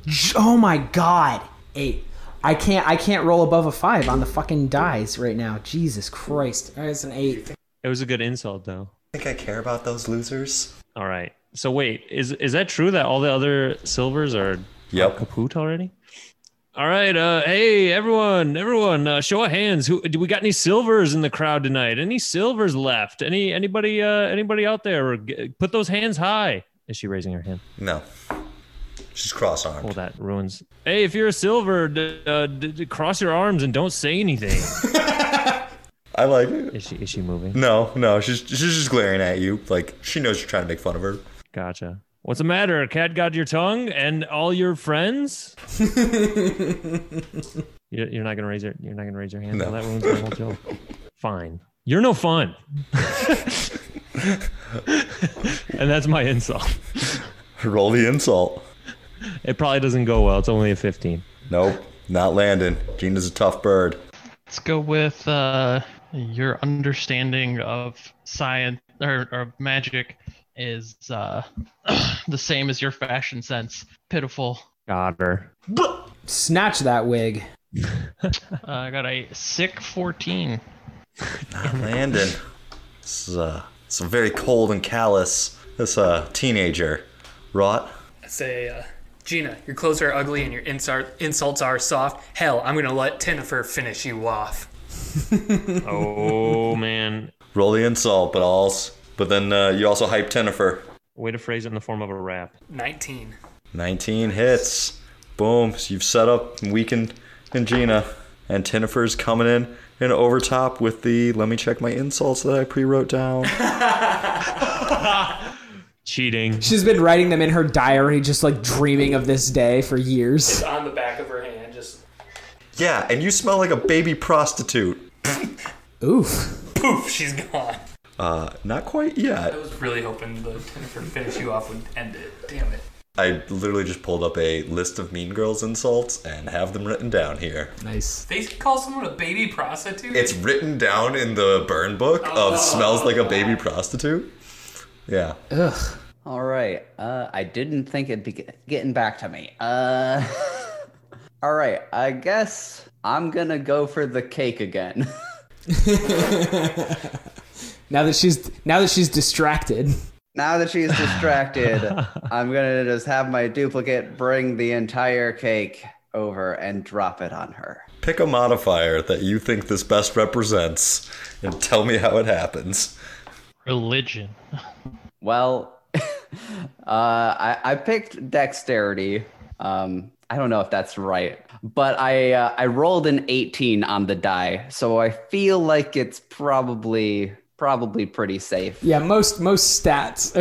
Speaker 6: J- Oh my God, eight. I can't. I can't roll above a five on the fucking dice right now. Jesus Christ, All right, it's an eight.
Speaker 3: It was a good insult though.
Speaker 2: Think I care about those losers?
Speaker 3: All right. So wait, is is that true that all the other silvers are
Speaker 2: Yep.
Speaker 3: kaput already? All right. Uh, hey, everyone, everyone, uh, show of hands. Who do we got? Any silvers in the crowd tonight? Any silvers left? Any anybody uh, anybody out there? G- Put those hands high. Is she raising her hand?
Speaker 2: No. She's cross armed.
Speaker 3: Well, that ruins. Hey, if you're a silver, d- uh, d- d- cross your arms and don't say anything.
Speaker 2: I like it.
Speaker 3: is she is she moving?
Speaker 2: No, no, she's she's just glaring at you. Like she knows you're trying to make fun of her.
Speaker 3: Gotcha. What's the matter? Cat got your tongue and all your friends. You- you're not gonna raise your you're not gonna raise your hand.
Speaker 2: No.
Speaker 3: Well, that ruins my whole joke. Fine. You're no fun. and that's my insult.
Speaker 2: Roll the insult.
Speaker 3: It probably doesn't go well. It's only a 15.
Speaker 2: Nope, not landing. Gina's a tough bird.
Speaker 9: Let's go with uh, your understanding of science or, or magic is uh, the same as your fashion sense. Pitiful.
Speaker 3: Got her.
Speaker 6: Snatch that wig.
Speaker 9: Uh, I got a sick 14.
Speaker 2: Not landing. This is uh, some very cold and callous. This uh, teenager, rot.
Speaker 1: Say, uh, Gina, your clothes are ugly and your insult- insults are soft. Hell, I'm gonna let Tennifer finish you off.
Speaker 3: Oh, man.
Speaker 2: Roll the insult, but all's. But then uh, you also hype Tennifer.
Speaker 3: Way to phrase it in the form of a rap.
Speaker 1: 19.
Speaker 2: 19 hits. Boom. So you've set up and weakened and Gina. And Tennifer's coming in and over top with the let me check my insults that I pre wrote down.
Speaker 3: Cheating.
Speaker 6: She's been writing them in her diary, just like dreaming of this day for years.
Speaker 1: On the back of her hand, just.
Speaker 2: yeah, and you smell like a baby prostitute.
Speaker 6: Oof.
Speaker 1: Poof, she's gone.
Speaker 2: Uh, not quite yet.
Speaker 1: I was really hoping the Tennifer finish you off would end it. Damn it.
Speaker 2: I literally just pulled up a list of Mean Girls insults and have them written down here.
Speaker 6: Nice.
Speaker 1: They call someone a baby prostitute?
Speaker 2: It's written down in the burn book of smells like a baby prostitute. Yeah.
Speaker 6: Ugh.
Speaker 7: All right. Uh, I didn't think it'd be g- getting back to me. Uh, all right. I guess I'm gonna go for the cake again.
Speaker 6: Now that she's now that she's distracted.
Speaker 7: now that she's distracted, I'm gonna just have my duplicate bring the entire cake over and drop it on her.
Speaker 2: Pick a modifier that you think this best represents and tell me how it happens.
Speaker 9: Religion.
Speaker 7: Well, uh, I, I picked dexterity. Um, I don't know if that's right, but I uh, I rolled an 18 on the die, so I feel like it's probably probably pretty safe.
Speaker 6: Yeah, most most stats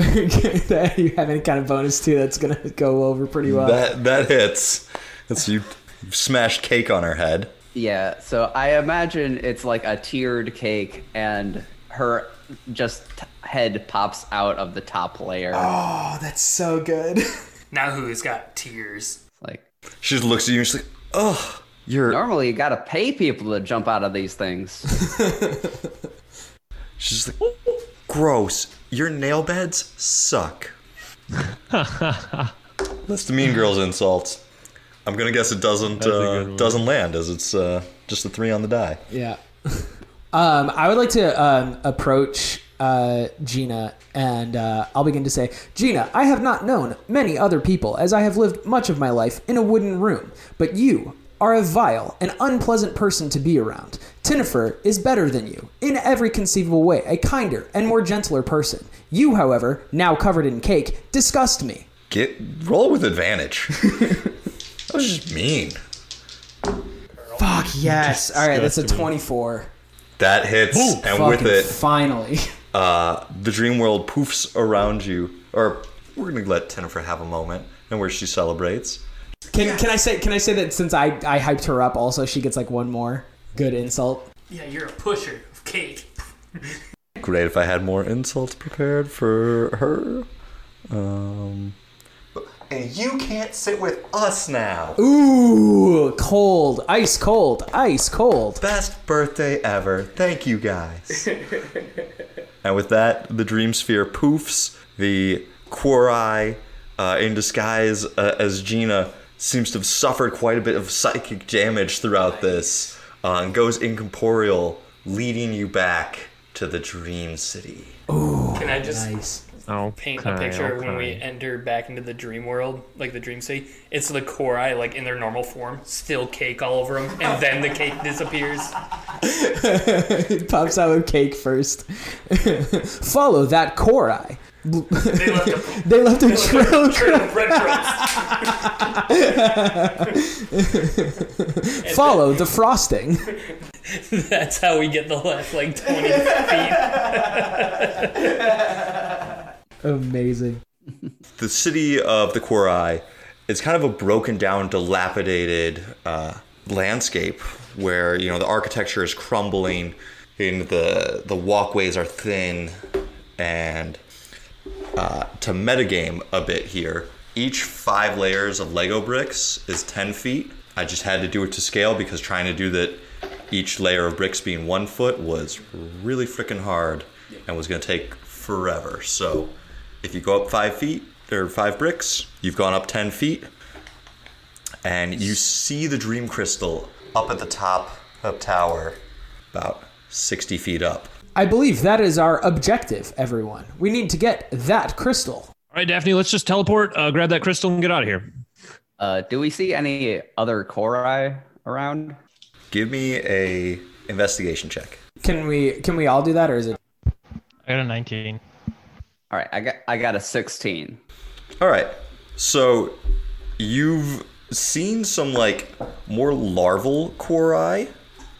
Speaker 6: that you have any kind of bonus to that's gonna go over pretty well.
Speaker 2: That that hits. And so you smashed cake on her head.
Speaker 7: Yeah, so I imagine it's like a tiered cake, and her just t- head pops out of the top layer.
Speaker 6: oh, that's so good.
Speaker 1: now who's got tears?
Speaker 7: It's Like
Speaker 2: She just looks at you and she's like, "Oh, you're."
Speaker 7: normally, you gotta pay people to jump out of these things.
Speaker 2: She's just like, "Gross. Your nail beds suck." That's the Mean Girls insult. I'm gonna guess it doesn't uh, doesn't land as it's uh, just a three on the die.
Speaker 6: yeah. Um, I would like to um, approach uh, Gina, and uh, I'll begin to say, Gina, I have not known many other people, as I have lived much of my life in a wooden room. But you are a vile and unpleasant person to be around. Tinnifer is better than you in every conceivable way, a kinder and more gentler person. You, however, now covered in cake, disgust me.
Speaker 2: Get roll with advantage. that was just mean.
Speaker 6: Fuck yes! All right, that's a twenty-four.
Speaker 2: That hits, and with
Speaker 6: Fucking
Speaker 2: it,
Speaker 6: finally.
Speaker 2: uh, the dream world poofs around you. Or we're gonna let Tennifer have a moment and where she celebrates.
Speaker 6: Can can I say can I say that since I I hyped her up, also she gets like one more good insult.
Speaker 1: Yeah, you're a pusher of cake.
Speaker 2: Great if I had more insults prepared for her. Um, and you can't sit with us now.
Speaker 6: Ooh, cold, ice cold, ice cold.
Speaker 2: Best birthday ever. Thank you guys. and with that, the dream sphere poofs. The Quorai, uh, in disguise uh, as Gina, seems to have suffered quite a bit of psychic damage throughout this uh, and goes incorporeal, leading you back to the dream city.
Speaker 1: Can I just
Speaker 6: Nice.
Speaker 3: Oh,
Speaker 8: paint a picture of when we enter back into the dream world, like the dream city. It's the Korai, like in their normal form, still cake all over them, and then the cake disappears.
Speaker 6: it pops out with cake first. Follow that Korai.
Speaker 8: They left a
Speaker 6: They left a trail.
Speaker 8: trail of bread crumbs.
Speaker 6: Follow the frosting.
Speaker 8: That's how we get the left like twenty feet.
Speaker 6: Amazing.
Speaker 2: the city of the Quorai is kind of a broken down, dilapidated uh, landscape where you know the architecture is crumbling, and the the walkways are thin, and uh, to metagame a bit here, each five layers of Lego bricks is ten feet. I just had to do it to scale because trying to do that, each layer of bricks being one foot was really freaking hard, and was going to take forever. So if you go up five feet or five bricks, you've gone up ten feet, and you see the dream crystal up at the top of tower, about sixty feet up.
Speaker 6: I believe that is our objective, everyone. We need to get that crystal.
Speaker 3: All right, Daphne, let's just teleport, uh, grab that crystal, and get out of here.
Speaker 7: Uh, do we see any other Korai around?
Speaker 2: Give me a investigation check.
Speaker 6: Can we can we all do that or is it
Speaker 9: I got a 19.
Speaker 7: All right, I got I got a 16.
Speaker 2: All right. So you've seen some like more larval Korai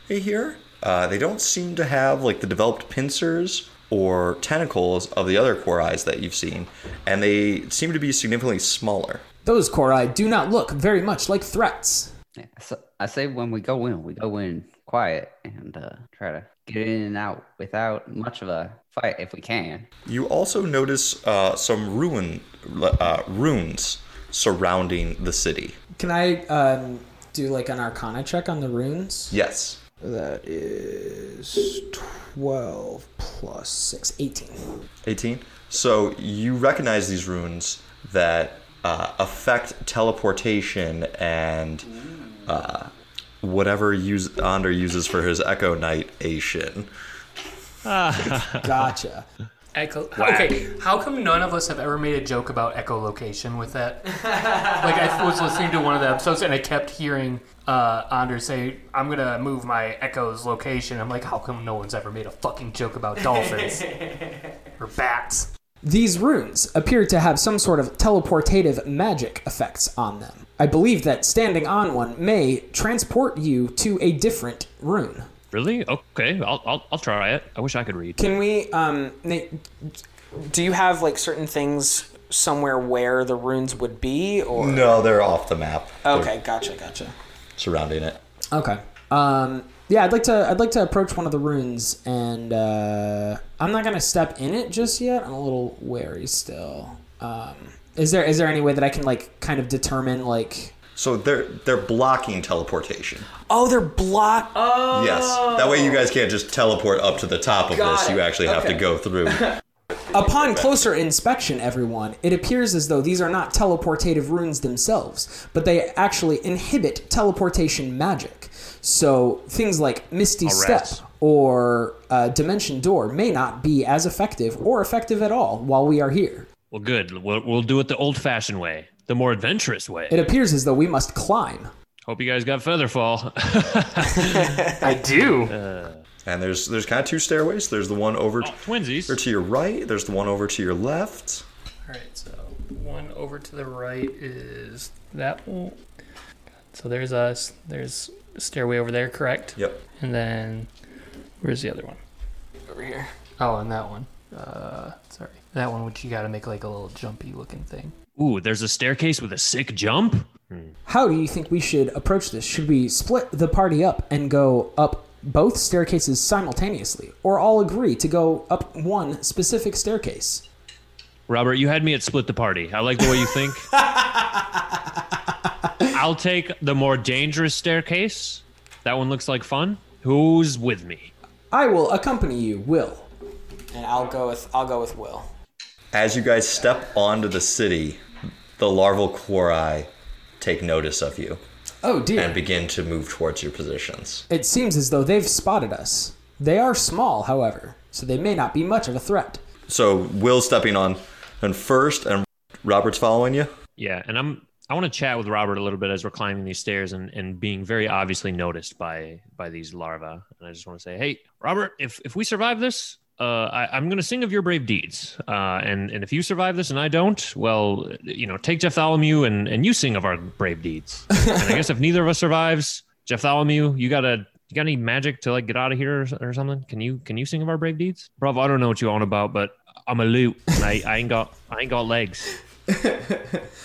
Speaker 2: here. Uh, they don't seem to have like the developed pincers or tentacles of the other Korais that you've seen, and they seem to be significantly smaller.
Speaker 6: those Korai do not look very much like threats.
Speaker 7: Yeah, So I say when we go in, we go in quiet and uh, try to get in and out without much of a fight if we can.
Speaker 2: You also notice uh, some ruin uh, runes surrounding the city.
Speaker 6: Can I um, do like an arcana check on the runes?
Speaker 2: Yes.
Speaker 6: That is 12 plus 6, 18.
Speaker 2: 18. So you recognize these runes that uh, affect teleportation and
Speaker 6: Mm.
Speaker 2: uh, whatever use Ander uses for his Echo Knightation.
Speaker 6: Gotcha.
Speaker 1: Echo. Okay, how come none of us have ever made a joke about echolocation with that? like I was listening to one of the episodes and I kept hearing uh, Anders say, "I'm gonna move my echo's location." I'm like, how come no one's ever made a fucking joke about dolphins or bats?
Speaker 6: These runes appear to have some sort of teleportative magic effects on them. I believe that standing on one may transport you to a different rune.
Speaker 3: Really? Okay, I'll, I'll, I'll try it. I wish I could read.
Speaker 6: Can we, um, Nate, do you have like certain things somewhere where the runes would be or?
Speaker 2: No, they're off the map. They're
Speaker 6: Okay, gotcha, gotcha.
Speaker 2: surrounding it.
Speaker 6: Okay. Um, yeah, I'd like to, I'd like to approach one of the runes and, uh, I'm not going to step in it just yet. I'm a little wary still. Um, is there, is there any way that I can like kind of determine like,
Speaker 2: So they're they're blocking teleportation.
Speaker 6: Oh, they're block.
Speaker 2: Yes. That way you guys can't just teleport up to the top of
Speaker 6: Oh. Got
Speaker 2: this. You
Speaker 6: it.
Speaker 2: actually have to
Speaker 6: Okay.
Speaker 2: go through.
Speaker 6: Upon closer inspection, everyone, it appears as though these are not teleportative runes themselves, but they actually inhibit teleportation magic. So things like Misty Step
Speaker 3: rats.
Speaker 6: or uh, Dimension Door may not be as effective or effective at all while we are here.
Speaker 3: Well, good. We'll, we'll do it the old fashioned way, the more adventurous way.
Speaker 6: It appears as though we must climb.
Speaker 3: Hope you guys got Featherfall.
Speaker 1: I do.
Speaker 2: and there's there's kind of two stairways. There's the one over t-
Speaker 3: Twinsies.
Speaker 2: to your right. There's the one over to your left.
Speaker 1: All right, so one over to the right is that one. So there's us. There's a stairway over there, correct?
Speaker 2: Yep.
Speaker 1: And then where's the other one? Over here. Oh, and that one. Uh, sorry, that one which you got to make like a little jumpy looking thing.
Speaker 3: Ooh, there's a staircase with a sick jump.
Speaker 6: How do you think we should approach this? Should we split the party up and go up both staircases simultaneously, or all agree to go up one specific staircase?
Speaker 3: Robert, you had me at split the party. I like the way you think. I'll take the more dangerous staircase. That one looks like fun. Who's with me?
Speaker 6: I will accompany you, Will. And I'll go with I'll go with Will.
Speaker 2: As you guys step onto the city, the larval quorai take notice of you
Speaker 6: Oh
Speaker 2: and
Speaker 6: dear.
Speaker 2: begin to move towards your positions.
Speaker 6: It seems as though they've spotted us. They are small, however, so they may not be much of a threat.
Speaker 2: So Will stepping on and first, and Robert's following you.
Speaker 3: Yeah, and I'm I want to chat with Robert a little bit as we're climbing these stairs and, and being very obviously noticed by by these larvae. And I just want to say, hey, Robert, if if we survive this, uh, I, I'm going to sing of your brave deeds. Uh, and and if you survive this and I don't, well, you know, take Jeff Tholomew and and you sing of our brave deeds. and I guess if neither of us survives, Jeff Tholomew, you gotta. You got any magic to like get out of here or, or something? Can you can you sing of our brave deeds, Bravo? I don't know what you on about, but I'm a loot and I, I ain't got I ain't got legs.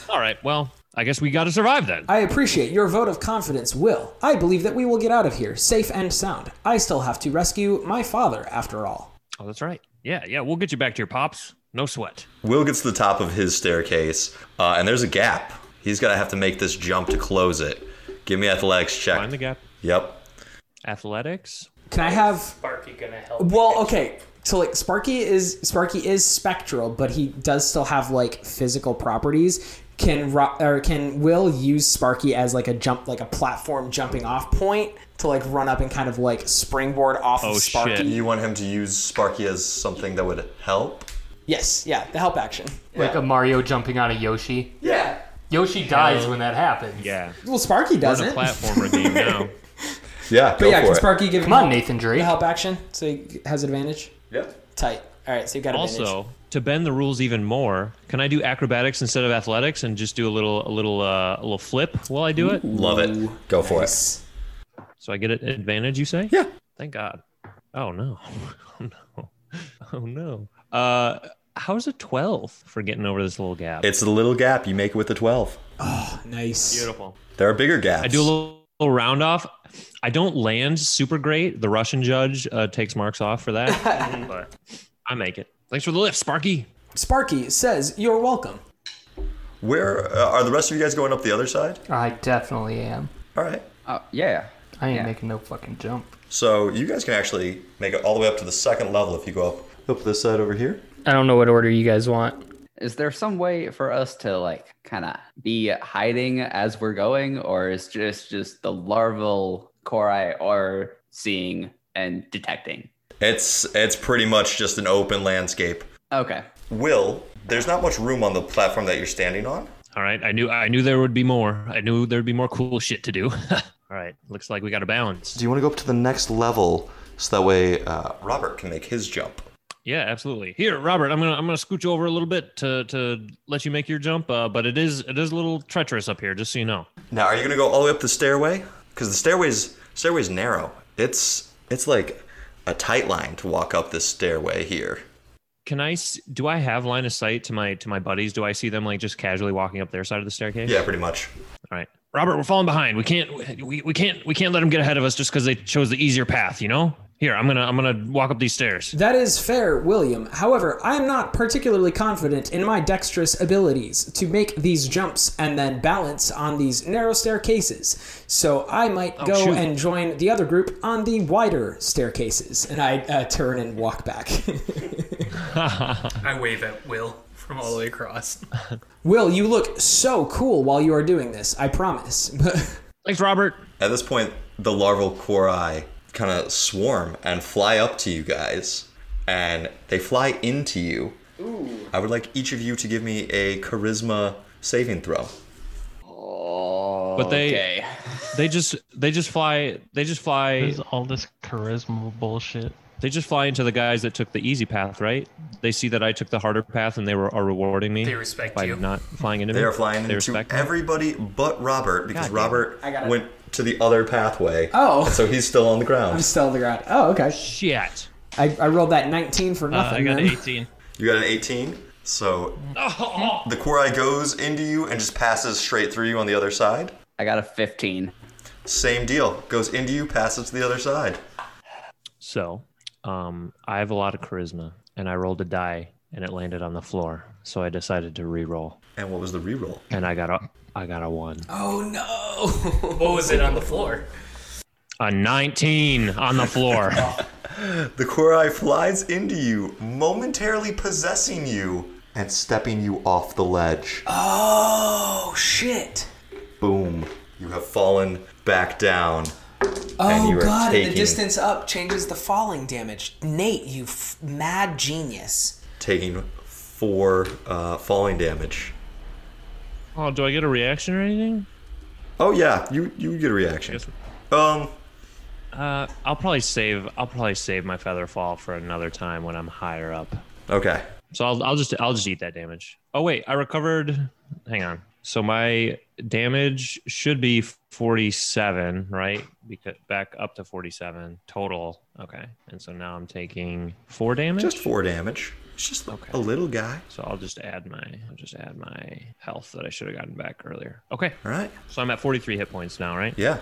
Speaker 3: All right. Well, I guess we got to survive then.
Speaker 6: I appreciate your vote of confidence, Will. I believe that we will get out of here safe and sound. I still have to rescue my father, after all.
Speaker 3: Oh, that's right. Yeah, yeah. We'll get you back to your pops. No sweat.
Speaker 2: Will gets to the top of his staircase, uh, and there's a gap. He's gonna have to make this jump to close it. Give me athletics check.
Speaker 3: Find the gap.
Speaker 2: Yep.
Speaker 3: Athletics.
Speaker 6: Can I have?
Speaker 1: Sparky gonna help.
Speaker 6: Well, okay. So like Sparky is Sparky is spectral, but he does still have like physical properties. Can Ro- or can Will use Sparky as like a jump, like a platform jumping off point to like run up and kind of like springboard off
Speaker 3: Oh,
Speaker 6: of Sparky?
Speaker 3: shit.
Speaker 2: You want him to use Sparky as something that would help?
Speaker 6: Yes, yeah, the help action.
Speaker 1: Like a Mario jumping on a Yoshi.
Speaker 6: Yeah.
Speaker 1: Yoshi dies when that happens.
Speaker 3: Yeah.
Speaker 6: Well, Sparky
Speaker 3: It's a
Speaker 6: doesn't.
Speaker 3: platformer game now.
Speaker 2: Yeah.
Speaker 6: But yeah, can Sparky give
Speaker 1: Come on, Nathan Drake.
Speaker 6: the help action so he has advantage?
Speaker 2: Yep.
Speaker 6: Tight. All right, so you've got advantage.
Speaker 3: Also, to bend the rules even more, can I do acrobatics instead of athletics and just do a little a little uh, a little flip while I do it?
Speaker 2: Love it. Go for it.
Speaker 3: So I get an advantage, you say?
Speaker 2: Yeah.
Speaker 3: Thank God. Oh no. Oh no. Oh no. Uh how's a 12 for getting over this little gap?
Speaker 2: It's the little gap. You make it with the 12.
Speaker 6: Nice.
Speaker 3: beautiful.
Speaker 2: There are bigger gaps.
Speaker 3: I do a little, little round off. I don't land super great. The Russian judge uh, takes marks off for that, but I make it. Thanks for the lift, Sparky.
Speaker 6: Sparky says, You're welcome.
Speaker 2: Where uh, are the rest of you guys going up the other side?
Speaker 1: I definitely am.
Speaker 2: All right.
Speaker 7: Oh, yeah.
Speaker 1: I ain't
Speaker 7: Yeah.
Speaker 1: making no fucking jump.
Speaker 2: So you guys can actually make it all the way up to the second level if you go up up this side over here.
Speaker 1: I don't know what order you guys want.
Speaker 7: Is there some way for us to like kind of be hiding as we're going, or is just just the larval cori are seeing and detecting?
Speaker 2: It's it's pretty much just an open landscape.
Speaker 7: Okay.
Speaker 2: Will, there's not much room on the platform that you're standing on.
Speaker 3: All right, I knew I knew there would be more. I knew there'd be more cool shit to do. All right, looks like we got a balance.
Speaker 2: Do you want to go up to the next level so that way uh, Robert can make his jump?
Speaker 3: Yeah, absolutely. Here, Robert, I'm gonna I'm gonna scooch over a little bit to to let you make your jump. Uh, but it is it is a little treacherous up here, just so you know.
Speaker 2: Now, are you gonna go all the way up the stairway? Because the stairway's stairway's narrow. It's it's like a tight line to walk up this stairway here.
Speaker 3: Can I? s- Do I have line of sight to my to my buddies? Do I see them like just casually walking up their side of the staircase?
Speaker 2: Yeah, pretty much.
Speaker 3: All right, Robert, we're falling behind. We can't, we, we can't, we can't let them get ahead of us just because they chose the easier path. You know? Here, I'm gonna, I'm gonna walk up these stairs.
Speaker 6: That is fair, William. However, I'm not particularly confident in my dexterous abilities to make these jumps and then balance on these narrow staircases. So I might
Speaker 9: Oh,
Speaker 6: go
Speaker 3: shoot.
Speaker 6: and join the other group on the wider staircases. And I uh, turn and walk back.
Speaker 1: I wave at Will from all the way across.
Speaker 6: Will, you look so cool while you are doing this, I promise.
Speaker 3: Thanks, Robert.
Speaker 2: At this point, the larval cori kind of swarm and fly up to you guys, and they fly into you. Ooh. I would like each of you to give me a charisma saving throw.
Speaker 3: But they,
Speaker 7: Okay.
Speaker 3: they just, they just fly, they just fly,
Speaker 9: There's all this charisma bullshit.
Speaker 3: they just fly into the guys that took the easy path, right? They see that I took the harder path, and they were are rewarding me.
Speaker 1: They respect
Speaker 3: by
Speaker 1: you.
Speaker 3: not flying into me.
Speaker 2: They are flying
Speaker 3: Hmm. They
Speaker 2: into
Speaker 3: respect me.
Speaker 2: everybody but Robert because
Speaker 3: God damn it.
Speaker 2: Robert
Speaker 6: I gotta-
Speaker 2: went to the other pathway.
Speaker 6: Oh.
Speaker 2: So he's still on the
Speaker 6: I'm
Speaker 2: ground.
Speaker 6: still on the ground. Oh, okay.
Speaker 3: Shit.
Speaker 6: I, I rolled that 19 for
Speaker 9: Uh, I
Speaker 6: nothing.
Speaker 9: got
Speaker 6: then.
Speaker 9: 18.
Speaker 2: You got an 18. So the cori goes into you and just passes straight through you on the other side.
Speaker 7: I got a 15.
Speaker 2: Same deal. Goes into you, passes to the other side.
Speaker 3: So, um, I have a lot of charisma, and I rolled a die, and it landed on the floor. So I decided to re-roll,
Speaker 2: And what was the reroll?
Speaker 3: and I got a, I got a one.
Speaker 6: Oh, no.
Speaker 1: What was it on the floor?
Speaker 3: A 19 on the floor.
Speaker 2: The Korai flies into you, momentarily possessing you and stepping you off the ledge.
Speaker 6: Oh, shit.
Speaker 2: Boom. You have fallen back down. and you
Speaker 6: Oh
Speaker 2: are
Speaker 6: god, and the
Speaker 2: taking-
Speaker 6: distance up changes the falling damage. Nate, you f- mad genius.
Speaker 2: Taking for uh, falling damage.
Speaker 3: Oh, do I get a reaction or anything?
Speaker 2: Oh yeah, you you get a reaction.
Speaker 3: Yes.
Speaker 2: Um,
Speaker 3: Uh, I'll probably save. I'll probably save my feather fall for another time when I'm higher up.
Speaker 2: okay.
Speaker 3: So I'll, I'll just I'll just eat that damage. Oh wait, I recovered. Hang on. So my damage should be 47, right? Because back up to 47 total. Okay. And so now I'm taking 4 damage.
Speaker 2: Just four damage. It's just
Speaker 3: Okay.
Speaker 2: a little guy.
Speaker 3: so I'll just add my I'll just add my health that I should have gotten back earlier. Okay.
Speaker 2: All right.
Speaker 3: So I'm at 43 hit points now, right?
Speaker 2: Yeah.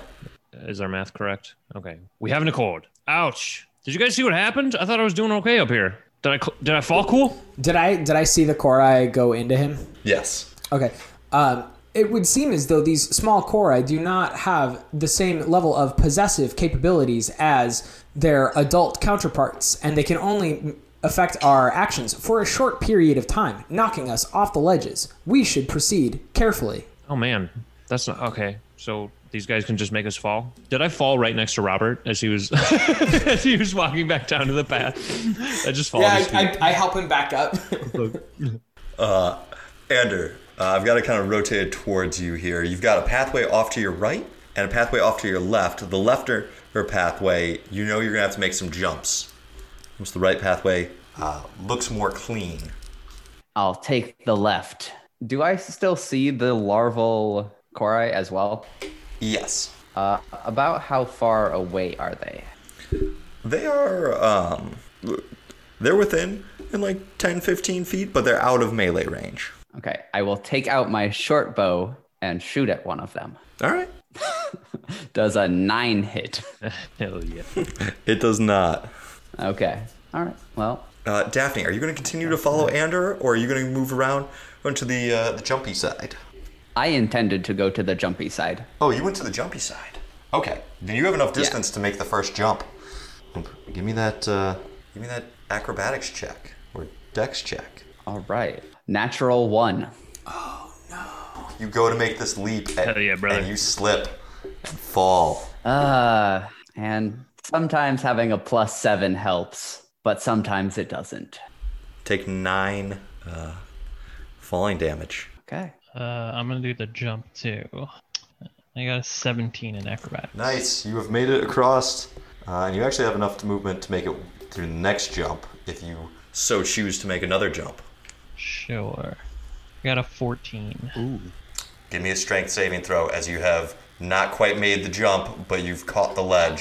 Speaker 3: Is our math correct? Okay. We have an accord. Ouch. Did you guys see what happened? I thought I was doing okay up here. Did I cl- did I fall cool?
Speaker 6: Did I did I see the Korai go into him?
Speaker 2: Yes.
Speaker 6: Okay. Um, it would seem as though these small Korai do not have the same level of possessive capabilities as their adult counterparts, and they can only affect our actions for a short period of time, knocking us off the ledges. We should proceed carefully.
Speaker 3: Oh man, that's not okay. So these guys can just make us fall. Did I fall right next to Robert as he was as he was walking back down to the path? I just fall. at his feet.
Speaker 6: I help him back up.
Speaker 2: Ander, uh, I've got to kind of rotate towards you here. You've got a pathway off to your right and a pathway off to your left. The lefter or pathway, you know you're gonna have to make some jumps. What's the right pathway? Uh, looks more clean.
Speaker 7: I'll take the left. Do I still see the larval Korai as well?
Speaker 2: Yes.
Speaker 7: Uh, about how far away are they?
Speaker 2: They are um, they're within in like 10, 15 feet, but they're out of melee range.
Speaker 7: Okay, I will take out my short bow and shoot at one of them.
Speaker 2: All right.
Speaker 7: Does a nine hit?
Speaker 3: Hell yeah.
Speaker 2: It does not.
Speaker 7: okay, all right. Well,
Speaker 2: Uh, Daphne, are you going to continue to follow Ander, or are you going to move around onto the uh, the jumpy side?
Speaker 7: I intended to go to the jumpy side.
Speaker 2: Oh, you went to the jumpy side. Okay, then you have enough distance to make the first jump. Give me that. Uh, give me that acrobatics check or dex check.
Speaker 7: All right, natural one.
Speaker 2: You go to make this leap, and,
Speaker 3: Hell yeah, brother.
Speaker 2: and you slip, and fall.
Speaker 7: Uh, and sometimes having a plus seven helps, but sometimes it doesn't.
Speaker 2: Take nine uh, falling damage.
Speaker 7: Okay.
Speaker 9: Uh, I'm gonna do the jump too. I got a 17 in acrobatics.
Speaker 2: Nice. You have made it across, uh, and you actually have enough movement to make it through the next jump if you so choose to make another jump.
Speaker 9: Sure. I got a 14.
Speaker 2: Give me a strength saving throw as you have not quite made the jump, but you've caught the ledge.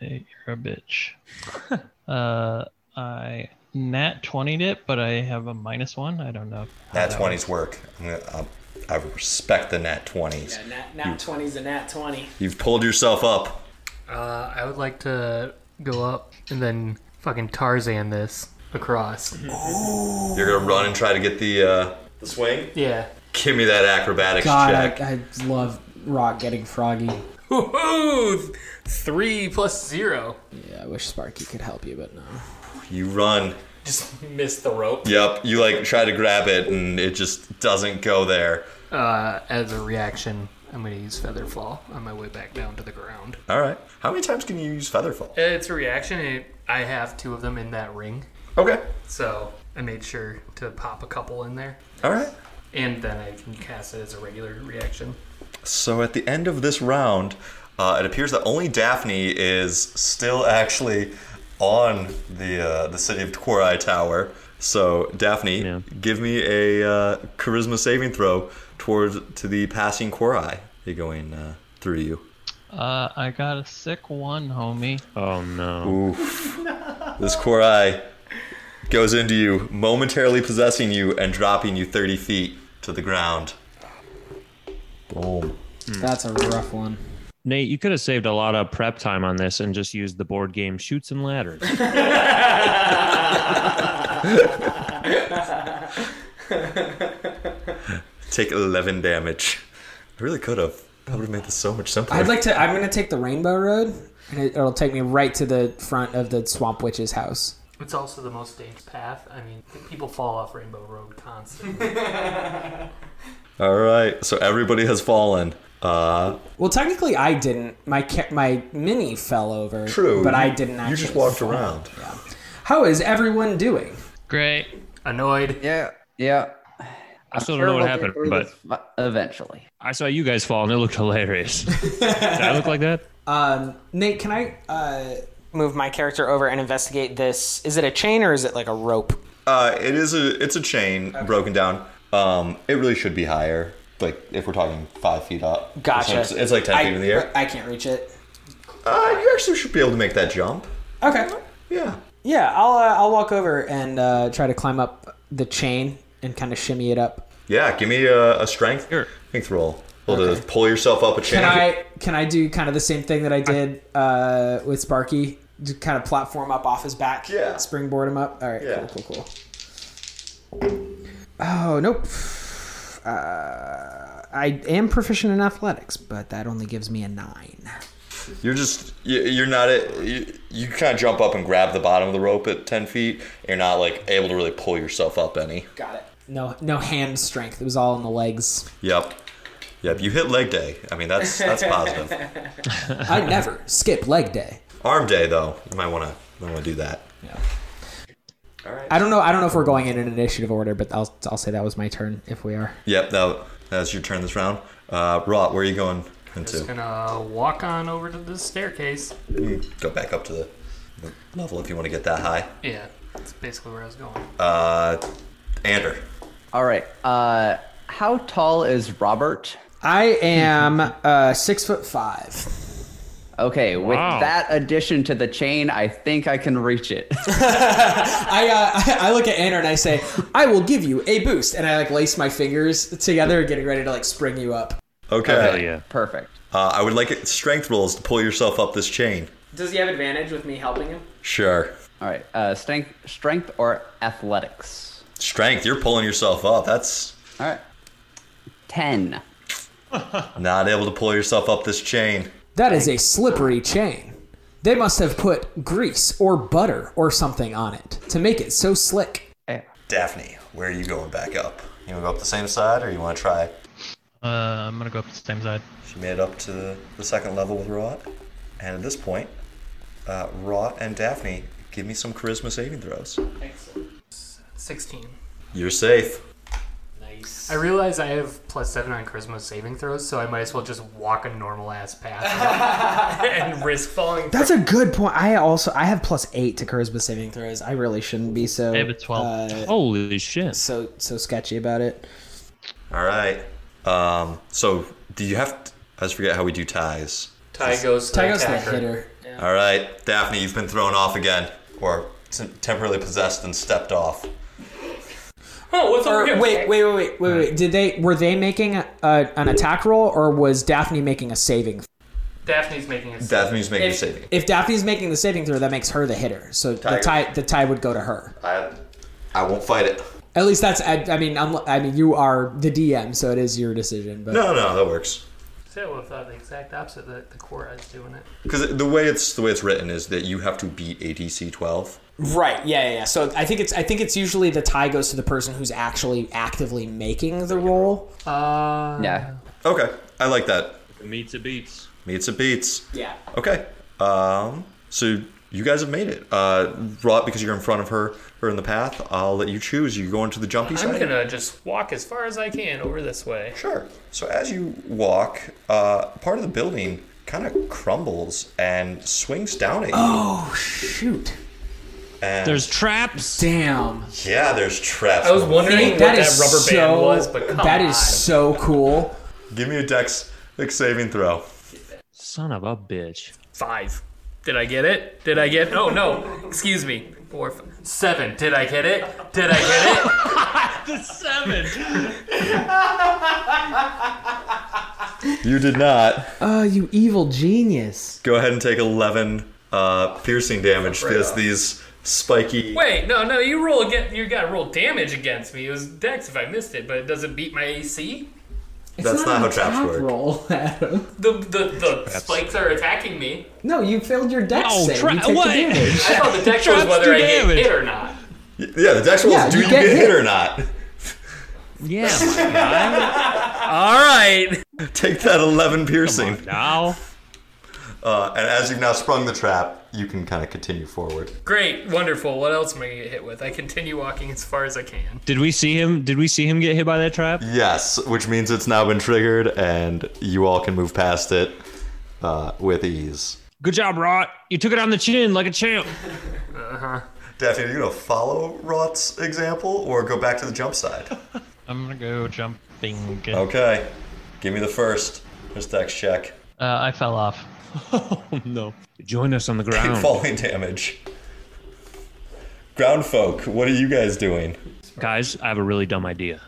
Speaker 9: Hey, you're a bitch. uh, I nat 20 would it, but I have a minus one. I don't know. how
Speaker 2: Nat
Speaker 9: that
Speaker 2: 20s work. I'm gonna, um, I respect the nat 20s.
Speaker 6: nat, nat 20's a nat 20.
Speaker 2: You've pulled yourself up.
Speaker 1: Uh, I would like to go up and then fucking Tarzan this across.
Speaker 2: You're gonna run and try to get the uh, the swing.
Speaker 1: Yeah.
Speaker 2: Give me that acrobatics
Speaker 6: God,
Speaker 2: check.
Speaker 6: I, I love Rock getting froggy.
Speaker 1: Woohoo! Three plus zero.
Speaker 6: Yeah, I wish Sparky could help you, but no.
Speaker 2: You run.
Speaker 1: Just missed the rope.
Speaker 2: Yep. You like try to grab it and it just doesn't go there.
Speaker 1: Uh, as a reaction, I'm gonna use feather fall on my way back down to the ground.
Speaker 2: All right. How many times can you use featherfall?
Speaker 6: Eh.
Speaker 1: It's a reaction. and I have two of them in that ring,
Speaker 2: Okay.
Speaker 1: so I made sure to pop a couple in there,
Speaker 2: All right.
Speaker 1: and then I can cast it as a regular reaction.
Speaker 2: So at the end of this round, uh, it appears that only Daphne is still actually on the uh, the city of Korai Tower. So Daphne,
Speaker 3: Yeah.
Speaker 2: give me a uh, charisma saving throw toward to the passing Korai. They're going uh, through you.
Speaker 9: works. Uh, I got a sick one, homie.
Speaker 3: Oh no.
Speaker 2: This Korai goes into you, momentarily possessing you and dropping you 30 feet to the ground. Boom.
Speaker 6: That's a rough one.
Speaker 3: Nate, you could have saved a lot of prep time on this and just used the board game shoots and ladders.
Speaker 2: Take 11 damage. I really could have. That would have made this so much simpler.
Speaker 6: I'd like to. I'm going to take the Rainbow Road, and it, it'll take me right to the front of the Swamp Witch's house.
Speaker 1: It's also the most dangerous path. I mean, people fall off Rainbow Road constantly.
Speaker 2: All right, so everybody has fallen. Uh,
Speaker 6: Well, technically, I didn't. My ca- my mini fell over.
Speaker 2: True,
Speaker 6: but I
Speaker 2: you-
Speaker 6: didn't.
Speaker 2: you
Speaker 6: Actually
Speaker 2: just walked
Speaker 6: fall.
Speaker 2: around.
Speaker 6: Yeah. How is everyone doing?
Speaker 9: Great.
Speaker 8: annoyed.
Speaker 7: Yeah, yeah. I
Speaker 3: still don't know what happened, but-
Speaker 7: eventually.
Speaker 3: I saw you guys fall and it looked hilarious. Did I look like that?
Speaker 6: Um, Nate, can I uh, move my character over and investigate this? Is it a chain or is it like a rope?
Speaker 2: Uh, it is a it's a chain broken down. Um, it really should be higher. Like if we're talking five feet up.
Speaker 6: Gotcha.
Speaker 2: It's like, it's like ten
Speaker 6: I,
Speaker 2: feet in the air.
Speaker 6: I can't reach it.
Speaker 2: Uh, you actually should be able to make that jump.
Speaker 6: Okay.
Speaker 2: Yeah.
Speaker 6: Yeah, I'll uh, I'll walk over and uh, try to climb up the chain and kind of shimmy it up.
Speaker 2: Yeah. Give me a, a strength
Speaker 3: Sure.
Speaker 2: strength roll. Well, to pull yourself up a chain.
Speaker 6: Can I can I do kind of the same thing that I did uh, with Sparky? Just kind of platform up off his back.
Speaker 2: Yeah.
Speaker 6: Springboard him up. All right.
Speaker 2: Yeah.
Speaker 6: Cool. Cool. Cool. Oh nope. Uh, I am proficient in athletics, but that only gives me a nine.
Speaker 2: You're just you- you're not a, you, you kind of jump up and grab the bottom of the rope at ten feet. You're not like able to really pull yourself up any.
Speaker 6: Got it. No, no hand strength. It was all in the legs.
Speaker 2: Yep. Yep. You hit leg day. I mean that's that's positive.
Speaker 6: I never skip leg day.
Speaker 2: Arm day though. You might want to might want to do that.
Speaker 6: I don't know. I don't know if we're going in an initiative order, but I'll I'll say that was my turn if we are.
Speaker 2: Yep, that, that's your turn this round. Uh, Rot, where are you going into?
Speaker 1: uh,
Speaker 8: Gonna walk on over to the staircase.
Speaker 2: Go back up to the, the level if you want to get that high.
Speaker 8: Yeah, that's basically where I was going.
Speaker 2: Uh, Ander.
Speaker 7: All right. Uh, how tall is Robert?
Speaker 6: I am uh, six foot five.
Speaker 7: Okay, with
Speaker 3: Wow.
Speaker 7: that addition to the chain, I think I can reach it.
Speaker 6: I, uh, I I look at Anna and I say, "I will give you a boost," and I like lace my fingers together, getting ready to like spring you up.
Speaker 3: Oh, Hell
Speaker 2: Okay.
Speaker 3: yeah.
Speaker 7: Perfect.
Speaker 2: Uh, I would like it, strength rolls to pull yourself up this chain.
Speaker 6: Does he have advantage with me helping him?
Speaker 2: Sure.
Speaker 7: All right. Uh, strength, strength or athletics.
Speaker 2: Strength, you're pulling yourself up. That's
Speaker 7: All right. Ten.
Speaker 2: not able to pull yourself up this chain.
Speaker 6: That is a slippery chain. They must have put grease or butter or something on it to make it so slick.
Speaker 2: Daphne, where are you going back up? You want to go up the same side or you want to try?
Speaker 9: Uh, I'm gonna go up the same side.
Speaker 2: She made it up to the, the second level with Rot. And at this point, uh, Rot and Daphne, give me some charisma saving throws.
Speaker 8: Sixteen.
Speaker 2: You're safe.
Speaker 8: I realize I have plus seven on charisma saving throws, so I might as well just walk a normal ass path and risk falling.
Speaker 6: That's a good point. I also I have plus eight to charisma saving throws. I really shouldn't be so
Speaker 9: I have a 12.
Speaker 3: Uh, Holy shit.
Speaker 6: so so sketchy about it.
Speaker 2: All right. Um, so do you have? To, I just forget how we do ties.
Speaker 8: Ty goes. To
Speaker 6: Tygo's the
Speaker 8: attacker.
Speaker 6: hitter.
Speaker 2: All right, Daphne, you've been thrown off again, or s- temporarily possessed and stepped off.
Speaker 8: Oh, what's over
Speaker 6: Or,
Speaker 8: here?
Speaker 6: wait, wait, wait, wait, wait, wait. Did they were they making a, an attack roll, or was Daphne making a saving?
Speaker 8: Daphne's making it.
Speaker 2: Daphne's making a
Speaker 6: If,
Speaker 2: saving.
Speaker 6: if Daphne's making the saving throw, that makes her the hitter. So the
Speaker 2: Tiger.
Speaker 6: tie the tie would go to her.
Speaker 2: I, I won't fight it.
Speaker 6: At least that's. I, I mean, I'm, I mean, you are the DM, so it is your decision. But
Speaker 2: No, no, that works.
Speaker 8: I would have thought the exact opposite that the core is doing it.
Speaker 2: Because the way it's the way it's written is that you have to beat ATC 12.
Speaker 6: right, yeah, yeah, yeah. So I think it's. I think it's usually the tie goes to the person who's actually actively making the roll.
Speaker 8: Uh,
Speaker 7: Yeah.
Speaker 2: Okay, I like that.
Speaker 3: Meets it beats.
Speaker 2: Meets and beats.
Speaker 6: Yeah.
Speaker 2: Okay. Um. So you guys have made it. Uh, Rot, because you're in front of her, or in the path. I'll let you choose. You go into the jumpy side.
Speaker 8: I'm gonna just walk as far as I can over this way.
Speaker 2: Sure. So as you walk, uh, part of the building kind of crumbles and swings down at you.
Speaker 6: Oh shoot!
Speaker 2: and
Speaker 3: There's traps.
Speaker 6: Damn.
Speaker 2: yeah, there's traps.
Speaker 8: I was wondering what
Speaker 6: That
Speaker 8: that,
Speaker 6: is
Speaker 8: rubber
Speaker 6: so.
Speaker 8: band was, but come
Speaker 6: that
Speaker 8: on.
Speaker 6: is so cool.
Speaker 2: Give me a dex, dex saving throw.
Speaker 3: Son of a bitch.
Speaker 8: five. Did I get it? Did I get? Oh no! Excuse me. Four, f- seven. Did I get it? Did I get it?
Speaker 3: Seven.
Speaker 2: You did not.
Speaker 6: Oh, you evil genius!
Speaker 2: Go ahead and take 11 uh, piercing damage as these spiky.
Speaker 8: Wait, no, no. You roll again. You got to roll damage against me. It was Dex if I missed it, but it doesn't beat my AC.
Speaker 2: That's not, how traps work.
Speaker 6: Ah, Roll, Adam.
Speaker 8: The the, the spikes are attacking me.
Speaker 6: No, you failed your dex
Speaker 3: Oh,
Speaker 6: save.
Speaker 3: tra-
Speaker 6: you take
Speaker 3: what?
Speaker 6: the damage.
Speaker 8: I thought the Dex
Speaker 3: Traps
Speaker 8: was whether
Speaker 3: do
Speaker 8: I get
Speaker 3: damage.
Speaker 8: hit or not.
Speaker 2: Yeah, the dex rolls.
Speaker 6: Yeah,
Speaker 2: do
Speaker 6: you
Speaker 2: you
Speaker 6: get
Speaker 2: get, hit
Speaker 6: hit.
Speaker 2: or not?
Speaker 3: Yeah. my
Speaker 8: All right.
Speaker 2: Take that 11 piercing.
Speaker 3: God. Now.
Speaker 2: Uh, and as you've now sprung the trap, you can kind of continue forward.
Speaker 1: Great, wonderful. What else am I gonna get hit with? I continue walking as far as I can.
Speaker 3: Did we see him? Did we see him get hit by that trap?
Speaker 2: Yes, which means it's now been triggered, and you all can move past it uh, with ease.
Speaker 3: Good job, Rot. You took it on the chin like a champ.
Speaker 2: Daphne, are you gonna follow Roth's example or go back to the jump side?
Speaker 9: I'm gonna go jumping. Uh,
Speaker 2: Okay, give me the first. Just dex check.
Speaker 9: I fell off.
Speaker 3: Oh, no. Join us on the
Speaker 2: Take
Speaker 3: ground,
Speaker 2: falling damage. Ground folk, what are you guys doing?
Speaker 3: guys. I have a really dumb idea.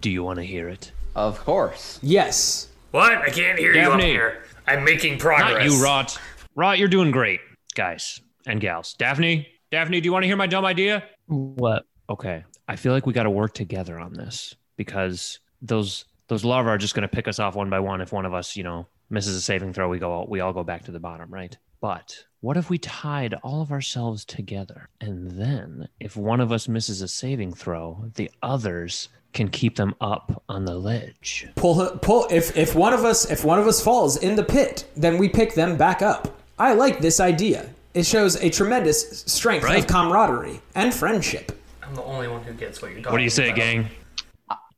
Speaker 3: Do you want to hear it?
Speaker 7: Of course.
Speaker 6: Yes.
Speaker 8: What? I can't hear you up
Speaker 3: Daphne.
Speaker 8: here. I'm making
Speaker 3: Not
Speaker 8: progress.
Speaker 3: you, Rot. Rot, you're doing great, guys and gals. Daphne, Daphne, do you want to hear my dumb idea?
Speaker 9: What?
Speaker 3: Okay, I feel like we got to work together on this because those those larvae are just going to pick us off one by one. If one of us, you know, misses a saving throw, we go all, we all go back to the bottom, right? But what if we tied all of ourselves together, and then if one of us misses a saving throw, the others can keep them up on the ledge.
Speaker 6: Pull pull if if one of us if one of us falls in the pit, then we pick them back up. I like this idea. It shows a tremendous strength of
Speaker 3: Right.
Speaker 6: camaraderie and friendship.
Speaker 1: I'm the only one who gets what you're talking
Speaker 3: What do you say,
Speaker 1: about.
Speaker 3: gang?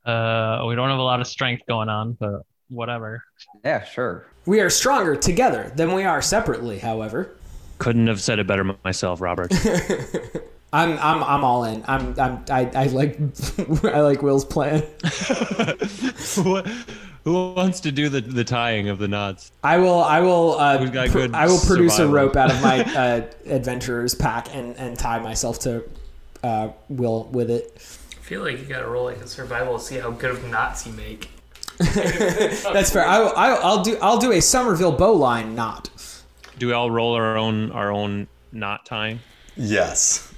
Speaker 9: Uh, we don't have a lot of strength going on, but whatever.
Speaker 7: Yeah, sure.
Speaker 6: We are stronger together than we are separately, however.
Speaker 3: Couldn't have said it better myself, Robert.
Speaker 6: I'm I'm I'm all in. I'm I'm I, I like I like Will's plan.
Speaker 3: what, who wants to do the, the tying of the knots?
Speaker 6: I will I will uh,
Speaker 3: We've got
Speaker 6: pr-
Speaker 3: good
Speaker 6: I will produce
Speaker 3: survival.
Speaker 6: a rope out of my uh, adventurer's pack and and tie myself to uh, Will with it.
Speaker 1: I feel like you gotta roll like a survival to see how good of knots you make.
Speaker 6: That's fair. I will, I will, I'll do I'll do a Somerville bowline knot.
Speaker 3: Do we all roll our own our own knot tying?
Speaker 2: Yes.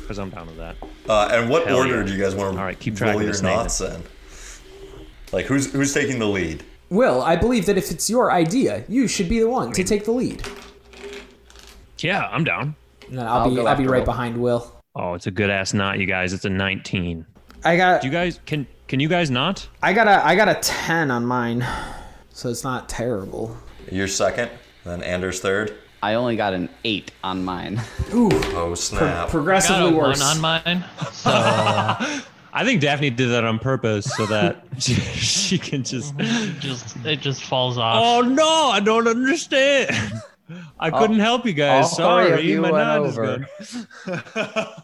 Speaker 3: Because I'm down with that.
Speaker 2: Uh, and what
Speaker 3: Hell
Speaker 2: order
Speaker 3: yeah.
Speaker 2: do you guys want to
Speaker 3: All right, keep track
Speaker 2: roll
Speaker 3: of
Speaker 2: your
Speaker 3: this, Nathan.
Speaker 2: knots in? Like, who's who's taking the lead?
Speaker 6: Will, I believe that if it's your idea, you should be the one to take the lead.
Speaker 3: Yeah, I'm down.
Speaker 6: And then I'll, be
Speaker 7: go
Speaker 6: I'll be
Speaker 7: after
Speaker 6: right
Speaker 7: Will.
Speaker 6: behind Will.
Speaker 3: Oh, it's a good ass knot, you guys. It's a 19.
Speaker 6: I got
Speaker 3: Do you guys can can you guys not?
Speaker 6: I got a I got a ten on mine, so it's not terrible.
Speaker 2: You're second, then Anders third.
Speaker 7: I only got an eight on mine.
Speaker 2: Oh snap!
Speaker 9: Got a
Speaker 6: Progressively worse.
Speaker 9: one on mine. So uh,
Speaker 3: I think Daphne did that on purpose so that she, she can just.
Speaker 9: just it just falls off.
Speaker 3: Oh no, I don't understand. I couldn't help you guys.
Speaker 7: Oh, all
Speaker 3: Sorry,
Speaker 7: three of you
Speaker 3: my
Speaker 7: went
Speaker 3: knot is
Speaker 7: over.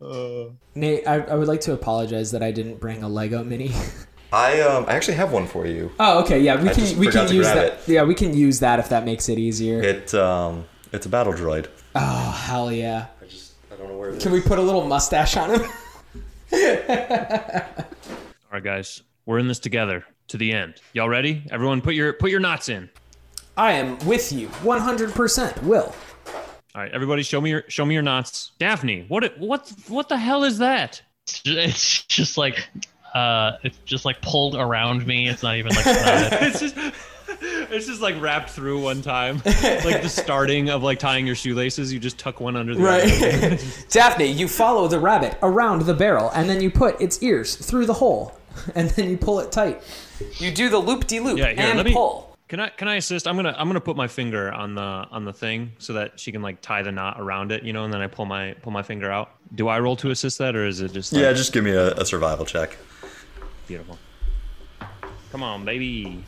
Speaker 3: gone.
Speaker 6: Nate, I, I would like to apologize that I didn't bring a Lego mini.
Speaker 2: I um I actually have one for you.
Speaker 6: Oh, okay, yeah, we
Speaker 2: I just
Speaker 6: can we
Speaker 2: forgot
Speaker 6: can
Speaker 2: to
Speaker 6: use
Speaker 2: grab
Speaker 6: that. Yeah, we can use that if that makes it easier.
Speaker 2: It um it's a battle droid.
Speaker 6: Oh hell yeah!
Speaker 2: I just I don't know where it is.
Speaker 6: Can we put a little mustache on him?
Speaker 3: All right, guys, we're in this together to the end. Y'all ready? Everyone, put your put your knots in.
Speaker 6: I am with you, one hundred percent. Will
Speaker 3: All right, everybody, show me your show me your knots. Daphne, what what what the hell is that?
Speaker 9: It's ju- It's just like uh, it's just like pulled around me. It's not even like knotted.
Speaker 3: it's just it's just like wrapped through one time, like the starting of like tying your shoelaces. You just tuck one under the other.
Speaker 6: Daphne, you follow the rabbit around the barrel, and then you put its ears through the hole, and then you pull it tight. You do the loop de loop
Speaker 3: Yeah, here,
Speaker 6: and
Speaker 3: let me-
Speaker 6: pull.
Speaker 3: Can I can I assist? I'm gonna I'm gonna put my finger on the on the thing so that she can like tie the knot around it, you know, and then I pull my pull my finger out. Do I roll to assist that, or is it just like,
Speaker 2: Yeah, just give me a, a survival check.
Speaker 3: beautiful? Come on, baby.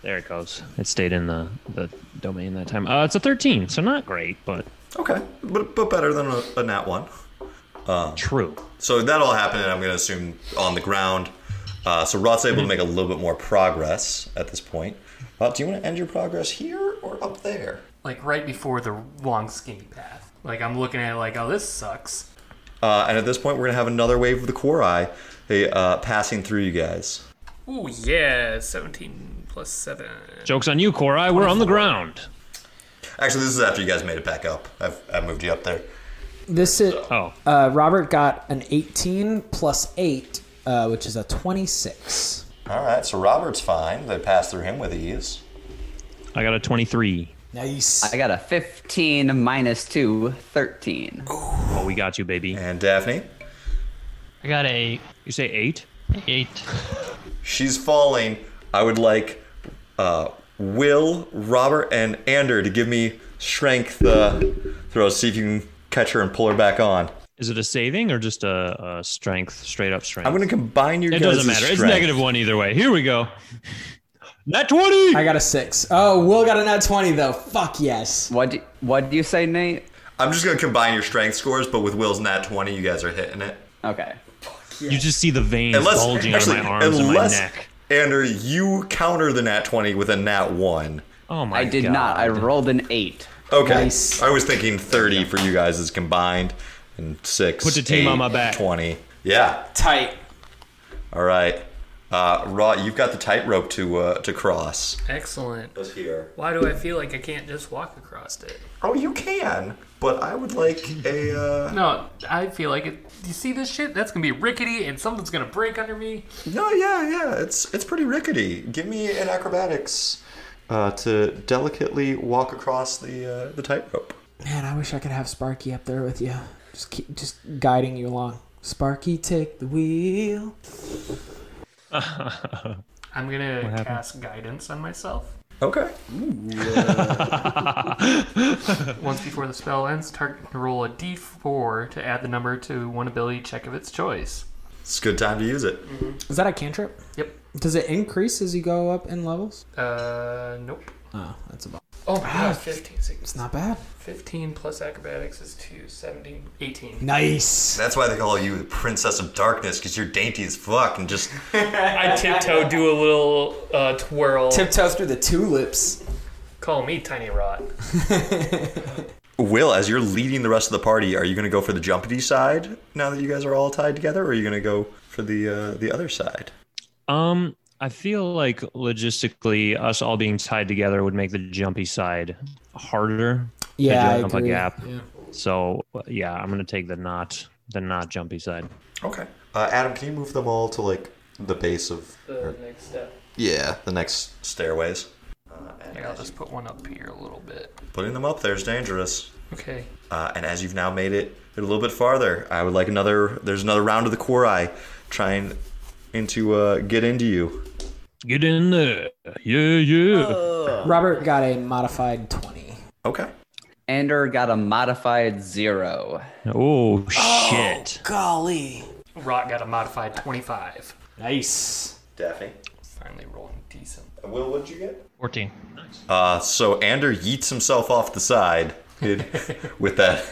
Speaker 3: There it goes. It stayed in the the domain that time. Uh, it's a 13, so not great, but
Speaker 2: Okay, but but better than a, a nat one.
Speaker 3: true.
Speaker 2: So that all happened, and I'm going to assume on the ground. Uh, so Rot's
Speaker 1: Hmm.
Speaker 2: able to make a little bit more progress at this point. Rot, do you want to end your progress here or up there?
Speaker 1: Like right before the long skinny path. Like I'm looking at it like, oh, this sucks.
Speaker 2: Uh, and at this point, we're going to have another wave of the Quori uh, passing through you guys.
Speaker 1: Ooh yeah, seventeen plus seven.
Speaker 6: Uh,
Speaker 3: Joke's on you, Korai. We're on the ground.
Speaker 2: Actually, this is after you guys made it back up. I've, I moved you up there.
Speaker 6: This is
Speaker 3: Oh,
Speaker 6: uh, Robert got an eighteen plus eight, uh, which is a twenty-six.
Speaker 2: All right, so Robert's fine. They passed through him with ease.
Speaker 3: I got a 23.
Speaker 6: Nice.
Speaker 7: I got a 15 minus 2, 13.
Speaker 3: Oh, we got you, baby.
Speaker 2: And Daphne,
Speaker 9: I got a
Speaker 3: You say eight?
Speaker 9: eight.
Speaker 2: she's falling. I would like uh, Will, Robert, and Ander to give me strength uh, throws. See if you can catch her and pull her back on.
Speaker 3: Is it a saving or just a, a strength, straight up strength?
Speaker 2: I'm going to combine your
Speaker 3: it
Speaker 2: guys'
Speaker 3: doesn't matter. It's
Speaker 2: strength.
Speaker 3: negative one either way. Here we go. Nat 20!
Speaker 6: I got a six. Oh, Will got a nat 20, though. Fuck yes.
Speaker 7: What do, what do you say, Nate?
Speaker 2: I'm just going to combine your strength scores, but with Will's nat 20, you guys are hitting it.
Speaker 7: Okay.
Speaker 3: You just see the veins
Speaker 2: Unless,
Speaker 3: bulging
Speaker 2: actually,
Speaker 3: on my arms and my
Speaker 2: unless,
Speaker 3: neck.
Speaker 2: Ander, you counter the nat 20 with a nat 1.
Speaker 3: Oh my
Speaker 7: I did not. I rolled an eight.
Speaker 2: Okay.
Speaker 6: Nice.
Speaker 2: I was thinking 30 for you guys is combined and 6.
Speaker 3: Put the team
Speaker 2: eight,
Speaker 3: on my back.
Speaker 2: 20. Yeah.
Speaker 6: Tight.
Speaker 2: All right. Uh, Raw, you've got the tightrope to uh, to cross.
Speaker 1: Excellent.
Speaker 2: Was here.
Speaker 1: Why do I feel like I can't just walk across it?
Speaker 2: Oh, you can, but I would like a. Uh...
Speaker 1: No, I feel like it. You see this shit? That's gonna be rickety, and something's gonna break under me.
Speaker 2: No, yeah, yeah. It's it's pretty rickety. Give me an acrobatics uh, to delicately walk across the uh, the tightrope.
Speaker 6: Man, I wish I could have Sparky up there with you. Just keep, just guiding you along. Sparky, take the wheel.
Speaker 1: I'm gonna cast guidance on myself.
Speaker 2: Okay.
Speaker 1: Once before the spell ends, target can roll a d4 to add the number to one ability check of its choice.
Speaker 2: It's a good time to use it.
Speaker 6: Is that a cantrip?
Speaker 1: Yep.
Speaker 6: Does it increase as you go up in levels?
Speaker 1: Uh, nope.
Speaker 6: Oh, that's about.
Speaker 1: Oh my god, 15,
Speaker 6: It's not bad.
Speaker 1: 15 plus acrobatics is 2, 17, 18.
Speaker 6: Nice.
Speaker 2: That's why they call you the Princess of Darkness, because you're dainty as fuck and just.
Speaker 1: I tiptoe, do a little uh, twirl.
Speaker 6: Tiptoe through the tulips.
Speaker 1: Call me Tiny Rot.
Speaker 2: Will, as you're leading the rest of the party, are you going to go for the jumpity side now that you guys are all tied together, or are you going to go for the uh, the other side?
Speaker 3: Um, I feel like logistically, us all being tied together would make the jumpy side harder.
Speaker 6: Yeah, I
Speaker 3: to jump a
Speaker 6: agree.
Speaker 3: gap. So yeah, I'm gonna take the not the not jumpy side.
Speaker 2: Okay. Uh, Adam, can you move them all to like the base of? or-
Speaker 1: next step.
Speaker 2: yeah, the next stairways.
Speaker 1: Here, I'll just put one up here a little bit.
Speaker 2: Putting them up there is dangerous.
Speaker 1: Okay.
Speaker 2: Uh, and as you've now made it a little bit farther, I would like another. There's another round of the core eye trying into uh, get into you.
Speaker 3: Get in there. Yeah, yeah.
Speaker 6: Robert got a modified 20.
Speaker 2: Okay.
Speaker 7: Ander got a modified zero.
Speaker 3: oh shit.
Speaker 6: Golly.
Speaker 1: Rot got a modified 25.
Speaker 6: Nice.
Speaker 2: Daphne.
Speaker 1: Finally rolling decent.
Speaker 2: Will, what'd you get?
Speaker 9: 14.
Speaker 2: Uh, so Ander yeets himself off the side with that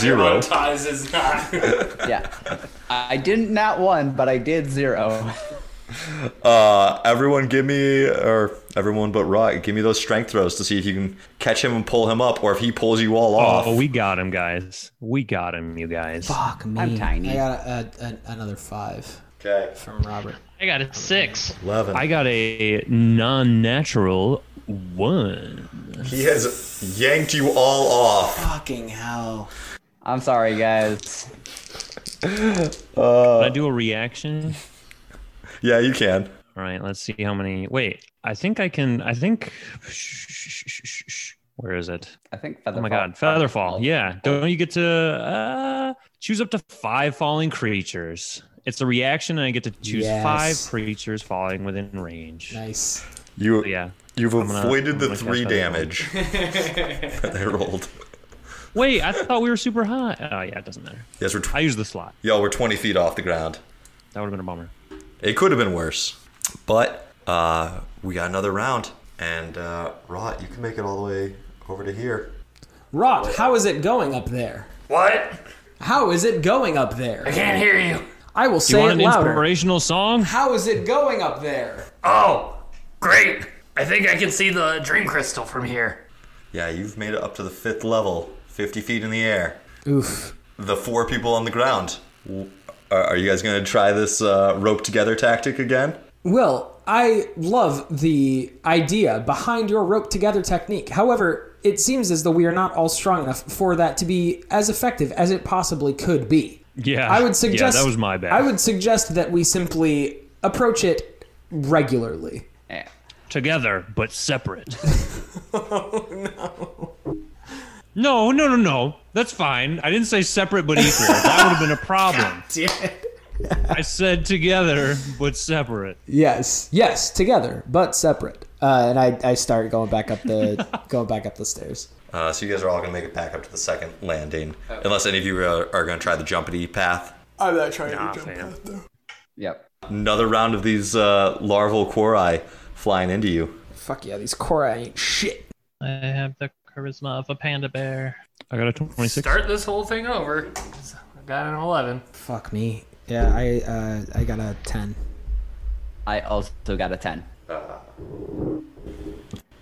Speaker 2: zero.
Speaker 1: Ties is not.
Speaker 7: Yeah. I didn't not one, but I did zero.
Speaker 2: Uh, everyone, give me or everyone but Rock, give me those strength throws to see if you can catch him and pull him up, or if he pulls you all off.
Speaker 3: Oh, we got him, guys. We got him, you guys.
Speaker 6: Fuck me.
Speaker 7: I'm tiny.
Speaker 6: I got a, a, a, another five
Speaker 2: okay.
Speaker 6: from Robert.
Speaker 9: I got a 6.
Speaker 2: Eleven.
Speaker 3: I got a non-natural one.
Speaker 2: He has yanked you all off.
Speaker 6: Fucking hell.
Speaker 7: I'm sorry, guys.
Speaker 2: Uh.
Speaker 3: Can I do a reaction?
Speaker 2: Yeah, you can.
Speaker 3: All right, let's see how many. Wait, I think I can. I think. Where is it?
Speaker 7: I think Feather.
Speaker 3: Oh my god, Featherfall. Yeah, don't you get to uh, choose up to five falling creatures? It's a reaction, and I get to choose
Speaker 6: Yes.
Speaker 3: five creatures falling within range.
Speaker 6: Nice.
Speaker 2: You
Speaker 3: Yeah.
Speaker 2: you've
Speaker 3: gonna-
Speaker 2: avoided
Speaker 3: I'm
Speaker 2: the
Speaker 3: gonna
Speaker 2: three
Speaker 3: catch that
Speaker 2: damage that they rolled.
Speaker 3: Wait, I thought we were super high. Oh yeah, it doesn't matter.
Speaker 2: Yes, we're
Speaker 3: I
Speaker 2: tw-
Speaker 3: used the slot.
Speaker 2: y'all were twenty feet off the ground.
Speaker 3: That would have been a bummer.
Speaker 2: It could have been worse, but uh, we got another round, and uh, Rot, you can make it all the way over to here.
Speaker 6: Rock, how is it going up there?
Speaker 8: What?
Speaker 6: How is it going up there?
Speaker 8: Can't hear you.
Speaker 6: I will
Speaker 3: You
Speaker 6: say
Speaker 3: want
Speaker 6: it
Speaker 3: an
Speaker 6: louder.
Speaker 3: inspirational song?
Speaker 6: How is it going up there?
Speaker 8: Oh, great. I think I can see the dream crystal from here.
Speaker 2: Yeah, you've made it up to the fifth level, fifty feet in the air.
Speaker 6: Oof.
Speaker 2: The four people on the ground. W- Are are you guys going to try this uh, rope together tactic again?
Speaker 6: Will, I love the idea behind your rope together technique. However, it seems as though we are not all strong enough for that to be as effective as it possibly could be.
Speaker 3: Yeah.
Speaker 6: I would suggest
Speaker 3: Yeah, that was my bad.
Speaker 6: I would suggest that we simply approach it regularly.
Speaker 7: Yeah.
Speaker 3: together but separate. no. No, no, no, no. That's fine. I didn't say separate but equal. that would have been a problem. I said together but separate.
Speaker 6: Yes, yes, together but separate. Uh, and I, I start going back up the going back up the stairs.
Speaker 2: Uh, so you guys are all gonna make it back up to the second landing, unless any of you are, are gonna try the jumpity path.
Speaker 10: I'm not trying to jump
Speaker 8: fam.
Speaker 10: out though.
Speaker 7: Yep.
Speaker 2: Another round of these uh, larval quorai flying into you.
Speaker 6: Fuck yeah, these Korra ain't shit.
Speaker 9: I have the charisma of a panda bear.
Speaker 3: I got a 26.
Speaker 8: Start this whole thing over. I got an 11.
Speaker 6: Fuck me. Yeah, I uh, I got a ten.
Speaker 7: I also got a 10.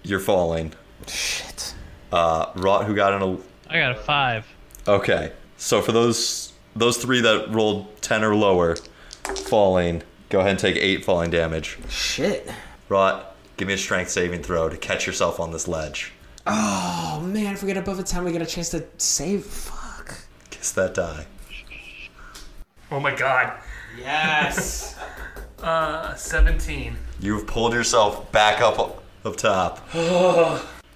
Speaker 2: You're falling.
Speaker 6: Shit.
Speaker 2: Uh, Rot, who got an el-
Speaker 9: I got a five.
Speaker 2: Okay. So for those those three that rolled ten or lower, falling, go ahead and take eight falling damage.
Speaker 6: Shit.
Speaker 2: Rot, give me a strength saving throw to catch yourself on this ledge.
Speaker 6: Oh man, if we get above a ten, we get a chance to save. Fuck.
Speaker 2: Kiss that die.
Speaker 8: Oh my god.
Speaker 6: Yes.
Speaker 8: Uh, 17.
Speaker 2: You've pulled yourself back up up top.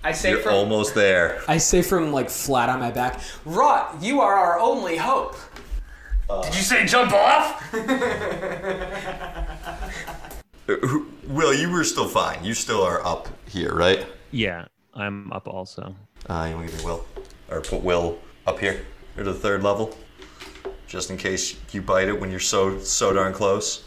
Speaker 6: I say
Speaker 2: You're
Speaker 6: from
Speaker 2: almost there.
Speaker 6: I say from like flat on my back. Rot, you are our only hope.
Speaker 8: Did you say jump off?
Speaker 2: Who- Will, you were still fine. You still are up here, right?
Speaker 3: Yeah, I'm up also.
Speaker 2: Uh, you want to give me Will? Or put Will up here, or to the third level, just in case you bite it when you're so so darn close.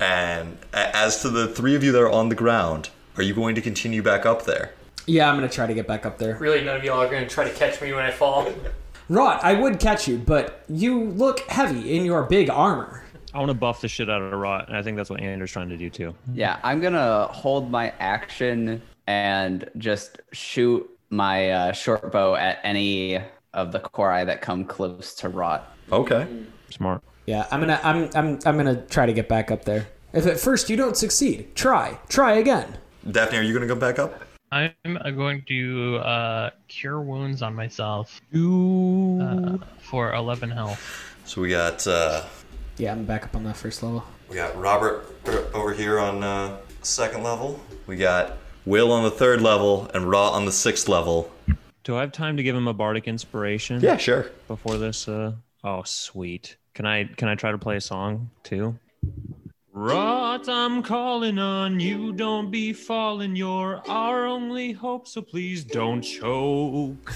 Speaker 2: And a- as to the three of you that are on the ground, are you going to continue back up there?
Speaker 6: Yeah, I'm gonna try to get back up there.
Speaker 8: Really, none of y'all are gonna try to catch me when I fall.
Speaker 6: Rot, I would catch you, but you look heavy in your big armor.
Speaker 3: I want to buff the shit out of Rot, and I think that's what Anders trying to do too.
Speaker 7: Yeah, I'm gonna hold my action and just shoot my uh, short bow at any of the Korai that come close to Rot.
Speaker 2: Okay.
Speaker 3: Smart.
Speaker 6: Yeah, I'm gonna I'm I'm I'm gonna try to get back up there. If at first you don't succeed, try. Try again.
Speaker 2: Daphne, are you going to go back up?
Speaker 9: I'm going to uh, cure wounds on myself uh, for 11 health.
Speaker 2: So we got uh,
Speaker 6: Yeah, I'm back up on that first level.
Speaker 2: we got Robert er, over here on uh, second level. We got Will on the third level and Raw on the sixth level.
Speaker 3: Do I have time to give him a bardic inspiration?
Speaker 2: sure.
Speaker 3: Before this, uh, oh sweet. Can I can I try to play a song too? Rot, I'm calling on you. Don't be falling. You're our only hope, so please don't choke.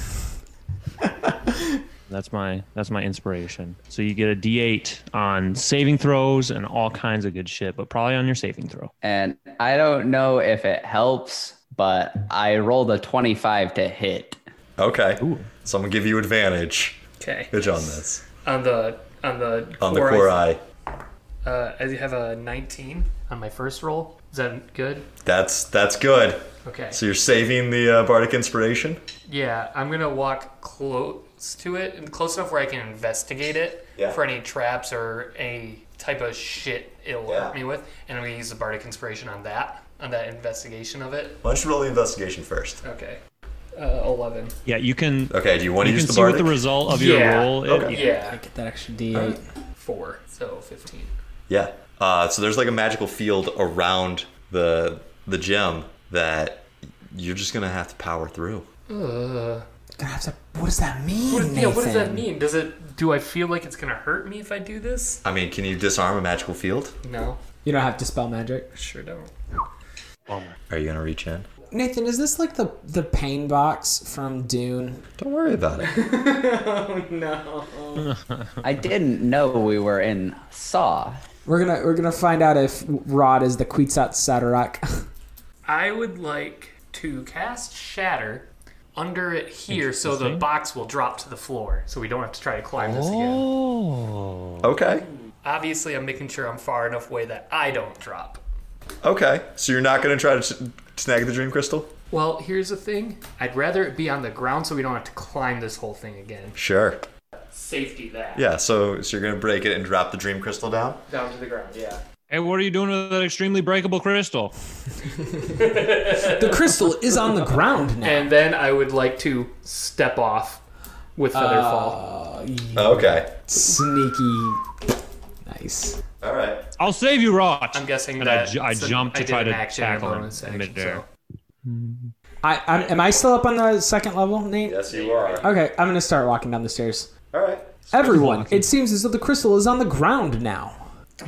Speaker 3: that's my that's my inspiration. So you get a D8 on saving throws and all kinds of good shit, but probably on your saving throw.
Speaker 7: And I don't know if it helps, but I rolled a 25 to hit.
Speaker 2: Okay. So I'm going to give you advantage.
Speaker 8: Okay.
Speaker 2: Good on this.
Speaker 8: On the on the
Speaker 2: On the
Speaker 8: core, I-
Speaker 2: core eye.
Speaker 8: Uh, I have a 19 on my first roll. Is that good?
Speaker 2: That's that's good.
Speaker 8: Okay.
Speaker 2: So you're saving the uh, bardic inspiration.
Speaker 8: Yeah, I'm gonna walk close to it, and close enough where I can investigate it
Speaker 2: Yeah.
Speaker 8: for any traps or any type of shit it'll
Speaker 2: Yeah.
Speaker 8: hurt me with, and I'm gonna use the bardic inspiration on that, on that investigation of it.
Speaker 2: Why don't you roll the investigation first?
Speaker 8: Okay, uh, eleven.
Speaker 3: Yeah, you can uh,
Speaker 2: Okay. Do you want to
Speaker 3: you
Speaker 2: use
Speaker 3: can
Speaker 2: the
Speaker 3: see what
Speaker 2: bardic?
Speaker 3: the result of your
Speaker 8: Yeah.
Speaker 3: roll is.
Speaker 2: Okay.
Speaker 8: Yeah,
Speaker 6: Get that extra D8.
Speaker 8: four. So fifteen.
Speaker 2: yeah. Uh, so there's like a magical field around the the gem that you're just gonna have to power through.
Speaker 6: Gonna have to. What does that mean?
Speaker 8: What, yeah, what does that
Speaker 6: Nathan?
Speaker 8: mean? Does it? Do I feel like it's gonna hurt me if I do this?
Speaker 2: I mean, can you disarm a magical field?
Speaker 8: No,
Speaker 6: You don't have dispel magic.
Speaker 8: I sure don't.
Speaker 2: Are you gonna reach in?
Speaker 6: Nathan, is this like the the pain box from Dune?
Speaker 2: Don't worry about it.
Speaker 7: I didn't know we were in Saw.
Speaker 6: We're gonna we're gonna find out if Rod is the Quetzat Satarak.
Speaker 8: I would like to cast Shatter under it here so the box will drop to the floor so we don't have to try to climb this again.
Speaker 2: Okay.
Speaker 8: Obviously, I'm making sure I'm far enough away that I don't drop.
Speaker 2: Okay. So you're not gonna try to s- snag the dream crystal?
Speaker 8: Well, here's the thing I'd rather it be on the ground so we don't have to climb this whole thing again.
Speaker 2: Sure.
Speaker 8: Safety that.
Speaker 2: Yeah. So so you're gonna break it and drop the dream crystal down?
Speaker 8: Down to the ground, yeah.
Speaker 3: Hey, what are you doing with that extremely breakable crystal?
Speaker 6: the crystal is on the ground now.
Speaker 8: And then I would like to step off with Feather
Speaker 1: Uh,
Speaker 8: Fall.
Speaker 2: Okay.
Speaker 6: Sneaky. Nice.
Speaker 2: All right.
Speaker 3: I'll save you, Rot.
Speaker 8: I'm guessing
Speaker 3: And I
Speaker 8: that
Speaker 3: ju- I jumped to
Speaker 8: did
Speaker 3: try
Speaker 8: an
Speaker 3: to
Speaker 8: action and a
Speaker 3: tackle him
Speaker 8: bonus
Speaker 3: in
Speaker 8: action,
Speaker 3: midair.
Speaker 8: so-
Speaker 6: I I'm, am I still up on the second level, Nate?
Speaker 2: Yes, you are.
Speaker 6: Okay, I'm gonna start walking down the stairs.
Speaker 2: All right.
Speaker 6: Everyone, it seems as though the crystal is on the ground now.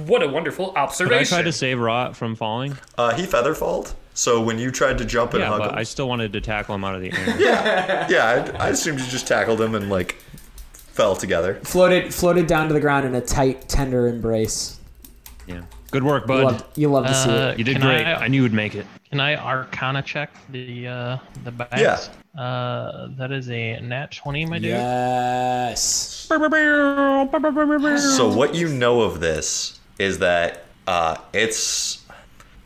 Speaker 8: What a wonderful
Speaker 3: Did I
Speaker 8: observation!
Speaker 3: try to save Rot from falling?
Speaker 2: Uh, he feather falled. So when you tried to jump and
Speaker 3: Yeah,
Speaker 2: hug
Speaker 3: but
Speaker 2: him,
Speaker 3: I still wanted to tackle him out of the air.
Speaker 2: yeah, I, I assumed you just tackled him and like fell together.
Speaker 6: Floated, floated down to the ground in a tight, tender embrace.
Speaker 3: yeah. Good work,
Speaker 6: You
Speaker 3: bud.
Speaker 6: love, you love to see it.
Speaker 9: Uh,
Speaker 3: you did
Speaker 9: Can
Speaker 3: great. I,
Speaker 9: I-
Speaker 3: knew you would make it.
Speaker 9: Can I Arcana check the uh, the bags? Yeah. Uh, that is a nat twenty, my dude.
Speaker 6: Yes.
Speaker 2: So what you know of this is that uh, it's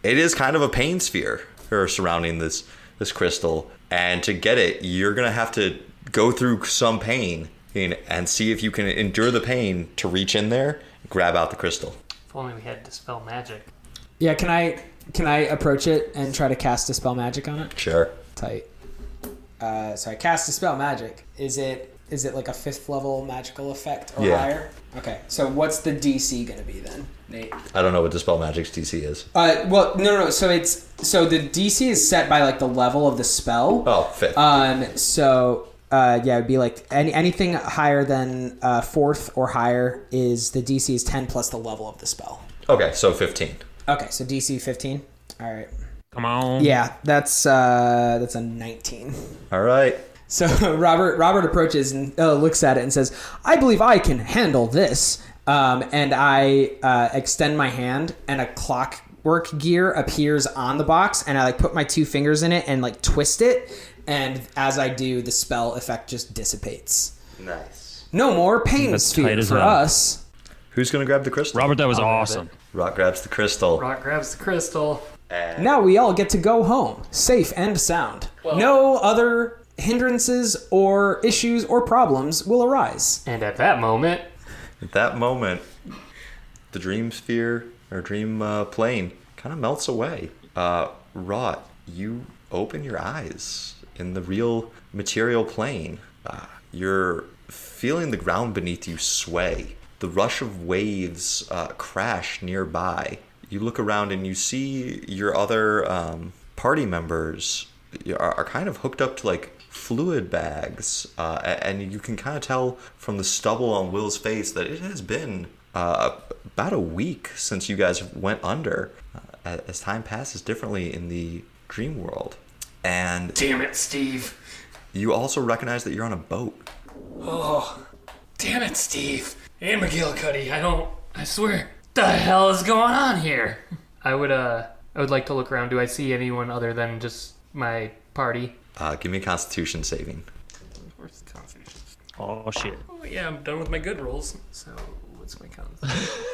Speaker 2: it is kind of a pain sphere or surrounding this this crystal, and to get it, you're gonna have to go through some pain and, and see if you can endure the pain to reach in there, grab out the crystal.
Speaker 1: If only we had dispel magic.
Speaker 6: Yeah. Can I can I approach it and try to cast a spell magic on it?
Speaker 2: Sure.
Speaker 6: Tight. Uh, so I cast a spell magic. Is it is it like a fifth level magical effect or
Speaker 2: Yeah.
Speaker 6: higher? Okay. So what's the DC gonna be then, Nate?
Speaker 2: I don't know what dispel magic's DC is.
Speaker 6: Uh, well, no, no, no. So it's so the DC is set by like the level of the spell.
Speaker 2: Oh, fifth.
Speaker 1: Uh,
Speaker 6: Um. So. Uh, yeah, it'd be like any anything higher than uh, fourth or higher is the DC is ten plus the level of the spell.
Speaker 2: okay, so fifteen.
Speaker 6: Okay, so DC fifteen. All right.
Speaker 3: Come on.
Speaker 6: Yeah, that's uh, that's a nineteen.
Speaker 2: All right.
Speaker 6: So Robert Robert approaches and uh, looks at it and says, "I believe I can handle this." Um, and I uh, extend my hand, and a clockwork gear appears on the box, and I like put my two fingers in it and like twist it, and as I do, the spell effect just dissipates.
Speaker 2: Nice.
Speaker 6: No more pain
Speaker 3: That's
Speaker 6: sphere
Speaker 3: tight as
Speaker 6: for
Speaker 3: well.
Speaker 6: us.
Speaker 2: Who's gonna grab the crystal?
Speaker 3: Robert, that was awesome.
Speaker 2: Rock grabs the crystal.
Speaker 1: Rock grabs the crystal.
Speaker 6: Now we all get to go home, safe and sound. no other hindrances or issues or problems will arise.
Speaker 1: And at that moment,
Speaker 2: At that moment, the dream sphere or dream uh, plane kind of melts away. Uh, Rot, you open your eyes in the real material plane. Uh, you're feeling the ground beneath you sway. The rush of waves uh, crash nearby. You look around and you see your other um, party members are, are kind of hooked up to like fluid bags, uh, a- and you can kind of tell from the stubble on Will's face that it has been uh, about a week since you guys went under. Uh, a- as time passes differently in the dream world, and
Speaker 1: damn it, Steve.
Speaker 2: you also recognize that you're on a boat.
Speaker 1: Damn it, Steve. And McGillicuddy, I don't. I swear. The hell is going on here? I would, uh. I would like to look around. Do I see anyone other than just my party?
Speaker 2: Uh, give me a Constitution saving.
Speaker 1: Where's the constitution?
Speaker 3: Oh shit.
Speaker 1: Oh, yeah, I'm done with my good rolls. So, what's my constitution?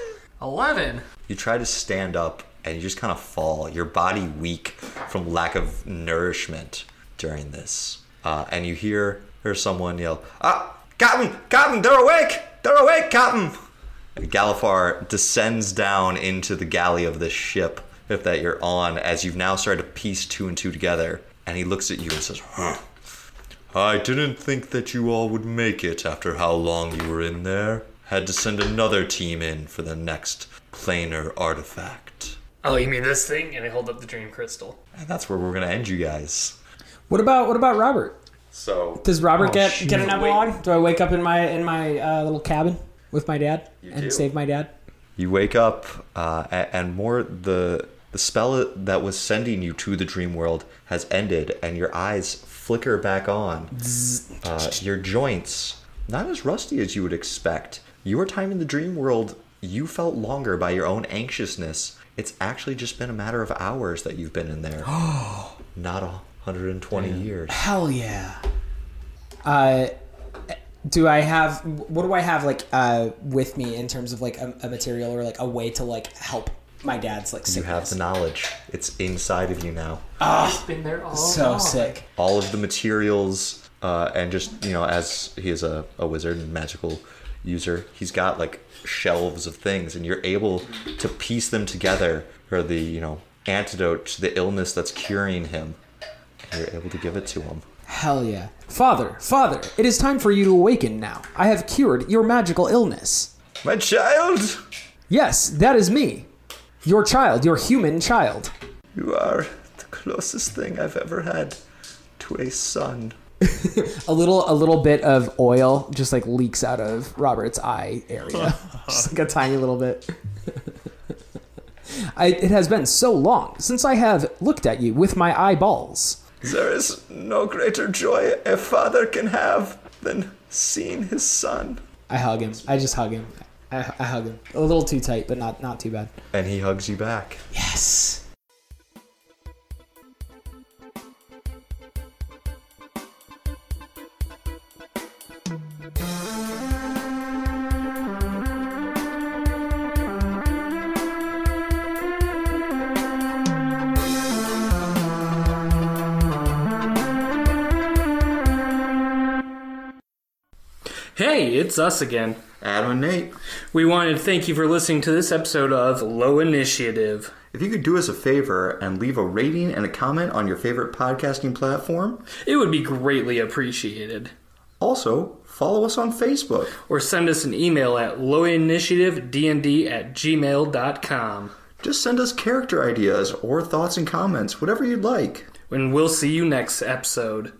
Speaker 1: 11!
Speaker 2: You try to stand up and you just kind of fall, your body weak from lack of nourishment during this. Uh, and you hear, hear someone yell, Ah, Captain! Captain! They're awake! They're awake, Captain! And Gallifar descends down into the galley of this ship if that you're on, as you've now started to piece two and two together. And he looks at you and says, Huh. I didn't think that you all would make it after how long you were in there. Had to send another team in for the next planar artifact.
Speaker 1: Oh, you mean this thing? And I hold up the dream crystal.
Speaker 2: And that's where we're gonna end you guys.
Speaker 6: What about what about Robert?
Speaker 2: So
Speaker 6: Does Robert get
Speaker 3: shoot.
Speaker 6: get an epilogue? Do I wake up in my in my uh, little cabin with my dad and
Speaker 2: do.
Speaker 6: save my dad?
Speaker 2: you wake up, uh, a- and more the the spell that was sending you to the dream world has ended, and your eyes flicker back on. Uh, your joints not as rusty as you would expect. Your time in the dream world, you felt longer by your own anxiousness. It's actually just been a matter of hours that you've been in there. not a 120 years.
Speaker 6: Hell yeah. Uh, do I have what do I have like uh with me in terms of like a, a material or like a way to like help my dad's like
Speaker 2: You have
Speaker 6: sickness?
Speaker 2: the knowledge. It's inside of you now.
Speaker 1: It's been there all
Speaker 6: so sick.
Speaker 2: all of the materials uh, and just you know as he is a, a wizard and magical user he's got like shelves of things and you're able to piece them together for the you know antidote to the illness that's curing him and you're able to give it to him
Speaker 6: Hell yeah. Father, father, it is time for you to awaken now. I have cured your magical illness.
Speaker 2: my child
Speaker 6: Yes, that is me. Your child, your human child.
Speaker 2: you are the closest thing i've ever had to a son
Speaker 6: a little a little bit of oil just like leaks out of Robert's eye area. just like a tiny little bit. I, it has been so long since I have looked at you with my eyeballs.
Speaker 2: There is no greater joy a father can have than seeing his son.
Speaker 6: I hug him. I just hug him. I, I hug him. A little too tight, but not not too bad.
Speaker 2: And he hugs you back.
Speaker 6: Yes.
Speaker 1: Hey, it's us again.
Speaker 2: Adam and Nate,
Speaker 1: We wanted to thank you for listening to this episode of Low Initiative.
Speaker 2: if you could do us a favor and leave a rating and a comment on your favorite podcasting platform,
Speaker 1: It would be greatly appreciated.
Speaker 2: also follow us on Facebook.
Speaker 1: Or send us an email at lowinitiativednd at gmail.com.
Speaker 2: Just send us character ideas or thoughts and comments, whatever you'd like.
Speaker 1: And we'll see you next episode.